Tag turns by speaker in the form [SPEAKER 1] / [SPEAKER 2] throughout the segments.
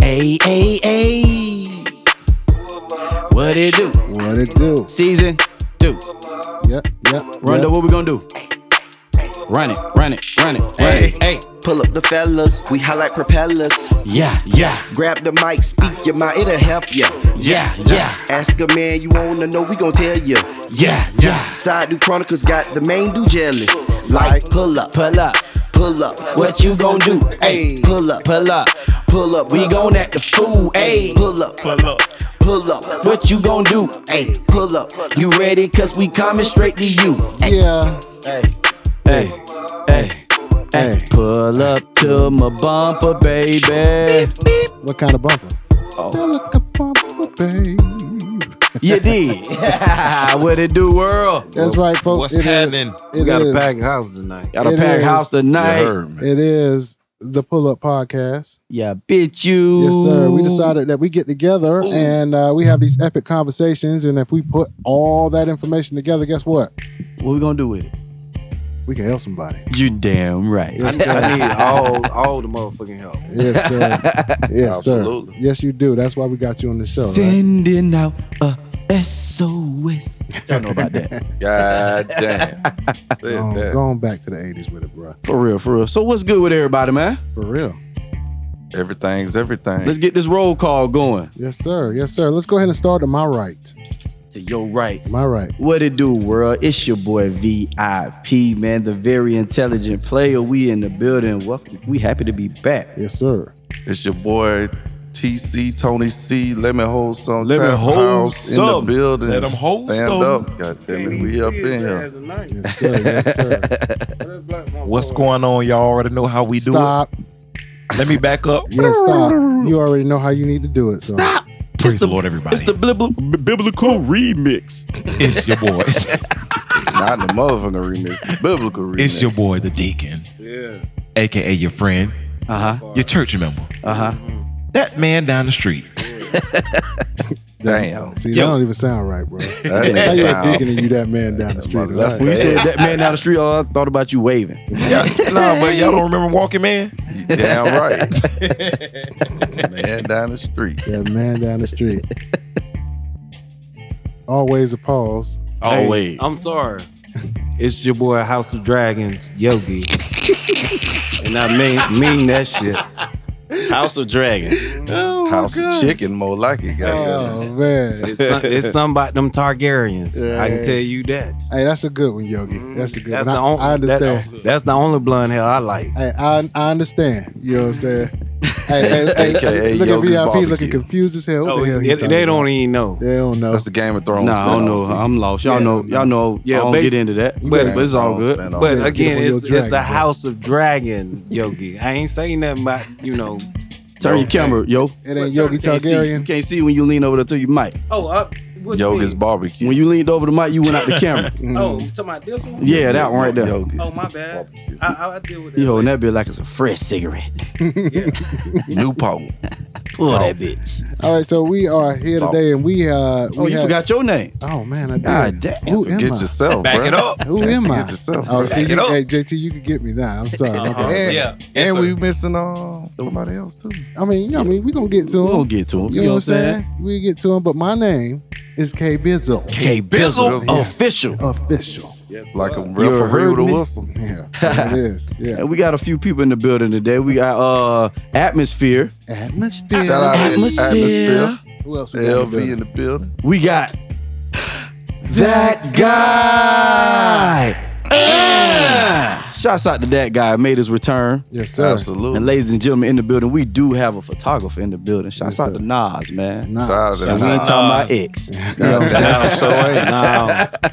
[SPEAKER 1] Hey, hey, hey. What it do?
[SPEAKER 2] What it do?
[SPEAKER 1] Season two.
[SPEAKER 2] Yep, yep.
[SPEAKER 1] Rondo,
[SPEAKER 2] yep.
[SPEAKER 1] what we gonna do? Run it, run it, run it. Hey,
[SPEAKER 3] Hey.
[SPEAKER 1] hey.
[SPEAKER 3] Pull up the fellas, we high like propellers.
[SPEAKER 1] Yeah, yeah,
[SPEAKER 3] Grab the mic, speak your mind, it'll help ya.
[SPEAKER 1] yeah, yeah,
[SPEAKER 3] Ask a man you wanna know, we gon' tell ya.
[SPEAKER 1] yeah, yeah.
[SPEAKER 3] Side do chronicles got the main do jealous. Like pull up,
[SPEAKER 1] Pull up,
[SPEAKER 3] pull up,
[SPEAKER 1] what you gon' do? Hey,
[SPEAKER 3] pull up,
[SPEAKER 1] pull up.
[SPEAKER 3] pull up,
[SPEAKER 1] We gon' act the fool. Hey,
[SPEAKER 3] pull up, pull up, pull up,
[SPEAKER 1] what you gon' do?
[SPEAKER 3] hey, pull up,
[SPEAKER 1] You ready? Cause we coming straight to you.
[SPEAKER 2] Yeah.
[SPEAKER 1] Hey, hey, hey.
[SPEAKER 2] Hey.
[SPEAKER 1] Pull up to my bumper, baby.
[SPEAKER 2] What kind of bumper? Silica bumper, babe.
[SPEAKER 1] You did. what it do, world?
[SPEAKER 2] That's right, folks.
[SPEAKER 4] What's
[SPEAKER 2] It is-
[SPEAKER 4] happening?
[SPEAKER 2] it
[SPEAKER 5] we got
[SPEAKER 2] is-
[SPEAKER 5] a packed house tonight.
[SPEAKER 1] Got a
[SPEAKER 2] It
[SPEAKER 1] packed
[SPEAKER 2] is.
[SPEAKER 1] house
[SPEAKER 5] You
[SPEAKER 1] tonight.
[SPEAKER 5] heard me.
[SPEAKER 2] It is the Pull Up Podcast.
[SPEAKER 1] Yeah, bitch you.
[SPEAKER 2] Yes, sir. We decided that we get together and uh, we have these epic conversations. And if we put all that information together, guess what?
[SPEAKER 1] What we gonna do with it?
[SPEAKER 2] We can help somebody.
[SPEAKER 1] You damn right.
[SPEAKER 2] Yes,
[SPEAKER 5] I
[SPEAKER 2] sir.
[SPEAKER 5] need all all the motherfucking help.
[SPEAKER 2] yes, sir. Yes, sir.
[SPEAKER 4] Absolutely.
[SPEAKER 2] Yes, you do. That's why we got you on the show. right?
[SPEAKER 1] Sending out a SOS. Don't know about that.
[SPEAKER 4] God damn. Said
[SPEAKER 1] Oh,
[SPEAKER 2] Going,
[SPEAKER 4] that.
[SPEAKER 2] going back to the 80s with it, bro.
[SPEAKER 1] For real, for real. So what's good with everybody, man?
[SPEAKER 2] For real.
[SPEAKER 4] Everything's everything.
[SPEAKER 1] Let's get this roll call going.
[SPEAKER 2] Yes, sir. Yes, sir. Let's go ahead and start to my right.
[SPEAKER 1] To your right.
[SPEAKER 2] My right.
[SPEAKER 1] What it do, world? It's your boy VIP, man, the very intelligent player. We in the building. Welcome. We happy to be back.
[SPEAKER 2] Yes, sir.
[SPEAKER 4] It's your boy TC Tony C. Let me hold some.
[SPEAKER 1] Let me
[SPEAKER 4] Trap
[SPEAKER 1] hold
[SPEAKER 4] House in
[SPEAKER 1] some.
[SPEAKER 4] the building.
[SPEAKER 5] Let 'em hold
[SPEAKER 4] Stand
[SPEAKER 5] some.
[SPEAKER 4] up. God damn it. We up in here.
[SPEAKER 2] Yes, sir. Yes, sir.
[SPEAKER 5] What's going on? Y'all already know how we do
[SPEAKER 2] stop.
[SPEAKER 5] it. Let me back up.
[SPEAKER 2] Yeah, stop. You already know how you need to do it. So. Stop.
[SPEAKER 5] Praise the, Lord, everybody.
[SPEAKER 1] It's the bibli- biblical remix.
[SPEAKER 5] It's your boy. It's,
[SPEAKER 4] Not in the motherfucking remix. the Biblical remix.
[SPEAKER 5] it's your boy, the deacon. Yeah. AKA your friend,
[SPEAKER 1] Uh huh.
[SPEAKER 5] your church member.
[SPEAKER 1] Uh huh.
[SPEAKER 5] That man down the street.
[SPEAKER 4] damn.
[SPEAKER 2] See,
[SPEAKER 5] Yo.
[SPEAKER 2] that don't even sound right, bro.
[SPEAKER 4] That
[SPEAKER 2] How you ain't
[SPEAKER 4] nigga
[SPEAKER 2] thinking of you that man down the street?
[SPEAKER 4] Well, that's
[SPEAKER 2] All
[SPEAKER 1] When
[SPEAKER 2] right.
[SPEAKER 1] you said that man down the street, all I thought about you waving.
[SPEAKER 5] Y'all- nah, but y'all don't remember Walking Man?
[SPEAKER 4] sound- Damn right. Man down the street.
[SPEAKER 2] That man down the street. Always a pause.
[SPEAKER 1] Always.
[SPEAKER 5] Hey, I'm sorry. It's your boy, House of Dragons, Yogi. and I mean mean that shit.
[SPEAKER 6] House of Dragons.
[SPEAKER 1] Oh,
[SPEAKER 4] House of chicken, more like it. goddamn.
[SPEAKER 2] Oh man.
[SPEAKER 5] It's, some, it's something about them Targaryens. I
[SPEAKER 2] Yeah.
[SPEAKER 5] can tell you that.
[SPEAKER 2] Hey, that's a good one, Yogi. That's a good
[SPEAKER 5] Mm-hmm. That's
[SPEAKER 2] one.
[SPEAKER 5] the
[SPEAKER 2] I-
[SPEAKER 5] only.
[SPEAKER 2] I understand.
[SPEAKER 5] That, that's the only blonde hair I like.
[SPEAKER 2] Hey, I, I understand. You know what I'm saying? Hey, hey, hey,
[SPEAKER 4] AKA
[SPEAKER 2] look at
[SPEAKER 4] Yogi's
[SPEAKER 2] VIP
[SPEAKER 4] barbecue.
[SPEAKER 2] looking confused as hell. What
[SPEAKER 5] Oh,
[SPEAKER 2] the hell he
[SPEAKER 5] they,
[SPEAKER 2] talking
[SPEAKER 5] they
[SPEAKER 2] about?
[SPEAKER 5] don't even know.
[SPEAKER 2] They don't know.
[SPEAKER 4] That's the Game of Thrones.
[SPEAKER 1] Nah, I don't
[SPEAKER 4] spinoff.
[SPEAKER 1] know. I'm lost. Y'all
[SPEAKER 2] Yeah.
[SPEAKER 1] know. Y'all know.
[SPEAKER 5] Yeah,
[SPEAKER 1] I don't
[SPEAKER 5] basi-
[SPEAKER 1] get into that.
[SPEAKER 2] Yeah.
[SPEAKER 1] But, but it's all
[SPEAKER 4] Game of
[SPEAKER 1] good.
[SPEAKER 4] Thrones
[SPEAKER 5] But
[SPEAKER 4] spinoff.
[SPEAKER 2] get
[SPEAKER 5] again,
[SPEAKER 2] on your
[SPEAKER 5] it's, it's
[SPEAKER 2] dragon, bro.
[SPEAKER 5] the House of Dragon, Yogi. I ain't saying nothing about you know.
[SPEAKER 1] Turn your camera, yo.
[SPEAKER 2] It ain't Yogi
[SPEAKER 1] Can't see. You
[SPEAKER 2] Targaryen.
[SPEAKER 1] can't see when you lean over to your mic.
[SPEAKER 5] Oh, up.
[SPEAKER 4] Yogi's barbecue.
[SPEAKER 1] When you leaned over the mic, you went out the camera.
[SPEAKER 5] Oh, you talking about this one?
[SPEAKER 1] Yeah, that one right there.
[SPEAKER 4] Yogi's
[SPEAKER 5] Oh, my bad.
[SPEAKER 4] barbecue.
[SPEAKER 5] I, I, I deal with
[SPEAKER 1] You holding that bitch like it's a fresh cigarette.
[SPEAKER 4] Newport.
[SPEAKER 1] Pull that bitch.
[SPEAKER 2] All right, so we are here today, and we uh,
[SPEAKER 1] Oh,
[SPEAKER 2] we
[SPEAKER 1] you
[SPEAKER 2] have-
[SPEAKER 1] forgot your name.
[SPEAKER 2] Oh man, I did.
[SPEAKER 1] God damn.
[SPEAKER 2] Who am
[SPEAKER 4] Get
[SPEAKER 2] I?
[SPEAKER 4] yourself.
[SPEAKER 5] Back
[SPEAKER 4] bruh.
[SPEAKER 5] it up.
[SPEAKER 2] Who am I?
[SPEAKER 4] Get yourself.
[SPEAKER 2] Oh,
[SPEAKER 4] bruh.
[SPEAKER 2] see,
[SPEAKER 5] Back
[SPEAKER 2] you,
[SPEAKER 5] it up.
[SPEAKER 2] hey JT, you can get me now. I'm sorry. my bad.
[SPEAKER 4] And,
[SPEAKER 5] Uh-huh. Yeah. Yes,
[SPEAKER 4] and
[SPEAKER 5] sir.
[SPEAKER 4] we missing uh, somebody else too.
[SPEAKER 2] I mean, you know, I mean, we gonna get to him.
[SPEAKER 1] We gonna get to him.
[SPEAKER 2] You know what I'm saying? We get to him, but my name is K Bizzle,
[SPEAKER 1] K
[SPEAKER 5] Oh,
[SPEAKER 1] Bizzle,
[SPEAKER 4] Bizzle.
[SPEAKER 1] official.
[SPEAKER 2] official.
[SPEAKER 4] Like a
[SPEAKER 1] heard
[SPEAKER 4] referee with a
[SPEAKER 1] me?
[SPEAKER 4] whistle.
[SPEAKER 2] Yeah, there it is. Yeah,
[SPEAKER 1] And we got a few people in the building today. We got uh atmosphere.
[SPEAKER 2] atmosphere.
[SPEAKER 4] Shout out
[SPEAKER 1] Atmosphere.
[SPEAKER 4] Atmosphere. Atmosphere.
[SPEAKER 2] Who else? We got in the
[SPEAKER 4] LV
[SPEAKER 2] building?
[SPEAKER 4] in the building.
[SPEAKER 1] We got that guy. Ah! Shouts out to that guy. Made his return.
[SPEAKER 2] Yes, sir.
[SPEAKER 1] And
[SPEAKER 4] Absolutely.
[SPEAKER 1] ladies and gentlemen, in the building, we do have a photographer in the building. Shouts
[SPEAKER 2] Yes,
[SPEAKER 1] out
[SPEAKER 2] sir.
[SPEAKER 1] to Nas, man.
[SPEAKER 2] Nah.
[SPEAKER 4] Shout out to
[SPEAKER 1] And we ain't
[SPEAKER 4] Nas.
[SPEAKER 1] talking about X. You know what I'm saying?
[SPEAKER 4] Goddamn, sure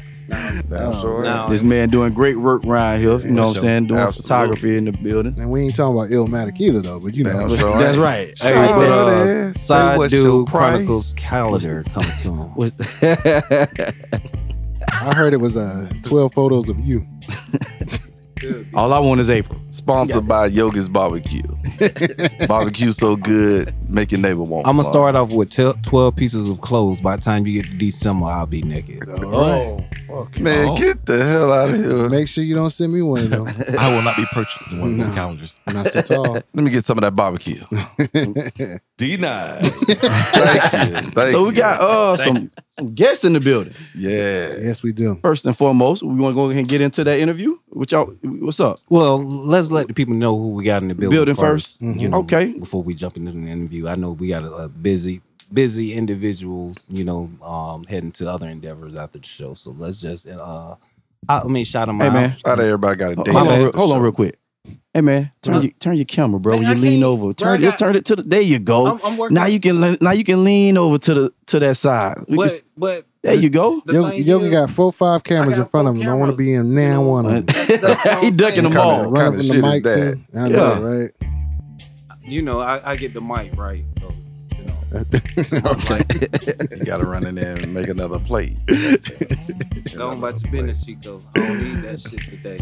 [SPEAKER 4] ain't.
[SPEAKER 5] No,
[SPEAKER 4] Damn sure
[SPEAKER 5] no.
[SPEAKER 1] This man doing great work around here. You know what I'm
[SPEAKER 4] sure.
[SPEAKER 1] saying? Doing
[SPEAKER 4] Absolutely.
[SPEAKER 1] photography in the building.
[SPEAKER 2] And we ain't talking about Illmatic either, though. But you know,
[SPEAKER 4] Damn sure ain't.
[SPEAKER 1] That's right.
[SPEAKER 5] hey,
[SPEAKER 4] Sure
[SPEAKER 5] but
[SPEAKER 4] it
[SPEAKER 5] uh,
[SPEAKER 4] is. Say
[SPEAKER 5] side
[SPEAKER 4] what's your
[SPEAKER 5] dude
[SPEAKER 4] price.
[SPEAKER 5] Chronicles calendar comes soon.
[SPEAKER 1] Was-
[SPEAKER 2] I heard it was uh, twelve photos of you.
[SPEAKER 1] uh, All I want is April.
[SPEAKER 4] Sponsored by Yogi's Barbecue. barbecue so good, make your neighbor want
[SPEAKER 5] I'm gonna
[SPEAKER 4] some.
[SPEAKER 5] start off with tel- twelve pieces of clothes. By the time you get to December, I'll be naked.
[SPEAKER 2] All right. Fuck.
[SPEAKER 4] Man,
[SPEAKER 7] Oh.
[SPEAKER 4] get the hell out of here.
[SPEAKER 2] Make sure you don't send me one of them.
[SPEAKER 7] I will not be purchasing one of these
[SPEAKER 2] No.
[SPEAKER 7] calendars.
[SPEAKER 2] Not at all.
[SPEAKER 4] Let me get some of that barbecue.
[SPEAKER 7] Denied.
[SPEAKER 4] Thank you. Thank
[SPEAKER 1] So we
[SPEAKER 4] you.
[SPEAKER 1] got uh
[SPEAKER 6] Thank
[SPEAKER 1] some, some guests in the building.
[SPEAKER 4] Yeah.
[SPEAKER 2] yes, we do.
[SPEAKER 1] First and foremost, we want to go ahead and get into that interview. What y'all? What's up?
[SPEAKER 5] Well, let's let the people know who we got in the building,
[SPEAKER 1] Building first? Mm-hmm.
[SPEAKER 5] You know,
[SPEAKER 1] Okay.
[SPEAKER 5] Before we jump into the interview, I know we got a, a busy, busy individuals. You know, um, heading to other endeavors after the show. So let's just, uh, I, I mean, shout them
[SPEAKER 1] Hey,
[SPEAKER 5] out.
[SPEAKER 1] man.
[SPEAKER 4] Out of everybody got a date.
[SPEAKER 1] Hold on,
[SPEAKER 5] man.
[SPEAKER 1] real- hold on, real quick. Hey man, turn
[SPEAKER 5] Huh?
[SPEAKER 1] your turn your camera, bro.
[SPEAKER 5] Man,
[SPEAKER 1] when
[SPEAKER 5] I
[SPEAKER 1] you lean
[SPEAKER 5] can't-
[SPEAKER 1] over,
[SPEAKER 5] bro, I
[SPEAKER 1] turn just
[SPEAKER 5] got-
[SPEAKER 1] turn it to the. There you go.
[SPEAKER 5] I'm, I'm working.
[SPEAKER 1] now you can le- now you can lean over to the to that side. We can
[SPEAKER 5] but
[SPEAKER 1] s-
[SPEAKER 5] but
[SPEAKER 1] there you go.
[SPEAKER 5] the
[SPEAKER 2] Yogi,
[SPEAKER 5] thing
[SPEAKER 2] Yogi
[SPEAKER 5] is-
[SPEAKER 2] got four, five cameras
[SPEAKER 5] I got
[SPEAKER 2] in front
[SPEAKER 5] four
[SPEAKER 2] of him. I want to
[SPEAKER 5] cameras.
[SPEAKER 2] be in now one of them.
[SPEAKER 5] that's what I'm
[SPEAKER 1] he ducking
[SPEAKER 5] saying.
[SPEAKER 1] them all.
[SPEAKER 2] Run up
[SPEAKER 4] kinda
[SPEAKER 2] in the
[SPEAKER 4] shit is
[SPEAKER 2] mic
[SPEAKER 4] that?
[SPEAKER 2] too. I
[SPEAKER 1] Yeah.
[SPEAKER 2] know, right?
[SPEAKER 5] you know, I, I get the mic right. So, you know.
[SPEAKER 4] You got to run in there and make another plate.
[SPEAKER 5] Go on about your business, Chico. I don't need that shit today.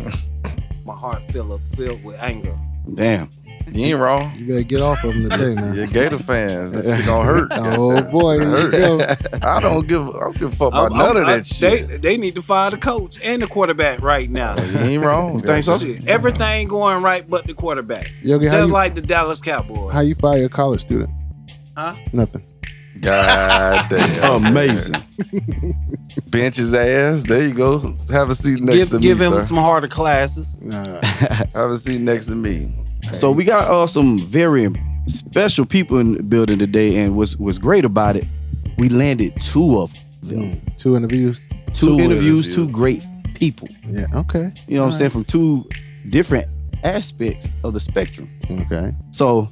[SPEAKER 5] My heart filled up, filled with anger.
[SPEAKER 1] Damn.
[SPEAKER 4] You ain't wrong.
[SPEAKER 2] You better get off of him today now.
[SPEAKER 4] You're Gator fan. That shit gonna hurt.
[SPEAKER 2] Oh boy, here you go.
[SPEAKER 4] I don't give. I don't give a fuck about
[SPEAKER 5] I'm-
[SPEAKER 4] none
[SPEAKER 5] I'm-
[SPEAKER 4] of
[SPEAKER 5] I-
[SPEAKER 4] that shit.
[SPEAKER 5] They, they need to fire the coach and the quarterback right now.
[SPEAKER 4] you ain't wrong.
[SPEAKER 1] think so?
[SPEAKER 5] Shit, everything going right but the quarterback.
[SPEAKER 2] Yogi, how
[SPEAKER 5] Just
[SPEAKER 2] you,
[SPEAKER 5] like the Dallas Cowboys.
[SPEAKER 2] how you fire a college student?
[SPEAKER 5] Huh?
[SPEAKER 2] Nothing.
[SPEAKER 4] God damn.
[SPEAKER 1] Amazing.
[SPEAKER 4] Bench his ass. There you go. Have a seat next
[SPEAKER 5] give
[SPEAKER 4] to
[SPEAKER 5] give
[SPEAKER 4] me,
[SPEAKER 5] him
[SPEAKER 4] sir.
[SPEAKER 5] some harder classes.
[SPEAKER 2] Nah.
[SPEAKER 4] Have a seat next to me.
[SPEAKER 1] So we got uh, some very special people in the building today, and what's what's great about it, we landed two of them,
[SPEAKER 2] Mm, Two interviews.
[SPEAKER 1] two,
[SPEAKER 4] Two
[SPEAKER 1] interviews,
[SPEAKER 4] interviews.
[SPEAKER 1] two great people.
[SPEAKER 2] Yeah. Okay.
[SPEAKER 1] You know what I'm
[SPEAKER 2] All
[SPEAKER 1] saying? From two different aspects of the spectrum.
[SPEAKER 2] Okay.
[SPEAKER 1] So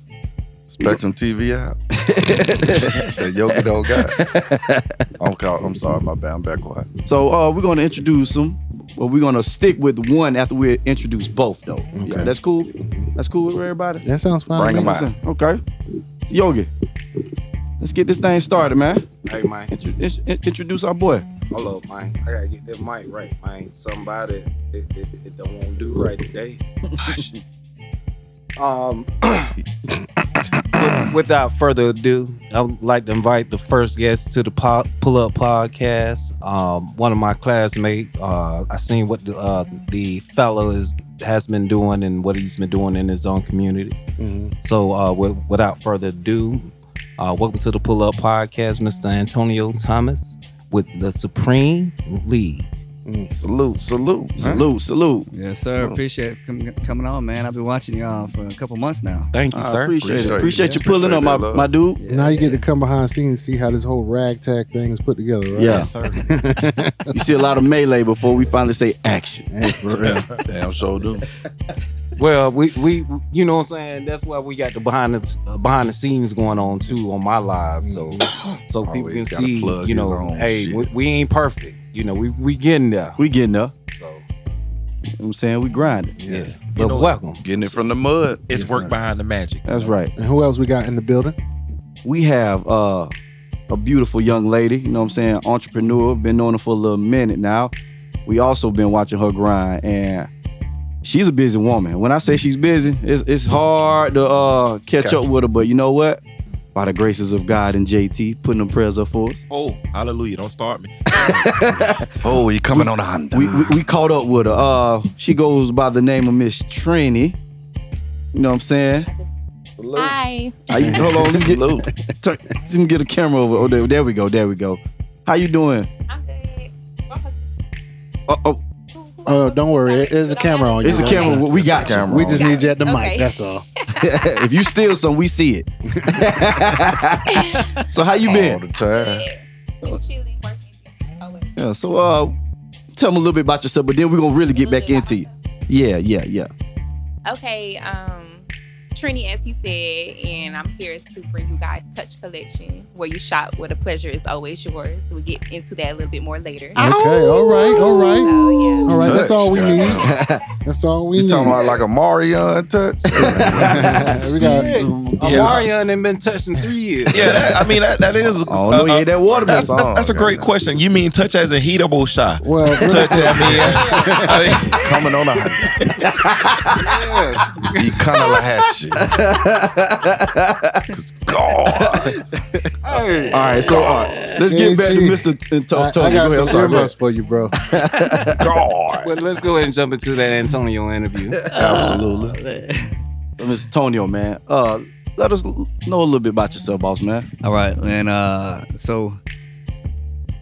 [SPEAKER 4] Spectrum TV out. that Yogi don't got. I'm called. I'm sorry. My bad. I'm back on.
[SPEAKER 1] so uh, we're gonna introduce them, but we're gonna stick with one after we introduce both though. Yeah,
[SPEAKER 2] Okay.
[SPEAKER 1] that's cool. That's cool with everybody.
[SPEAKER 2] That sounds fine.
[SPEAKER 4] Bring
[SPEAKER 2] to
[SPEAKER 4] him
[SPEAKER 2] me.
[SPEAKER 4] out.
[SPEAKER 1] Okay, Yogi, let's get this thing started, man.
[SPEAKER 5] Hey, man.
[SPEAKER 1] Intro- in- in- introduce our boy.
[SPEAKER 5] Hello, man. I gotta get that mic right, man. Somebody it, it, it don't want to do right today. um, with- without further ado, I would like to invite the first guest to the po- Pull Up Podcast. Um, one of my classmates. Uh, I seen what the uh, the fellow is has been doing and what he's been doing in his own community.
[SPEAKER 2] Mhm.
[SPEAKER 5] So, uh, wi- without further ado, uh, welcome to the Pull Up Podcast, Mr. Antonio Thomas with the Supreme League. Mm.
[SPEAKER 4] Salute. Salute. huh?
[SPEAKER 1] Salute, salute.
[SPEAKER 8] Yes, sir. Appreciate it for com- coming on, man. I've been watching y'all for a couple months now.
[SPEAKER 5] Thank you,
[SPEAKER 1] I
[SPEAKER 5] sir.
[SPEAKER 1] appreciate it.
[SPEAKER 4] Appreciate
[SPEAKER 1] Appreciate
[SPEAKER 4] it.
[SPEAKER 1] you pulling up, my,
[SPEAKER 4] Appreciate that love.
[SPEAKER 1] my dude.
[SPEAKER 2] Now you get to come behind scenes and see how this whole ragtag thing is put together, right?
[SPEAKER 1] Yeah.
[SPEAKER 5] sir.
[SPEAKER 1] You see a lot of melee before we finally say action.
[SPEAKER 2] Hey, for real.
[SPEAKER 4] Damn sure do.
[SPEAKER 5] well, we we you know what I'm saying. That's why we got the behind the uh, behind the scenes going on too on my live, so so people
[SPEAKER 4] Mm. Always
[SPEAKER 5] can
[SPEAKER 4] gotta
[SPEAKER 5] see.
[SPEAKER 4] plug
[SPEAKER 5] You
[SPEAKER 4] his
[SPEAKER 5] know,
[SPEAKER 4] own
[SPEAKER 5] hey,
[SPEAKER 4] shit.
[SPEAKER 5] we, we ain't perfect. You know, we we getting there.
[SPEAKER 1] We getting up.
[SPEAKER 5] So
[SPEAKER 1] You know what I'm saying? We grinding.
[SPEAKER 5] yeah,
[SPEAKER 2] Yeah.
[SPEAKER 5] but
[SPEAKER 7] You know-
[SPEAKER 5] welcome.
[SPEAKER 4] Getting it from the mud.
[SPEAKER 7] It's
[SPEAKER 2] Yes,
[SPEAKER 7] work
[SPEAKER 2] sir.
[SPEAKER 7] behind the magic.
[SPEAKER 1] That's right.
[SPEAKER 2] And who else we got in the building?
[SPEAKER 1] We have uh, a beautiful young lady, you know what I'm saying? Entrepreneur, been knowing her for a little minute now. We also been watching her grind and she's a busy woman. When I say she's busy, it's, it's hard to uh, catch
[SPEAKER 4] Gotcha.
[SPEAKER 1] up with her, but you know what? By the graces of God and JT, putting them prayers up for us.
[SPEAKER 7] Oh, hallelujah. Don't start me.
[SPEAKER 4] Oh, you coming on a Honda.
[SPEAKER 1] we, we, we caught up with her. Uh, she goes by the name of Miss Trini. You know what I'm saying?
[SPEAKER 9] Hi.
[SPEAKER 1] How you- hold on, let me, get,
[SPEAKER 4] Salute.
[SPEAKER 1] turn, let me get a camera over. Oh, there, there we go, there we go. How you doing?
[SPEAKER 9] I'm good.
[SPEAKER 1] Oh, oh
[SPEAKER 2] Oh, don't worry. It- There's a camera on you.
[SPEAKER 1] it's a camera. We we got you.
[SPEAKER 4] camera.
[SPEAKER 2] We just
[SPEAKER 9] on.
[SPEAKER 2] need you at the
[SPEAKER 9] Okay.
[SPEAKER 2] mic. That's all.
[SPEAKER 1] if you steal some, we see it. so how you
[SPEAKER 4] all
[SPEAKER 1] been?
[SPEAKER 4] the time.
[SPEAKER 9] Just chilling, working. Always.
[SPEAKER 1] Yeah, so uh, tell them a little bit about yourself, but then we're gonna really get back into you. Yeah, yeah, yeah.
[SPEAKER 9] Okay, um, Trini, as he said, and I'm here to bring you guys Touch Collection, where you shop where the pleasure is always yours. We'll get into that a little bit more later.
[SPEAKER 2] Okay. All right. All right.
[SPEAKER 9] So, yeah.
[SPEAKER 2] All right.
[SPEAKER 4] Touch,
[SPEAKER 2] That's all we
[SPEAKER 4] goddamn.
[SPEAKER 2] need. That's all we
[SPEAKER 4] You
[SPEAKER 2] need.
[SPEAKER 4] talking about like a Marion touch?
[SPEAKER 2] we got
[SPEAKER 5] Yeah. Amarian Uh, ain't been touched in three years.
[SPEAKER 7] Yeah, that, I mean, that, that is.
[SPEAKER 1] Oh no, yeah, that water.
[SPEAKER 7] that's,
[SPEAKER 1] man.
[SPEAKER 7] that's, that's a great question. You mean touch as a heatable shot?
[SPEAKER 2] well.
[SPEAKER 7] Touch, I mean, I mean,
[SPEAKER 4] coming on a Honda.
[SPEAKER 5] Yes.
[SPEAKER 4] Economy. God.
[SPEAKER 5] Hey,
[SPEAKER 1] All right, so all right, let's get back to Mr. T- T-
[SPEAKER 2] I, I
[SPEAKER 1] Tony.
[SPEAKER 2] got
[SPEAKER 1] Go
[SPEAKER 2] some
[SPEAKER 1] ahead, I'm sorry.
[SPEAKER 2] earmuffs for you, bro.
[SPEAKER 5] Well, let's go ahead and jump into that Antonio interview.
[SPEAKER 4] Absolutely.
[SPEAKER 1] Mr. Tonio, man. Uh, let us know a little bit about yourself, boss man.
[SPEAKER 8] All right, and uh, so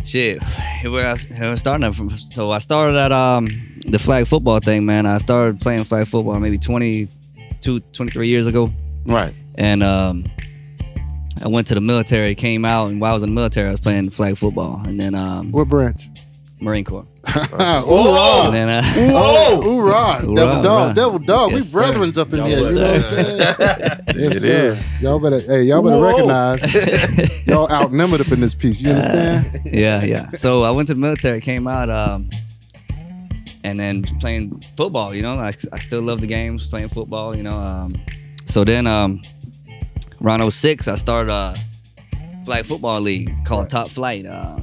[SPEAKER 8] shit, where I where I started at from. So I started at um the flag football thing, man. I started playing flag football maybe 22, 23 years ago,
[SPEAKER 1] Right.
[SPEAKER 8] and um, I went to the military, came out, and while I was in the military, I was playing flag football, and then um,
[SPEAKER 2] What branch?
[SPEAKER 8] Marine Corps, and
[SPEAKER 2] Hoorah!
[SPEAKER 8] then uh,
[SPEAKER 2] Oh, hoorah!
[SPEAKER 8] Hoorah,
[SPEAKER 2] Devil dog,
[SPEAKER 8] hoorah.
[SPEAKER 2] devil dog.
[SPEAKER 8] Yes,
[SPEAKER 2] we
[SPEAKER 8] sir.
[SPEAKER 2] brethrens up in
[SPEAKER 6] Y'all
[SPEAKER 2] here. You know what I'm saying? Yes,
[SPEAKER 4] It
[SPEAKER 2] sir. Y'all better, hey, y'all better
[SPEAKER 1] Whoa.
[SPEAKER 2] recognize y'all outnumbered up in this piece. You understand?
[SPEAKER 8] yeah, yeah. So I went to the military, came out, um, and then playing football. You know, I, I still love the games, playing football. You know, um, so then um, around 06, I started a flag football league called Top Flight. Uh,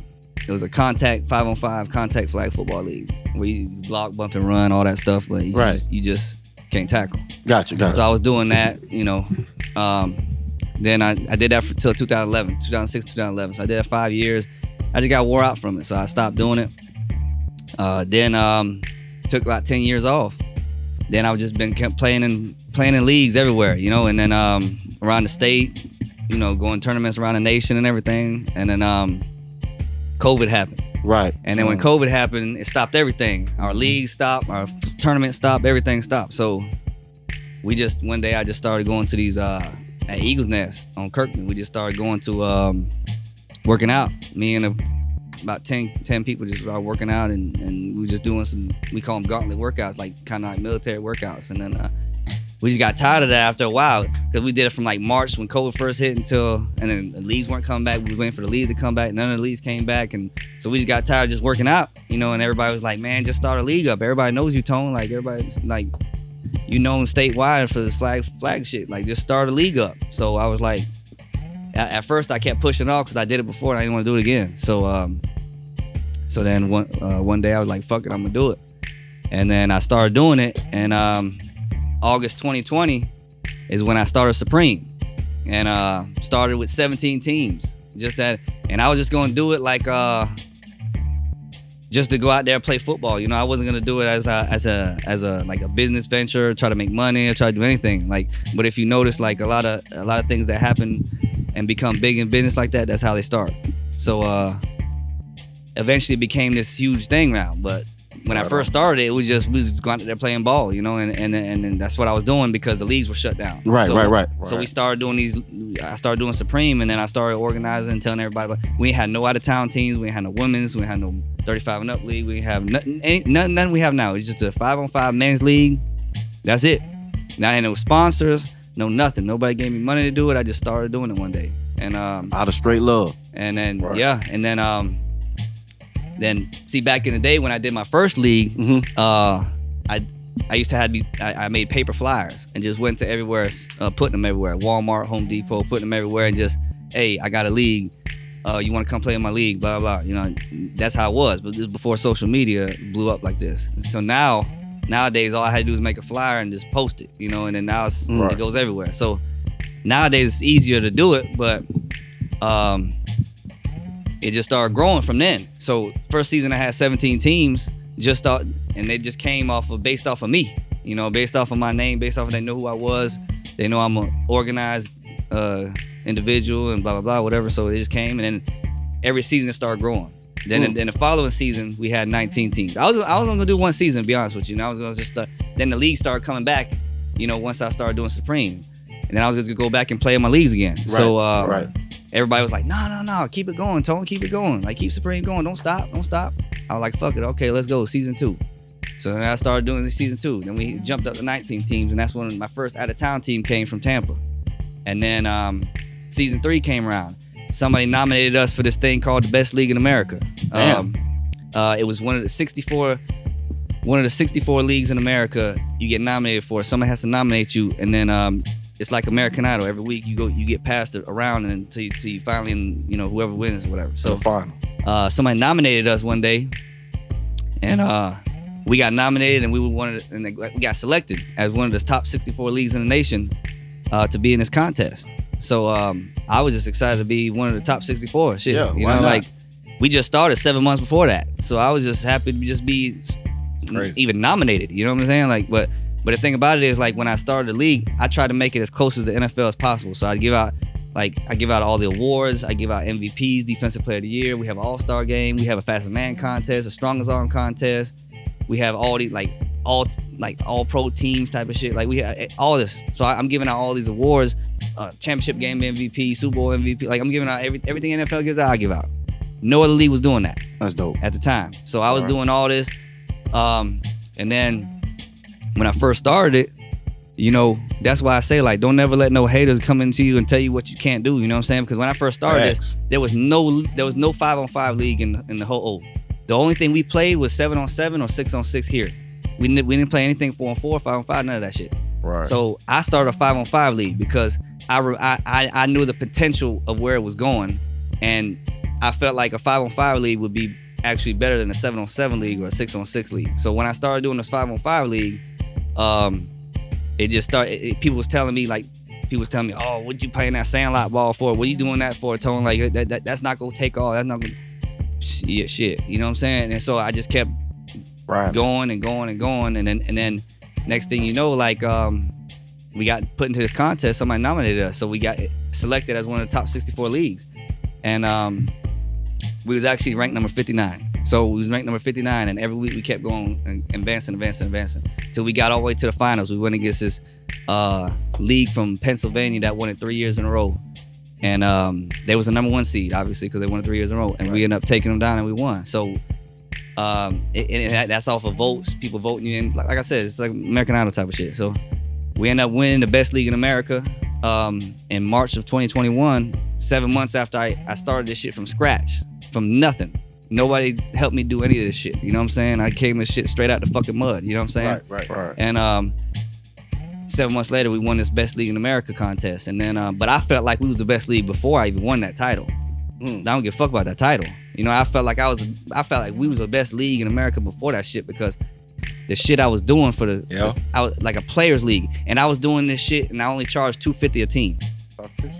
[SPEAKER 8] it was a contact five on five contact flag football league where you block, bump, and run, all that stuff, but you,
[SPEAKER 1] Right.
[SPEAKER 8] just, you just can't tackle.
[SPEAKER 1] Gotcha. Gotcha.
[SPEAKER 8] So I was doing that, you know. Um, then I, I did that for till 2011, 2006, 2011. So I did that five years. I just got wore out from it, so I stopped doing it. Uh, then um, took like 10 years off. Then I've just been kept playing in playing in leagues everywhere, you know, and then um, around the state, you know, going tournaments around the nation and everything. And then um, COVID happened.
[SPEAKER 1] Right.
[SPEAKER 8] And then when COVID happened, it stopped everything. Our league stopped, our f- tournament stopped, everything stopped. So we just one day I just started going to these uh at Eagles Nest on Kirkman. We just started going to um working out. Me and a, about 10, 10 people just started working out and and we were just doing some we call them gauntlet workouts, like kind of like military workouts. And then uh we just got tired of that after a while because we did it from like March when COVID first hit until, and then the leads weren't coming back. We were waiting for the leads to come back. None of the leads came back. And so we just got tired of just working out, you know, and everybody was like, man, just start a league up. Everybody knows you, Tone. Like, everybody's like, you known statewide for this flag flag shit. Like, just start a league up. So I was like, at, at first I kept pushing off because I did it before and I didn't want to do it again. So, um, so then one uh, one day I was like, fuck it, I'm gonna do it. And then I started doing it, and um, August 2020 is when I started Supreme, and uh, started with 17 teams. Just that, and I was just gonna do it like uh, just to go out there and play football. You know, I wasn't gonna do it as a as a as a like a business venture, try to make money, or try to do anything. Like, but if you notice, like a lot of a lot of things that happen and become big in business like that, that's how they start. So uh, eventually it became this huge thing now. But when I first started, it was just we was just going out there playing ball, you know, and and and, and that's what I was doing because the leagues were shut down.
[SPEAKER 1] Right.
[SPEAKER 8] So-
[SPEAKER 1] right. Right.
[SPEAKER 8] so we started doing these. I started doing Supreme, and then I started organizing, and telling everybody. Like, we ain't had no out of town teams. We ain't had no women's. We ain't had no thirty-five and up league. We ain't have nothing. Ain't, nothing, nothing we have now. It's just a five-on-five men's league. That's it. Not had no sponsors. No nothing. Nobody gave me money to do it. I just started doing it one day, and um,
[SPEAKER 1] Out of straight love.
[SPEAKER 8] and then
[SPEAKER 4] Right.
[SPEAKER 8] yeah, and then um, then see back in the day when I did my first league,
[SPEAKER 4] Mm-hmm.
[SPEAKER 1] Mhm.
[SPEAKER 8] uh, I I used to have to be I, I made paper flyers and just went to everywhere, uh, putting them everywhere, Walmart, Home Depot, putting them everywhere, and just hey, I got a league. Uh, you want to come play in my league? Blah blah. You know, that's how it was. But this was before social media blew up like this. So now, nowadays, all I had to do is make a flyer and just post it. You know, and then now it's, it
[SPEAKER 4] Right.
[SPEAKER 8] goes everywhere. So nowadays it's easier to do it, but um, it just started growing from then. So first season I had 17 teams, just start, and they just came off of based off of me, you know, based off of my name, based off of they know who I was, they know I'm an organized uh, individual and blah blah blah whatever. So they just came, and then every season it started growing. Then, then the following season we had 19 teams. I was I was only gonna do one season, to be honest with you. And I was gonna just start, then the league started coming back, you know, once I started doing Supreme, and then I was just gonna go back and play in my leagues again. so uh,
[SPEAKER 4] right.
[SPEAKER 8] everybody was like, no, no, no, keep it going, Tone, keep it going. Like, keep Supreme going. Don't stop, don't stop. I was like, fuck it, okay, let's go, season two. So then I started doing the season two. Then we jumped up to 19 teams, and that's when my first out of town team came from Tampa. And then um, season three came around. Somebody nominated us for this thing called the Best League in America. Um, uh, it was one of the 64, one of the 64 leagues in America. You get nominated for. Someone has to nominate you, and then um, it's like American Idol. Every week you go, you get passed around until you, till you finally, you know, whoever wins or whatever.
[SPEAKER 4] So
[SPEAKER 8] So
[SPEAKER 4] final.
[SPEAKER 8] uh, somebody nominated us one day, and uh, we got nominated, and we were one of the, and we got selected as one of the top 64 leagues in the nation uh, to be in this contest. So um, I was just excited to be one of the top 64. Shit,
[SPEAKER 4] Yeah,
[SPEAKER 8] you
[SPEAKER 4] why
[SPEAKER 8] know,
[SPEAKER 4] not?
[SPEAKER 8] like we just started seven months before that, so I was just happy to just be
[SPEAKER 7] Crazy.
[SPEAKER 8] even nominated. You know what I'm saying? Like, but but the thing about it is, like when I started the league, I tried to make it as close as the NFL as possible. So I give out like I give out all the awards. I give out MVPs, Defensive Player of the Year. We have an All Star game. We have a fastest man contest, a strongest arm contest. We have all these like all like all pro teams type of shit. Like we have all this. So I, I'm giving out all these awards, uh, championship game MVP, Super Bowl MVP. Like I'm giving out every, everything NFL gives out. I give out. No other league was doing that
[SPEAKER 1] That's dope.
[SPEAKER 8] at the time. So I was doing all this. Um, and then when I first started it, you know, that's why I say, like, don't ever let no haters come into you and tell you what you can't do. You know what I'm saying? Because when I first started this, there was no there was no five on five league in, in the whole O. The only thing we played was seven on seven or six on six here. We didn't, we didn't play anything four on four, five on five, none of that shit.
[SPEAKER 4] Right.
[SPEAKER 8] So I started a five on five league because I, re- I, I I knew the potential of where it was going, and I felt like a five on five league would be actually better than a seven on seven league or a six on six league. So when I started doing this five on five league, um, it just started. It, it- people was telling me like, people was telling me, "Oh, what you playing that sandlot ball for? What you doing that for, Tone? Like that, that that's not gonna take all. That's not gonna shit, shit. You know what I'm saying? And so I just kept
[SPEAKER 4] Right.
[SPEAKER 8] going and going and going and then and then next thing you know like um we got put into this contest somebody nominated us so we got selected as one of the top 64 leagues and um we was actually ranked number 59 so we was ranked number 59 and every week we kept going and advancing advancing advancing till we got all the way to the finals we went against this uh league from pennsylvania that won it three years in a row and um they was the number one seed obviously because they won it three years in a row and we ended up taking them down and we won so um, it, and it, that's off of votes, people voting you in. Like, like I said, it's like American Idol type of shit. So we end up winning the best league in America um, in March of 2021, seven months after I, I started this shit from scratch, from nothing. Nobody helped me do any of this shit. You know what I'm saying? I came this shit straight out the fucking mud. You know what I'm saying?
[SPEAKER 4] Right, right, right.
[SPEAKER 8] And um, seven months later, we won this best league in America contest. And then, um, but I felt like we was the best league before I even won that title. I don't give a fuck about that title. You know, I felt like I was, I felt like we was the best league in America before that shit because the shit I was doing for the,
[SPEAKER 7] Yeah.
[SPEAKER 8] I was like a players league, and I was doing this shit, and I only charged two fifty a team.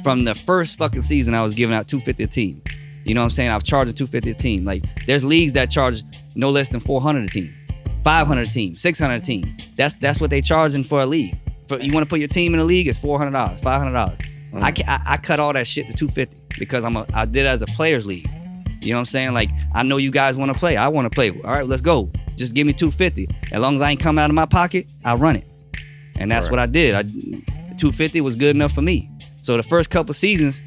[SPEAKER 8] From the first fucking season, I was giving out two fifty a team. You know what I'm saying? I've charged a two fifty a team. Like there's leagues that charge no less than four hundred a team, five hundred a team, six hundred a team. That's that's what they charging for a league. For you want to put your team in a league, it's four hundred dollars, five hundred dollars. I, ca- I I cut all that shit to two fifty because I'm a I did it as a players league. You know what I'm saying? Like I know you guys want to play. I want to play. All right, let's go. Just give me 250. As long as I ain't coming out of my pocket, I run it. And that's what I did. I 250 was good enough for me. So the first couple seasons,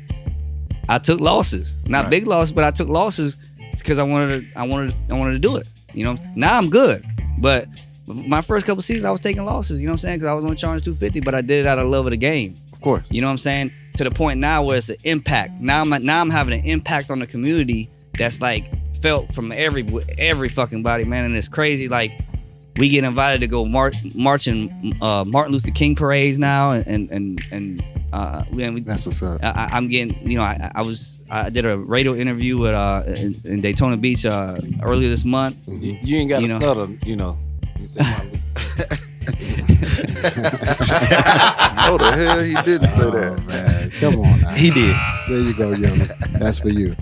[SPEAKER 8] I took losses. Not big losses, but I took losses because I wanted to, I wanted I wanted to do it. You know, now I'm good. But my first couple seasons I was taking losses, you know what I'm saying? Cuz I was only charging 250, but I did it out of love of the game.
[SPEAKER 1] Of course.
[SPEAKER 8] You know what I'm saying? To the point now where it's an impact. Now I'm now I'm having an impact on the community that's like felt from every every fucking body, man. And it's crazy. Like we get invited to go mar- marching uh, Martin Luther King parades now, and and and, and uh, man, we,
[SPEAKER 2] That's what's up.
[SPEAKER 8] I, I- I'm getting, you know, I, I was, I did a radio interview with, uh, in, in Daytona Beach uh, earlier this month.
[SPEAKER 2] Mm-hmm.
[SPEAKER 5] You, you ain't got to
[SPEAKER 8] You know.
[SPEAKER 5] stutter, you know. You say, "Martin Luther
[SPEAKER 4] How the hell he didn't say
[SPEAKER 2] Oh,
[SPEAKER 4] that?
[SPEAKER 2] man. Come on now.
[SPEAKER 7] He did.
[SPEAKER 2] There you go, yo. That's for you.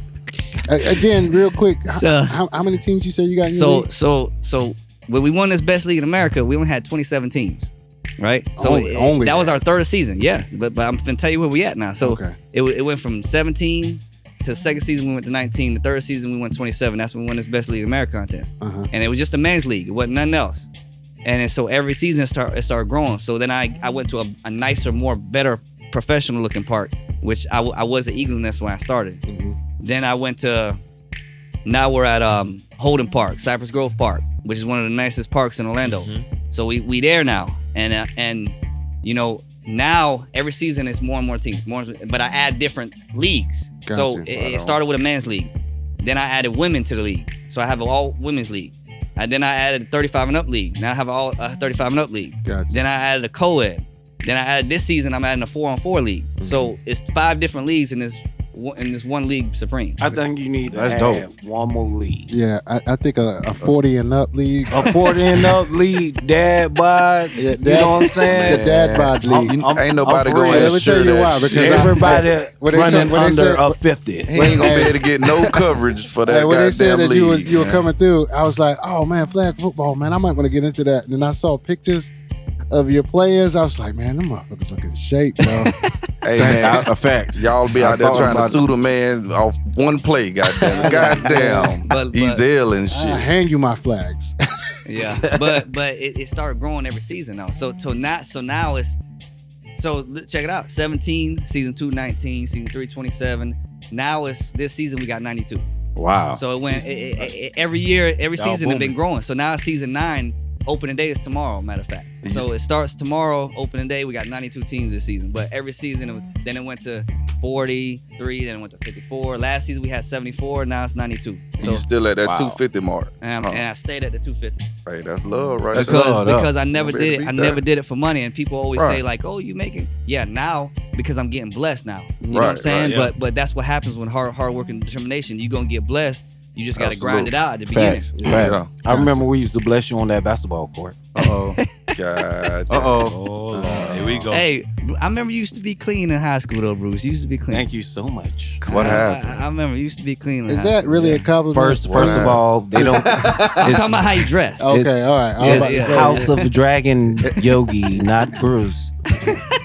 [SPEAKER 2] A- again, real quick, h-
[SPEAKER 8] So-
[SPEAKER 2] how, how many teams you say you got in your
[SPEAKER 8] So,
[SPEAKER 2] league?
[SPEAKER 8] so, so when we won this best league in America, we only had 27 teams, right? So
[SPEAKER 2] Only-
[SPEAKER 8] it-
[SPEAKER 2] only
[SPEAKER 8] that was
[SPEAKER 2] that.
[SPEAKER 8] our third season, yeah. But but I'm finna tell you where we at now. So
[SPEAKER 2] Okay.
[SPEAKER 8] it, w- it went from 17 to second season we went to 19. The third season we went 27. That's when we won this best league in America contest.
[SPEAKER 2] Uh-huh.
[SPEAKER 8] and it was just a men's league. It wasn't nothing else. And then, so every season it start it started growing. So then I, I went to a, a nicer, more better professional looking park, which I, w- I was an Eagles Nest when I started.
[SPEAKER 2] Mhm.
[SPEAKER 8] Then I went to now we're at um, Holden Park, Cypress Grove Park, which is one of the nicest parks in Orlando. So we we there now, and uh, and you know now every season it's more and more teams, more. But I add different leagues. So it,
[SPEAKER 2] Gotcha.
[SPEAKER 8] it started with a men's league, then I added women to the league. So I have an all women's league. And then I added a 35 and up league. Now I have all a 35 and up league.
[SPEAKER 2] Gotcha.
[SPEAKER 8] Then I added a co-ed. Then I added this season I'm adding a four on four league. So it's five different leagues in this one- in this one league supreme.
[SPEAKER 5] I think you need to
[SPEAKER 4] That's
[SPEAKER 5] add
[SPEAKER 4] dope.
[SPEAKER 5] one more league.
[SPEAKER 2] Yeah, I, I think a, a forty and up league.
[SPEAKER 5] A 40 and up league, dad bod.
[SPEAKER 2] Yeah,
[SPEAKER 5] Oh, you know what I'm
[SPEAKER 2] The
[SPEAKER 5] saying?
[SPEAKER 2] dad bod league.
[SPEAKER 5] I'm- I'm
[SPEAKER 4] ain't nobody
[SPEAKER 5] for
[SPEAKER 4] going
[SPEAKER 5] real.
[SPEAKER 4] to
[SPEAKER 5] Let me
[SPEAKER 2] tell
[SPEAKER 4] insure
[SPEAKER 2] you
[SPEAKER 4] that
[SPEAKER 2] why,
[SPEAKER 4] shit.
[SPEAKER 2] because I-
[SPEAKER 5] Everybody
[SPEAKER 2] what they
[SPEAKER 5] running
[SPEAKER 2] told- what they
[SPEAKER 5] under
[SPEAKER 2] said-
[SPEAKER 5] a 50.
[SPEAKER 4] He ain't gonna be able to get no coverage for that
[SPEAKER 2] Hey, when they said
[SPEAKER 4] goddamn
[SPEAKER 2] that
[SPEAKER 4] league.
[SPEAKER 2] you were, you were
[SPEAKER 4] man.
[SPEAKER 2] coming through, I was like, oh man, flag football, man, I might want to get into that. And then I saw pictures of your players. I was like, man, them motherfuckers look in shape, bro.
[SPEAKER 4] Hey man,
[SPEAKER 1] a fact.
[SPEAKER 4] y'all be
[SPEAKER 1] I
[SPEAKER 4] out there
[SPEAKER 1] thought
[SPEAKER 4] trying to
[SPEAKER 1] about
[SPEAKER 4] sue the man off one play. Goddamn, goddamn,
[SPEAKER 8] But- but-
[SPEAKER 4] he's ill and
[SPEAKER 2] I
[SPEAKER 4] shit.
[SPEAKER 2] hand you my flags.
[SPEAKER 8] Yeah, but but it, it started growing every season though. So so not so now it's so l- check it out. 17 season 2 19 season 3 27. Now it's this season we got 92.
[SPEAKER 1] Wow.
[SPEAKER 8] So it went it, it, it- it- every year every
[SPEAKER 7] Y'all
[SPEAKER 8] season it's been
[SPEAKER 7] booming.
[SPEAKER 8] growing. So now it's season 9 opening day is tomorrow matter of fact. So it starts tomorrow opening day we got 92 teams this season. But every season it was, then it went to 43 then it went to 54. Last season we had 74 now it's 92. So
[SPEAKER 4] you still at that
[SPEAKER 1] Wow.
[SPEAKER 4] 250 mark.
[SPEAKER 8] and, I'm-
[SPEAKER 4] huh.
[SPEAKER 8] and I stayed at the 250
[SPEAKER 4] Hey, that's love, right?
[SPEAKER 1] That's
[SPEAKER 4] there.
[SPEAKER 8] because
[SPEAKER 1] love. up.
[SPEAKER 8] because I never
[SPEAKER 4] better
[SPEAKER 8] did it.
[SPEAKER 4] beat
[SPEAKER 8] I
[SPEAKER 4] that.
[SPEAKER 8] never did it for money, and people always
[SPEAKER 4] Right.
[SPEAKER 8] say like, "Oh, you making?" Yeah, now because I'm getting blessed now. You know
[SPEAKER 4] Right,
[SPEAKER 8] what I'm saying?
[SPEAKER 7] right, yeah.
[SPEAKER 8] But but that's what happens when hard hard work and determination. You are gonna get blessed. You just gotta grind
[SPEAKER 4] Absolute.
[SPEAKER 8] it out at the
[SPEAKER 1] Facts.
[SPEAKER 8] beginning.
[SPEAKER 4] Yeah.
[SPEAKER 5] I remember we used to bless you on that basketball court.
[SPEAKER 1] Uh-oh.
[SPEAKER 4] God.
[SPEAKER 1] Uh-oh.
[SPEAKER 5] Lord.
[SPEAKER 7] Oh, Here we go.
[SPEAKER 8] Hey, I remember you used to be clean in high school though, Bruce. You used to be clean.
[SPEAKER 5] Thank you so much.
[SPEAKER 4] What
[SPEAKER 8] I-
[SPEAKER 4] happened?
[SPEAKER 8] I, I remember you used to be clean. In
[SPEAKER 2] Is
[SPEAKER 8] high
[SPEAKER 2] that
[SPEAKER 8] school,
[SPEAKER 2] really
[SPEAKER 8] yeah.
[SPEAKER 2] a compliment?
[SPEAKER 5] First, first of
[SPEAKER 4] Wow.
[SPEAKER 5] all, they don't.
[SPEAKER 8] I'm
[SPEAKER 5] it's-
[SPEAKER 8] talking about how you dress.
[SPEAKER 2] okay,
[SPEAKER 5] it's-
[SPEAKER 2] all right. I was
[SPEAKER 5] It's
[SPEAKER 2] about to say,
[SPEAKER 5] House of Dragon Yogi, not Bruce.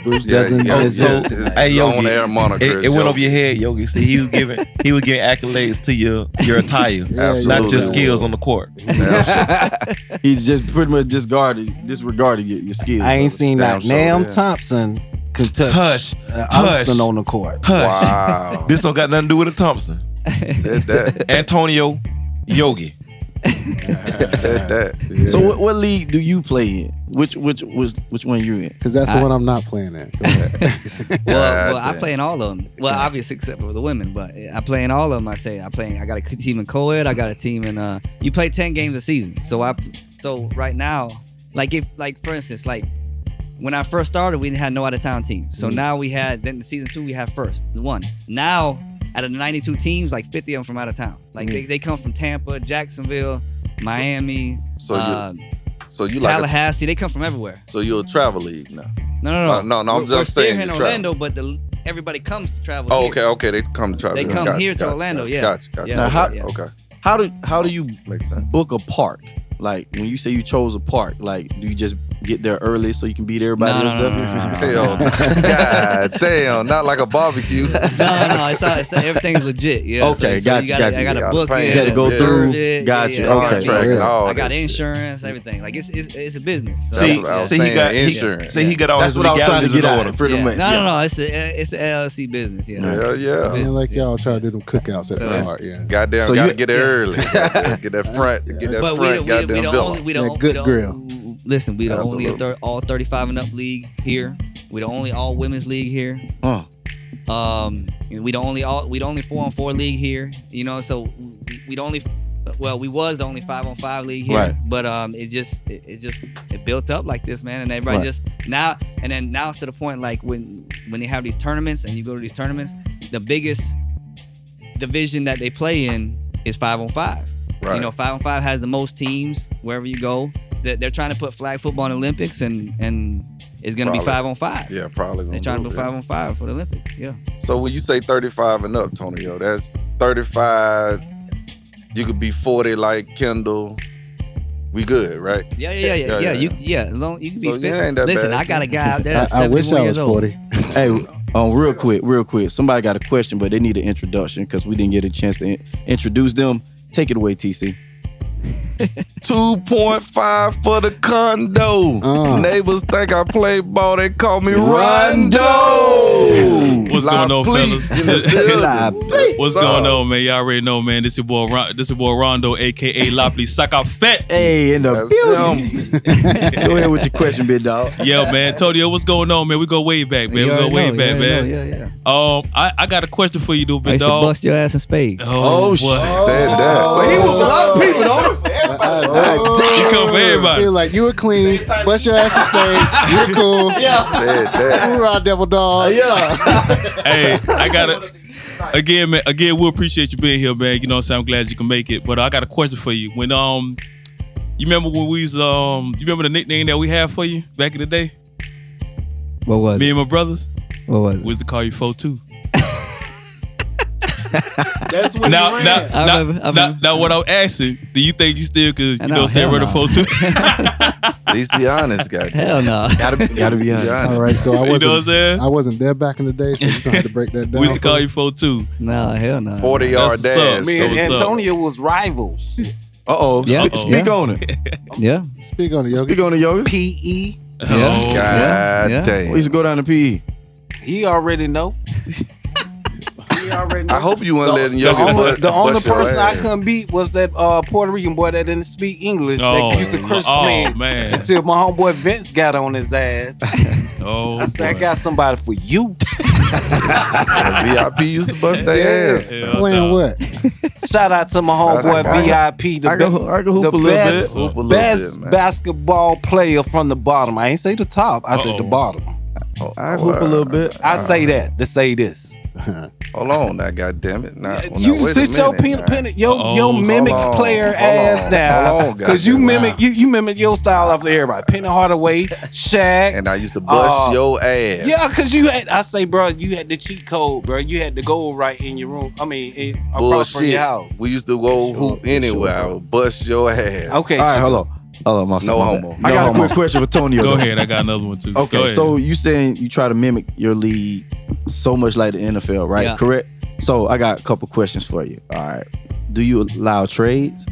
[SPEAKER 5] Bruce doesn't.
[SPEAKER 4] Yeah,
[SPEAKER 5] it's-
[SPEAKER 7] yeah. Hey, Yogi,
[SPEAKER 4] on air moniker.
[SPEAKER 7] It, it went over your head, Yogi. See, he was giving he was giving accolades to your your attire,
[SPEAKER 2] Yeah,
[SPEAKER 7] not
[SPEAKER 4] Absolutely.
[SPEAKER 7] your skills on the court.
[SPEAKER 4] head.
[SPEAKER 1] He's just pretty much discarded, disregarded your, your skills.
[SPEAKER 5] I ain't seen that.
[SPEAKER 4] Damn sure,
[SPEAKER 5] Nam
[SPEAKER 4] yeah.
[SPEAKER 5] Thompson can touch
[SPEAKER 7] Hush,
[SPEAKER 5] uh,
[SPEAKER 7] hush.
[SPEAKER 5] Austin on the court.
[SPEAKER 7] Hush,
[SPEAKER 4] wow.
[SPEAKER 7] this don't got nothing to do with a Thompson.
[SPEAKER 4] Said that.
[SPEAKER 7] Antonio Yogi.
[SPEAKER 4] Said that.
[SPEAKER 1] So what, what league do you play in? Which which which which one you in?
[SPEAKER 2] because that's the
[SPEAKER 8] I-
[SPEAKER 2] one I'm not playing at. Go ahead.
[SPEAKER 8] Well, well, I
[SPEAKER 4] Goddamn.
[SPEAKER 8] play in all of them. Well, obviously except for the women, but I play in all of them. I say I play. I got a team in co-ed. I got a team in. Uh, you play ten games a season. So I, so right now, like if like for instance, like when I first started, we didn't have no out of town team. So
[SPEAKER 4] Mm.
[SPEAKER 8] now we had then season two we had first one. Now out of the ninety two teams, like fifty of them from out of town. Like
[SPEAKER 4] Mm.
[SPEAKER 8] they, they come from Tampa, Jacksonville, Miami,
[SPEAKER 4] So
[SPEAKER 8] uh,
[SPEAKER 4] you, so you like, a,
[SPEAKER 8] Tallahassee. they come from everywhere.
[SPEAKER 4] so you're a travel league now.
[SPEAKER 8] No, no, no,
[SPEAKER 4] Uh, no, no, I'm
[SPEAKER 8] We're-
[SPEAKER 4] just
[SPEAKER 8] we're still
[SPEAKER 4] saying
[SPEAKER 8] here in
[SPEAKER 4] you
[SPEAKER 8] Orlando, but the, everybody comes to travel.
[SPEAKER 4] Oh,
[SPEAKER 8] here.
[SPEAKER 4] okay, okay. They come to travel.
[SPEAKER 8] They come
[SPEAKER 4] Gotcha,
[SPEAKER 8] here to
[SPEAKER 4] gotcha,
[SPEAKER 8] Orlando,
[SPEAKER 4] gotcha,
[SPEAKER 8] yeah.
[SPEAKER 4] Gotcha. Gotcha.
[SPEAKER 8] Yeah,
[SPEAKER 1] Now, how-
[SPEAKER 8] yeah.
[SPEAKER 4] Okay,
[SPEAKER 1] How do how do you
[SPEAKER 4] makes sense.
[SPEAKER 1] book a park? Like when you say you chose a park, like do you just get there early so you can beat everybody
[SPEAKER 8] No,
[SPEAKER 1] else?
[SPEAKER 8] no, no,
[SPEAKER 1] up?
[SPEAKER 8] no, no, no, no.
[SPEAKER 4] Hell, God damn, not like a barbecue.
[SPEAKER 8] no, no, no. It's, all, it's everything's legit. Yeah. so-
[SPEAKER 1] Okay,
[SPEAKER 8] so,
[SPEAKER 1] gotcha,
[SPEAKER 8] you gotta,
[SPEAKER 1] gotcha.
[SPEAKER 8] I got
[SPEAKER 4] You
[SPEAKER 8] to
[SPEAKER 4] gotta
[SPEAKER 8] book
[SPEAKER 4] plan
[SPEAKER 8] it.
[SPEAKER 4] it. You gotta go
[SPEAKER 8] reserve
[SPEAKER 1] through.
[SPEAKER 8] it, yeah,
[SPEAKER 1] Gotcha,
[SPEAKER 8] yeah, I
[SPEAKER 1] okay.
[SPEAKER 8] got,
[SPEAKER 4] Contract and all
[SPEAKER 8] I got
[SPEAKER 4] that shit.
[SPEAKER 8] insurance, everything. Like it's, it's it's a business. So,
[SPEAKER 7] See,
[SPEAKER 4] what I was
[SPEAKER 7] see, he
[SPEAKER 4] saying,
[SPEAKER 7] got he,
[SPEAKER 4] insurance.
[SPEAKER 7] see, he got all
[SPEAKER 1] That's
[SPEAKER 7] his
[SPEAKER 1] what I was trying to
[SPEAKER 7] legalities in
[SPEAKER 1] get out
[SPEAKER 7] order.
[SPEAKER 1] of pretty
[SPEAKER 8] yeah.
[SPEAKER 1] much.
[SPEAKER 8] No,
[SPEAKER 1] yeah.
[SPEAKER 8] no, no. It's a it's an LLC business. Yeah.
[SPEAKER 4] Hell
[SPEAKER 8] So
[SPEAKER 4] yeah.
[SPEAKER 8] it-
[SPEAKER 2] Man, like y'all try to do them cookouts at
[SPEAKER 8] So
[SPEAKER 2] the
[SPEAKER 8] it's-
[SPEAKER 2] heart, yeah.
[SPEAKER 4] Goddamn,
[SPEAKER 1] So
[SPEAKER 4] gotta
[SPEAKER 1] you-
[SPEAKER 4] get there early. Goddamn, get that front, get that
[SPEAKER 8] But we
[SPEAKER 4] front,
[SPEAKER 8] the, we, the, we
[SPEAKER 4] goddamn
[SPEAKER 8] the only
[SPEAKER 4] villa.
[SPEAKER 8] we the
[SPEAKER 2] Yeah,
[SPEAKER 8] on-
[SPEAKER 2] good
[SPEAKER 8] we the,
[SPEAKER 2] grill.
[SPEAKER 8] Listen, we the only
[SPEAKER 4] Absolutely.
[SPEAKER 8] thir- all thirty five and up league here. We the only all women's league here.
[SPEAKER 1] Huh.
[SPEAKER 8] Um, and we the only all we the only four on four league here. You know, so we, we the only well we was the only five on five league here.
[SPEAKER 1] Right.
[SPEAKER 8] But um, it just it, it just it built up like this, man, and everybody
[SPEAKER 1] Right.
[SPEAKER 8] just now and then now it's to the point like when when they have these tournaments and you go to these tournaments, the biggest division that they play in is five on five.
[SPEAKER 4] Right.
[SPEAKER 8] You know, five on five has the most teams wherever you go. That they're trying to put flag football in the Olympics, and and it's gonna
[SPEAKER 4] Probably.
[SPEAKER 8] be five on five.
[SPEAKER 4] Yeah, probably.
[SPEAKER 8] They're
[SPEAKER 4] gonna
[SPEAKER 8] trying
[SPEAKER 4] do
[SPEAKER 8] to
[SPEAKER 4] it,
[SPEAKER 8] put
[SPEAKER 4] yeah.
[SPEAKER 8] five on five for the Olympics. Yeah.
[SPEAKER 4] So when you say 35 and up, Tonyo, that's 35. You could be 40 like Kendall. We good, right?
[SPEAKER 8] Yeah, yeah, yeah,
[SPEAKER 4] Yeah,
[SPEAKER 8] yeah. yeah,
[SPEAKER 4] yeah,
[SPEAKER 8] You, yeah. as long- you can be
[SPEAKER 4] So,
[SPEAKER 8] fit.
[SPEAKER 4] yeah, ain't that
[SPEAKER 8] Listen,
[SPEAKER 4] bad.
[SPEAKER 8] I got a guy out there.
[SPEAKER 2] I,
[SPEAKER 8] That's
[SPEAKER 2] I wish I
[SPEAKER 8] 71
[SPEAKER 2] was
[SPEAKER 8] years old.
[SPEAKER 2] forty.
[SPEAKER 1] Hey, um, real quick, real quick. Somebody got a question, but they need an introduction because we didn't get a chance to in- introduce them. Take it away, TC.
[SPEAKER 4] 2.5 for the condo.
[SPEAKER 2] Uh.
[SPEAKER 4] Neighbors think I play ball. They call me
[SPEAKER 1] Rondo.
[SPEAKER 4] Rondo.
[SPEAKER 10] What's
[SPEAKER 4] La
[SPEAKER 10] going on,
[SPEAKER 4] please
[SPEAKER 10] fellas?
[SPEAKER 4] in the building.
[SPEAKER 1] La please.
[SPEAKER 10] What's going on, man? Y'all already know, man. This your boy, Ron- this your boy Rondo, aka Lopley Saka Fett.
[SPEAKER 1] Hey, in the
[SPEAKER 4] That's
[SPEAKER 1] building.
[SPEAKER 4] him.
[SPEAKER 1] Go ahead with your question, big dog.
[SPEAKER 10] Yo, man, Tonyo, what's going on, man? We go way back, man.
[SPEAKER 8] You
[SPEAKER 10] we go
[SPEAKER 8] already
[SPEAKER 10] way
[SPEAKER 8] know,
[SPEAKER 10] back,
[SPEAKER 8] you already
[SPEAKER 10] man.
[SPEAKER 8] know, Yeah, yeah.
[SPEAKER 10] Um, I, I got a question for you, dude,
[SPEAKER 8] I
[SPEAKER 10] big
[SPEAKER 8] used to
[SPEAKER 10] dog.
[SPEAKER 8] bust your ass in spades.
[SPEAKER 10] Oh,
[SPEAKER 1] shit.
[SPEAKER 10] boy.
[SPEAKER 4] Said that.
[SPEAKER 1] Oh. But he was a lot of people, though.
[SPEAKER 2] I, I, I,
[SPEAKER 10] You come for everybody.
[SPEAKER 2] Feel Oh. like you were clean, bust your ass to stay, you're cool. Yeah.
[SPEAKER 4] Said that.
[SPEAKER 2] You are our devil dog.
[SPEAKER 1] Yeah.
[SPEAKER 10] hey, I got a again, man. Again, we appreciate you being here, man. You know, what I'm saying I'm glad you can make it. But I got a question for you. When um, you remember when we was um, you remember the nickname that we had for you back in the day?
[SPEAKER 8] What was
[SPEAKER 10] Me and my brothers
[SPEAKER 8] What was it?
[SPEAKER 10] we used to call you Four Two.
[SPEAKER 1] That's
[SPEAKER 10] Now,
[SPEAKER 1] what
[SPEAKER 10] now,
[SPEAKER 1] he
[SPEAKER 10] now,
[SPEAKER 1] ran.
[SPEAKER 8] I
[SPEAKER 10] now,
[SPEAKER 8] remember, I
[SPEAKER 10] now,
[SPEAKER 8] remember.
[SPEAKER 10] what I'm asking, do you think you still could, you
[SPEAKER 8] No,
[SPEAKER 10] know, say
[SPEAKER 8] hell
[SPEAKER 10] run a
[SPEAKER 8] no.
[SPEAKER 10] Four Two?
[SPEAKER 4] At least be honest, goddamn.
[SPEAKER 8] Hell no.
[SPEAKER 1] gotta be, gotta be honest.
[SPEAKER 2] All right, so I
[SPEAKER 10] You know
[SPEAKER 2] wasn't.
[SPEAKER 10] what I'm saying?
[SPEAKER 2] I wasn't there back in the day, so you gonna have to break that
[SPEAKER 10] We
[SPEAKER 2] down.
[SPEAKER 10] used to call you Four Two.
[SPEAKER 8] No, hell no.
[SPEAKER 4] 40 yard
[SPEAKER 10] That's what's
[SPEAKER 4] dash.
[SPEAKER 10] up.
[SPEAKER 5] Me and
[SPEAKER 10] What's up?
[SPEAKER 5] Antonio was rivals.
[SPEAKER 1] Uh oh.
[SPEAKER 8] Yeah.
[SPEAKER 1] Speak, speak
[SPEAKER 8] Yeah.
[SPEAKER 1] on it.
[SPEAKER 8] Yeah.
[SPEAKER 2] Speak on it, Yogi.
[SPEAKER 1] Speak on it, yoga.
[SPEAKER 5] PE.
[SPEAKER 10] Oh,
[SPEAKER 8] Yeah.
[SPEAKER 4] God
[SPEAKER 8] Yeah.
[SPEAKER 1] We used to
[SPEAKER 4] damn.
[SPEAKER 1] go down to E. PE.
[SPEAKER 5] He already know. he already know.
[SPEAKER 4] I hope you weren't
[SPEAKER 5] The-
[SPEAKER 4] letting
[SPEAKER 5] the
[SPEAKER 4] Yogi
[SPEAKER 5] only,
[SPEAKER 4] butt-
[SPEAKER 5] the only
[SPEAKER 4] bust your
[SPEAKER 5] person I
[SPEAKER 4] ass.
[SPEAKER 5] couldn't beat was that uh, Puerto Rican boy that didn't speak English.
[SPEAKER 10] Oh,
[SPEAKER 5] that used to curse
[SPEAKER 10] oh
[SPEAKER 5] man
[SPEAKER 10] man.
[SPEAKER 5] until my homeboy Vince got on his ass.
[SPEAKER 10] Oh,
[SPEAKER 5] I said, I
[SPEAKER 10] boy.
[SPEAKER 5] got somebody for you.
[SPEAKER 4] VIP used to bust their ass.
[SPEAKER 10] Hell
[SPEAKER 2] Playing
[SPEAKER 10] no.
[SPEAKER 2] what?
[SPEAKER 5] Shout out to my homeboy VIP, the,
[SPEAKER 1] I can,
[SPEAKER 5] be-
[SPEAKER 1] I can hoop
[SPEAKER 5] the
[SPEAKER 1] a little
[SPEAKER 5] best,
[SPEAKER 1] bit.
[SPEAKER 4] Hoop a little
[SPEAKER 5] best
[SPEAKER 4] bit, man.
[SPEAKER 5] basketball player from the bottom. I ain't say the top. I said the
[SPEAKER 10] Uh-oh.
[SPEAKER 5] bottom.
[SPEAKER 4] Oh,
[SPEAKER 1] I can hoop a little bit.
[SPEAKER 5] I say that to say this.
[SPEAKER 4] Hold on now, goddamn it. Nah, well,
[SPEAKER 5] you
[SPEAKER 4] now, wait a
[SPEAKER 5] sit your
[SPEAKER 4] minute,
[SPEAKER 5] pen,
[SPEAKER 4] now.
[SPEAKER 5] pen, your
[SPEAKER 10] Uh-oh.
[SPEAKER 5] your
[SPEAKER 10] Hold
[SPEAKER 5] mimic
[SPEAKER 4] on,
[SPEAKER 5] player
[SPEAKER 4] hold
[SPEAKER 5] ass
[SPEAKER 4] on, hold
[SPEAKER 5] down
[SPEAKER 4] on,
[SPEAKER 5] because you
[SPEAKER 4] goddamn.
[SPEAKER 5] mimic you you mimic your style off of everybody. Penny Hardaway, Shaq.
[SPEAKER 4] And I used to bust
[SPEAKER 5] Uh,
[SPEAKER 4] your ass.
[SPEAKER 5] yeah, cause you had. I say, bro, you had the cheat code, bro. You had the gold right in your room. I mean, in, across from your
[SPEAKER 4] Bullshit.
[SPEAKER 5] house.
[SPEAKER 4] We used to go hoop anywhere. I would bust your ass.
[SPEAKER 5] Okay,
[SPEAKER 1] All right, hold on. Hold on, my son,
[SPEAKER 4] No
[SPEAKER 1] my
[SPEAKER 4] homo.
[SPEAKER 1] bad. I
[SPEAKER 5] No
[SPEAKER 1] got
[SPEAKER 5] homo.
[SPEAKER 1] a quick question for Tonio.
[SPEAKER 10] Go
[SPEAKER 1] though.
[SPEAKER 10] ahead. I got another one too. Go
[SPEAKER 1] Okay,
[SPEAKER 10] ahead.
[SPEAKER 1] so you saying you try to mimic your league so much like the NFL, right?
[SPEAKER 8] Yeah.
[SPEAKER 1] Correct. So I got a couple questions for you. All right. Do you allow trades?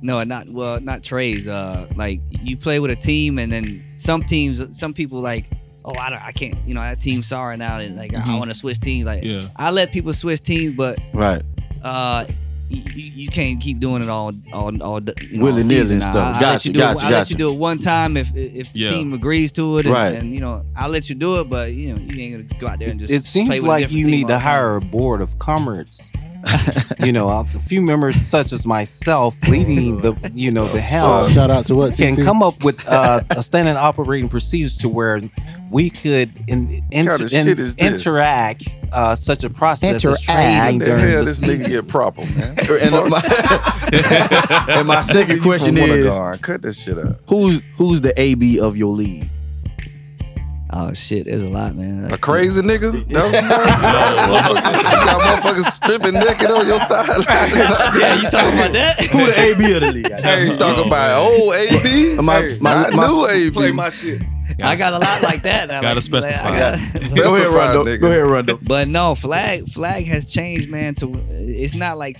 [SPEAKER 8] No, not well, not trades. Uh, like you play with a team, and then some teams, some people like, oh, I, don't, I can't, you know, that team's sorry now, and like I,
[SPEAKER 10] Mhm.
[SPEAKER 8] want to switch teams. Like
[SPEAKER 10] yeah.
[SPEAKER 8] I let people switch teams, but
[SPEAKER 1] Right.
[SPEAKER 8] uh, you, you can't keep doing it all, all, all the- you know,
[SPEAKER 1] Willy-nilly
[SPEAKER 8] all season.
[SPEAKER 1] and
[SPEAKER 8] I-
[SPEAKER 1] stuff.
[SPEAKER 8] I, I let
[SPEAKER 1] Gotcha,
[SPEAKER 8] you do it.
[SPEAKER 1] gotcha,
[SPEAKER 8] I let
[SPEAKER 1] gotcha.
[SPEAKER 8] you do it one time if if the
[SPEAKER 10] Yeah.
[SPEAKER 8] team agrees to it, and,
[SPEAKER 1] Right.
[SPEAKER 8] and you know I let you do it, but you know you ain't gonna go out there and just.
[SPEAKER 5] it
[SPEAKER 8] play
[SPEAKER 5] seems
[SPEAKER 8] with a
[SPEAKER 5] like
[SPEAKER 8] different
[SPEAKER 5] you
[SPEAKER 8] team
[SPEAKER 5] need
[SPEAKER 8] all
[SPEAKER 5] to
[SPEAKER 8] the time.
[SPEAKER 5] hire a board of commerce. you know, a few members such as myself leading the you know the helm
[SPEAKER 2] Shout out to what?
[SPEAKER 5] can
[SPEAKER 2] TC?
[SPEAKER 5] Uh, come up with uh, a standard operating procedures to where we could in, inter-
[SPEAKER 4] kind of shit
[SPEAKER 5] in-
[SPEAKER 4] is this?
[SPEAKER 5] interact uh, such a process as
[SPEAKER 4] How
[SPEAKER 5] trading
[SPEAKER 4] the
[SPEAKER 5] during
[SPEAKER 4] hell
[SPEAKER 5] the
[SPEAKER 4] this nigga
[SPEAKER 5] season.
[SPEAKER 4] get proper, man?
[SPEAKER 1] And uh, my, and my second question
[SPEAKER 4] From
[SPEAKER 1] is
[SPEAKER 4] Wintergarden. cut this shit up.
[SPEAKER 1] who's who's the AB of your league?
[SPEAKER 8] Oh shit, there's a lot, man.
[SPEAKER 4] A crazy nigga? No, no. you got motherfuckers stripping naked on your sideline.
[SPEAKER 8] Yeah, you talking about
[SPEAKER 1] Who
[SPEAKER 8] that?
[SPEAKER 1] the AB of the league?
[SPEAKER 4] Hey, talk about old AB.
[SPEAKER 1] My-
[SPEAKER 4] Hey,
[SPEAKER 1] my-
[SPEAKER 4] not
[SPEAKER 1] my-
[SPEAKER 4] new AB.
[SPEAKER 5] shit.
[SPEAKER 8] I got a lot like that. I
[SPEAKER 10] Gotta
[SPEAKER 8] like-
[SPEAKER 10] specify.
[SPEAKER 8] I got-
[SPEAKER 1] Go ahead,
[SPEAKER 4] Specify,
[SPEAKER 1] Rondo.
[SPEAKER 4] nigga.
[SPEAKER 1] Go ahead, Rondo.
[SPEAKER 8] but no, flag flag has changed, man. To it's not like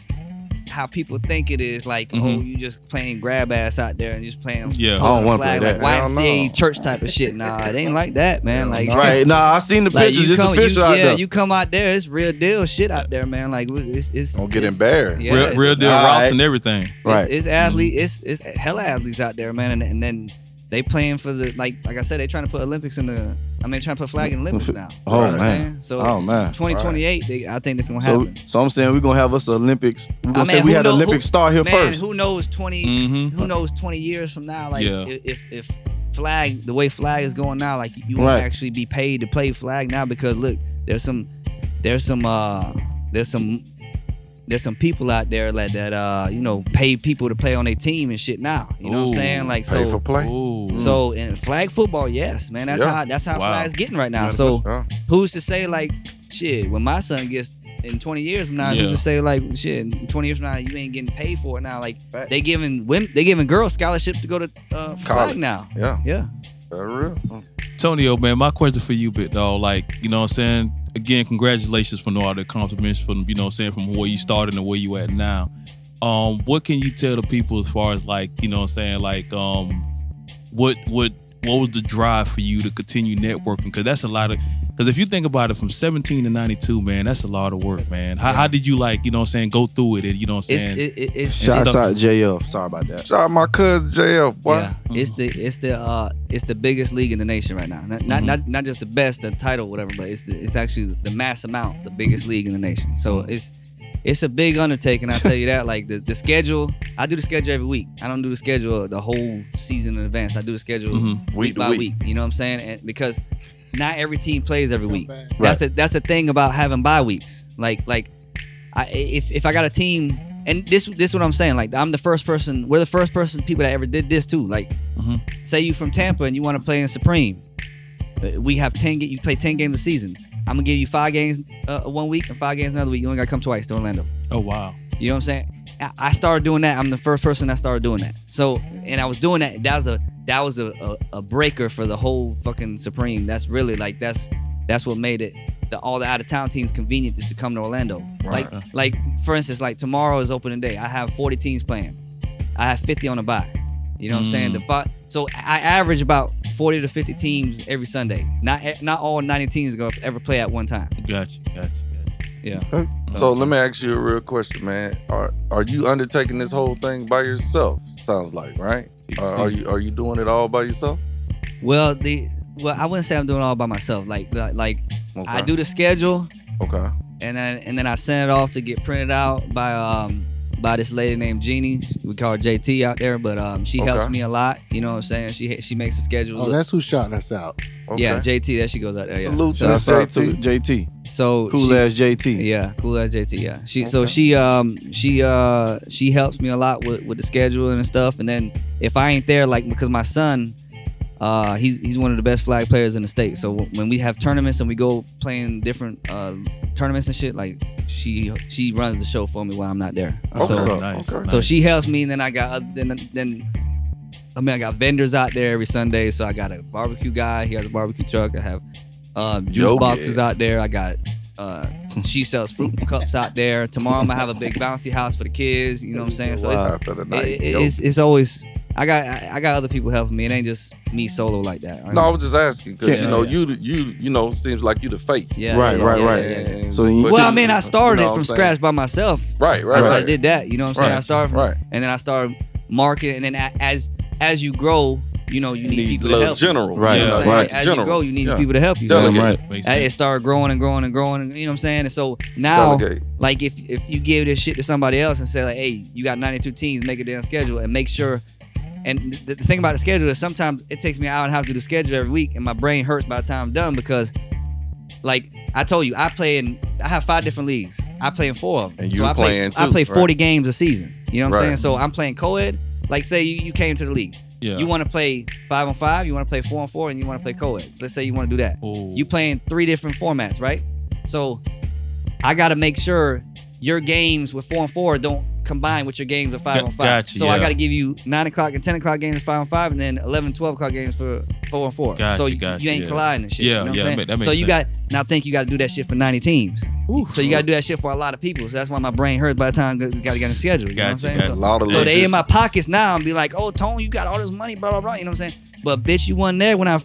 [SPEAKER 8] how people think it is. Like oh,
[SPEAKER 10] Mhm.
[SPEAKER 8] you just playing grab ass out there and just playing.
[SPEAKER 10] Yeah. I
[SPEAKER 8] throwing
[SPEAKER 1] don't
[SPEAKER 8] the
[SPEAKER 1] wanna
[SPEAKER 8] flag
[SPEAKER 1] play
[SPEAKER 8] like
[SPEAKER 1] that.
[SPEAKER 4] Hell
[SPEAKER 8] YMCA
[SPEAKER 4] no.
[SPEAKER 8] church type of shit. Nah, it ain't like that, man. Like
[SPEAKER 1] Right. Nah, I seen the
[SPEAKER 8] Like
[SPEAKER 1] pictures.
[SPEAKER 8] you
[SPEAKER 1] It's
[SPEAKER 8] come, you,
[SPEAKER 1] official out
[SPEAKER 8] yeah,
[SPEAKER 1] there.
[SPEAKER 8] you come out there, it's real deal shit out there, man. Like it's it's
[SPEAKER 4] Don't get
[SPEAKER 8] it's,
[SPEAKER 4] embarrassed.
[SPEAKER 8] Yeah,
[SPEAKER 10] real,
[SPEAKER 8] it's-
[SPEAKER 10] real deal
[SPEAKER 1] all
[SPEAKER 10] routes
[SPEAKER 1] right.
[SPEAKER 10] and everything.
[SPEAKER 1] right.
[SPEAKER 8] It's, it's athlete. It's it's hella athletes out there, man. And, and then they playing for the like like I said, they trying to put Olympics in the. I mean, trying to put flag in Olympics now.
[SPEAKER 1] Oh,
[SPEAKER 8] You know what I'm
[SPEAKER 1] man.
[SPEAKER 8] saying? So
[SPEAKER 1] oh man.
[SPEAKER 8] 2028, they, I think it's gonna
[SPEAKER 1] So,
[SPEAKER 8] happen.
[SPEAKER 1] so I'm saying we're gonna have us Olympics. We're gonna
[SPEAKER 8] I mean,
[SPEAKER 1] say we
[SPEAKER 8] who
[SPEAKER 1] had
[SPEAKER 8] know-
[SPEAKER 1] an Olympic
[SPEAKER 8] who-
[SPEAKER 1] star here
[SPEAKER 8] man,
[SPEAKER 1] first.
[SPEAKER 8] who knows 20?
[SPEAKER 10] Mm-hmm.
[SPEAKER 8] Who knows 20 years from now? Like
[SPEAKER 10] Yeah.
[SPEAKER 8] if if if flag the way flag is going now, like you
[SPEAKER 1] Right.
[SPEAKER 8] won't actually be paid to play flag now because look, there's some there's some uh there's some there's some people out there like that uh you know pay people to play on their team and shit now. You know what
[SPEAKER 10] Ooh.
[SPEAKER 8] I'm saying? Like so
[SPEAKER 4] Pay for play.
[SPEAKER 10] Ooh.
[SPEAKER 8] So in flag football, yes, man. That's
[SPEAKER 4] Yeah.
[SPEAKER 8] how that's how
[SPEAKER 10] Wow.
[SPEAKER 8] flag's getting right now. So
[SPEAKER 4] Yeah.
[SPEAKER 8] who's to say like shit when my son gets in 20 years from now?
[SPEAKER 10] Yeah.
[SPEAKER 8] Who's to say like shit in 20 years from now you ain't getting paid for it now? Like they giving women they giving girls scholarships to go to uh,
[SPEAKER 4] College.
[SPEAKER 8] flag now.
[SPEAKER 4] Yeah,
[SPEAKER 8] Yeah,
[SPEAKER 4] for real.
[SPEAKER 10] Tonyo, man, my question for you, bit dog. Like, you know what I'm saying? Again, congratulations for all the compliments from, you know what I'm saying, from where you started and where you at now. Um, what can you tell the people as far as like, you know what I'm saying, like um what what what was the drive for you to continue networking? Cause that's a lot of cause if you think about it from 17 to 92, man, that's a lot of work, man. How, how did you like, you know what I'm saying, go through it and you know what I'm
[SPEAKER 8] it's
[SPEAKER 10] saying?
[SPEAKER 8] it, it, it's
[SPEAKER 1] Shout
[SPEAKER 10] stuff.
[SPEAKER 1] out JF. Sorry about that.
[SPEAKER 4] Shout out my cousin JF, boy.
[SPEAKER 8] yeah, it's the it's the uh it's the biggest league in the nation right now. Not not
[SPEAKER 10] Mhm.
[SPEAKER 8] not, not just the best, the title, whatever, but it's the, it's actually the mass amount, the biggest league in the nation. So it's it's a big undertaking. I tell you that. Like the, the schedule, I do the schedule every week. I don't do the schedule the whole season in advance. I do the schedule
[SPEAKER 10] Mhm.
[SPEAKER 8] week
[SPEAKER 4] Week to
[SPEAKER 8] by
[SPEAKER 4] week.
[SPEAKER 8] week. You know what I'm saying? And because not every team plays every week. That's the that's the thing about having bye weeks. Like like, I, if if I got a team, and this this is what I'm saying. Like I'm the first person. We're the first person people that ever did this too. Like, say you from Tampa and you want to play in Supreme. Uh, We have ten. ga- You play ten games a season. I'm gonna give you five games uh, one week and five games another week. You only gotta come twice to Orlando.
[SPEAKER 10] Oh wow.
[SPEAKER 8] You know what I'm saying? I- I started doing that. I'm the first person that started doing that. So, and I was doing that. That was a that was a, a, a breaker for the whole fucking Supreme. That's really like that's that's what made it the all the out of town teams convenient is to come to Orlando.
[SPEAKER 10] Right.
[SPEAKER 8] Like like for instance, like tomorrow is opening day. I have 40 teams playing. I have 50 on the bye. You know what I'm saying?
[SPEAKER 10] Mm.
[SPEAKER 8] The five, so I average about 40 to 50 teams every Sunday. Not not all 90 teams gonna ever play at one time.
[SPEAKER 10] Gotcha. Gotcha. Gotcha.
[SPEAKER 8] Yeah.
[SPEAKER 4] So let me ask you a real question, man. Are are you undertaking this whole thing by yourself? Sounds like, right? Are, are you are you doing it all by yourself?
[SPEAKER 8] Well, the well, I wouldn't say I'm doing it all by myself. Like like, like I
[SPEAKER 4] Okay.
[SPEAKER 8] do the schedule,
[SPEAKER 4] Okay.
[SPEAKER 8] and then and then I send it off to get printed out by um by this lady named Jeannie. We call her JT out there, but um she helps
[SPEAKER 2] Okay.
[SPEAKER 8] me a lot. You know what I'm saying? She she makes the schedule.
[SPEAKER 2] Oh,
[SPEAKER 8] look-
[SPEAKER 2] that's who's shouting us out.
[SPEAKER 8] Yeah, JT. There she goes out there. Yeah.
[SPEAKER 2] Salute to
[SPEAKER 1] Shout out to JT.
[SPEAKER 8] So
[SPEAKER 1] cool
[SPEAKER 8] she-
[SPEAKER 1] ass JT.
[SPEAKER 8] Yeah, cool ass JT. Yeah, she so she um she uh she helps me a lot with with the scheduling and stuff. And then if I ain't there, like because my son, uh he's he's one of the best flag players in the state. So wh- when we have tournaments and we go playing different uh tournaments and shit, like she she runs the show for me while I'm not there.
[SPEAKER 10] Okay.
[SPEAKER 8] So,
[SPEAKER 10] Nice,
[SPEAKER 8] so
[SPEAKER 10] nice.
[SPEAKER 8] she helps me, and then I got other- then then. I mean, I got vendors out there every Sunday, so I got a barbecue guy. He has a barbecue truck. I have uh, juice
[SPEAKER 7] Yo,
[SPEAKER 8] boxes
[SPEAKER 7] yeah.
[SPEAKER 8] out there. I got uh, she sells fruit cups out there. Tomorrow I'm gonna have a big bouncy house for the kids. You know what I'm saying? So
[SPEAKER 4] Wow.
[SPEAKER 8] it's,
[SPEAKER 4] After the night,
[SPEAKER 8] it-
[SPEAKER 4] yo.
[SPEAKER 8] it's, it's always I got I, I got other people helping me. It ain't just me solo like that.
[SPEAKER 4] No, I was just asking because
[SPEAKER 8] Yeah.
[SPEAKER 4] you know you you you know seems like you the face.
[SPEAKER 8] Yeah, Right, yeah, right, yeah, right. yeah, yeah.
[SPEAKER 1] So
[SPEAKER 4] you-
[SPEAKER 8] well, I mean, I started
[SPEAKER 4] You know what
[SPEAKER 8] it from
[SPEAKER 4] I'm saying?
[SPEAKER 8] scratch by myself.
[SPEAKER 4] Right, right,
[SPEAKER 8] But I
[SPEAKER 4] right.
[SPEAKER 8] did that. You know what I'm saying?
[SPEAKER 4] Right,
[SPEAKER 8] I started from,
[SPEAKER 4] right.
[SPEAKER 8] and then I started marketing. And then a- as as you grow, you know, you need,
[SPEAKER 4] Need
[SPEAKER 8] people
[SPEAKER 4] little
[SPEAKER 8] to help. you.
[SPEAKER 4] general,
[SPEAKER 8] You
[SPEAKER 4] Right,
[SPEAKER 8] know what I'm
[SPEAKER 4] right,
[SPEAKER 8] saying?
[SPEAKER 4] right.
[SPEAKER 8] As
[SPEAKER 4] General,
[SPEAKER 8] you grow, you need
[SPEAKER 4] yeah.
[SPEAKER 8] people to help you.
[SPEAKER 4] Delegate.
[SPEAKER 8] So,
[SPEAKER 4] Right. Makes
[SPEAKER 8] It
[SPEAKER 4] sense.
[SPEAKER 8] started growing and growing and growing. And, you know what I'm saying? And so now,
[SPEAKER 4] Delegate.
[SPEAKER 8] like if if you give this shit to somebody else and say like, hey, you got 92 teams, make a damn schedule and make sure. And the, the thing about the schedule is sometimes it takes me an hour and a half to do the schedule every week, and my brain hurts by the time I'm done because like I told you, I play in I have five different leagues. I play in four of them.
[SPEAKER 4] And you
[SPEAKER 8] so I play,
[SPEAKER 4] playing too,
[SPEAKER 8] I play
[SPEAKER 4] right.
[SPEAKER 8] 40 games a season. You know what I'm
[SPEAKER 4] Right.
[SPEAKER 8] saying? So I'm playing co-ed. Like say you, you came to the league.
[SPEAKER 10] Yeah.
[SPEAKER 8] You want to play five on five, you want to play four on four, and you want to play co-eds. Let's say you want to do that. You playing three different formats, right? So I gotta make sure your games with four on four don't combine with your games with five
[SPEAKER 10] Got-
[SPEAKER 8] on five.
[SPEAKER 10] gotcha,
[SPEAKER 8] so I
[SPEAKER 10] yeah.
[SPEAKER 8] gotta give you nine o'clock and ten o'clock games for five on five, and then 11, 12 o'clock games for four on four.
[SPEAKER 10] Gotcha,
[SPEAKER 8] so you,
[SPEAKER 10] gotcha,
[SPEAKER 8] you ain't
[SPEAKER 10] yeah.
[SPEAKER 8] colliding and shit.
[SPEAKER 10] Yeah,
[SPEAKER 8] you know what
[SPEAKER 10] yeah,
[SPEAKER 8] I'm saying?
[SPEAKER 10] that ma- that
[SPEAKER 8] So
[SPEAKER 10] makes
[SPEAKER 8] you got
[SPEAKER 10] sense.
[SPEAKER 8] now think you gotta do that shit for ninety teams. So you gotta do that shit for a lot of people. So that's why my brain hurts by the time you gotta get on the schedule. You know what I'm
[SPEAKER 10] Gotcha,
[SPEAKER 8] saying?
[SPEAKER 10] gotcha.
[SPEAKER 8] So,
[SPEAKER 10] A lot of
[SPEAKER 8] so they in my
[SPEAKER 10] logistics.
[SPEAKER 8] pockets now and be like, oh Tone, you got all this money, blah blah blah. You know what I'm saying? But bitch, you wasn't there when I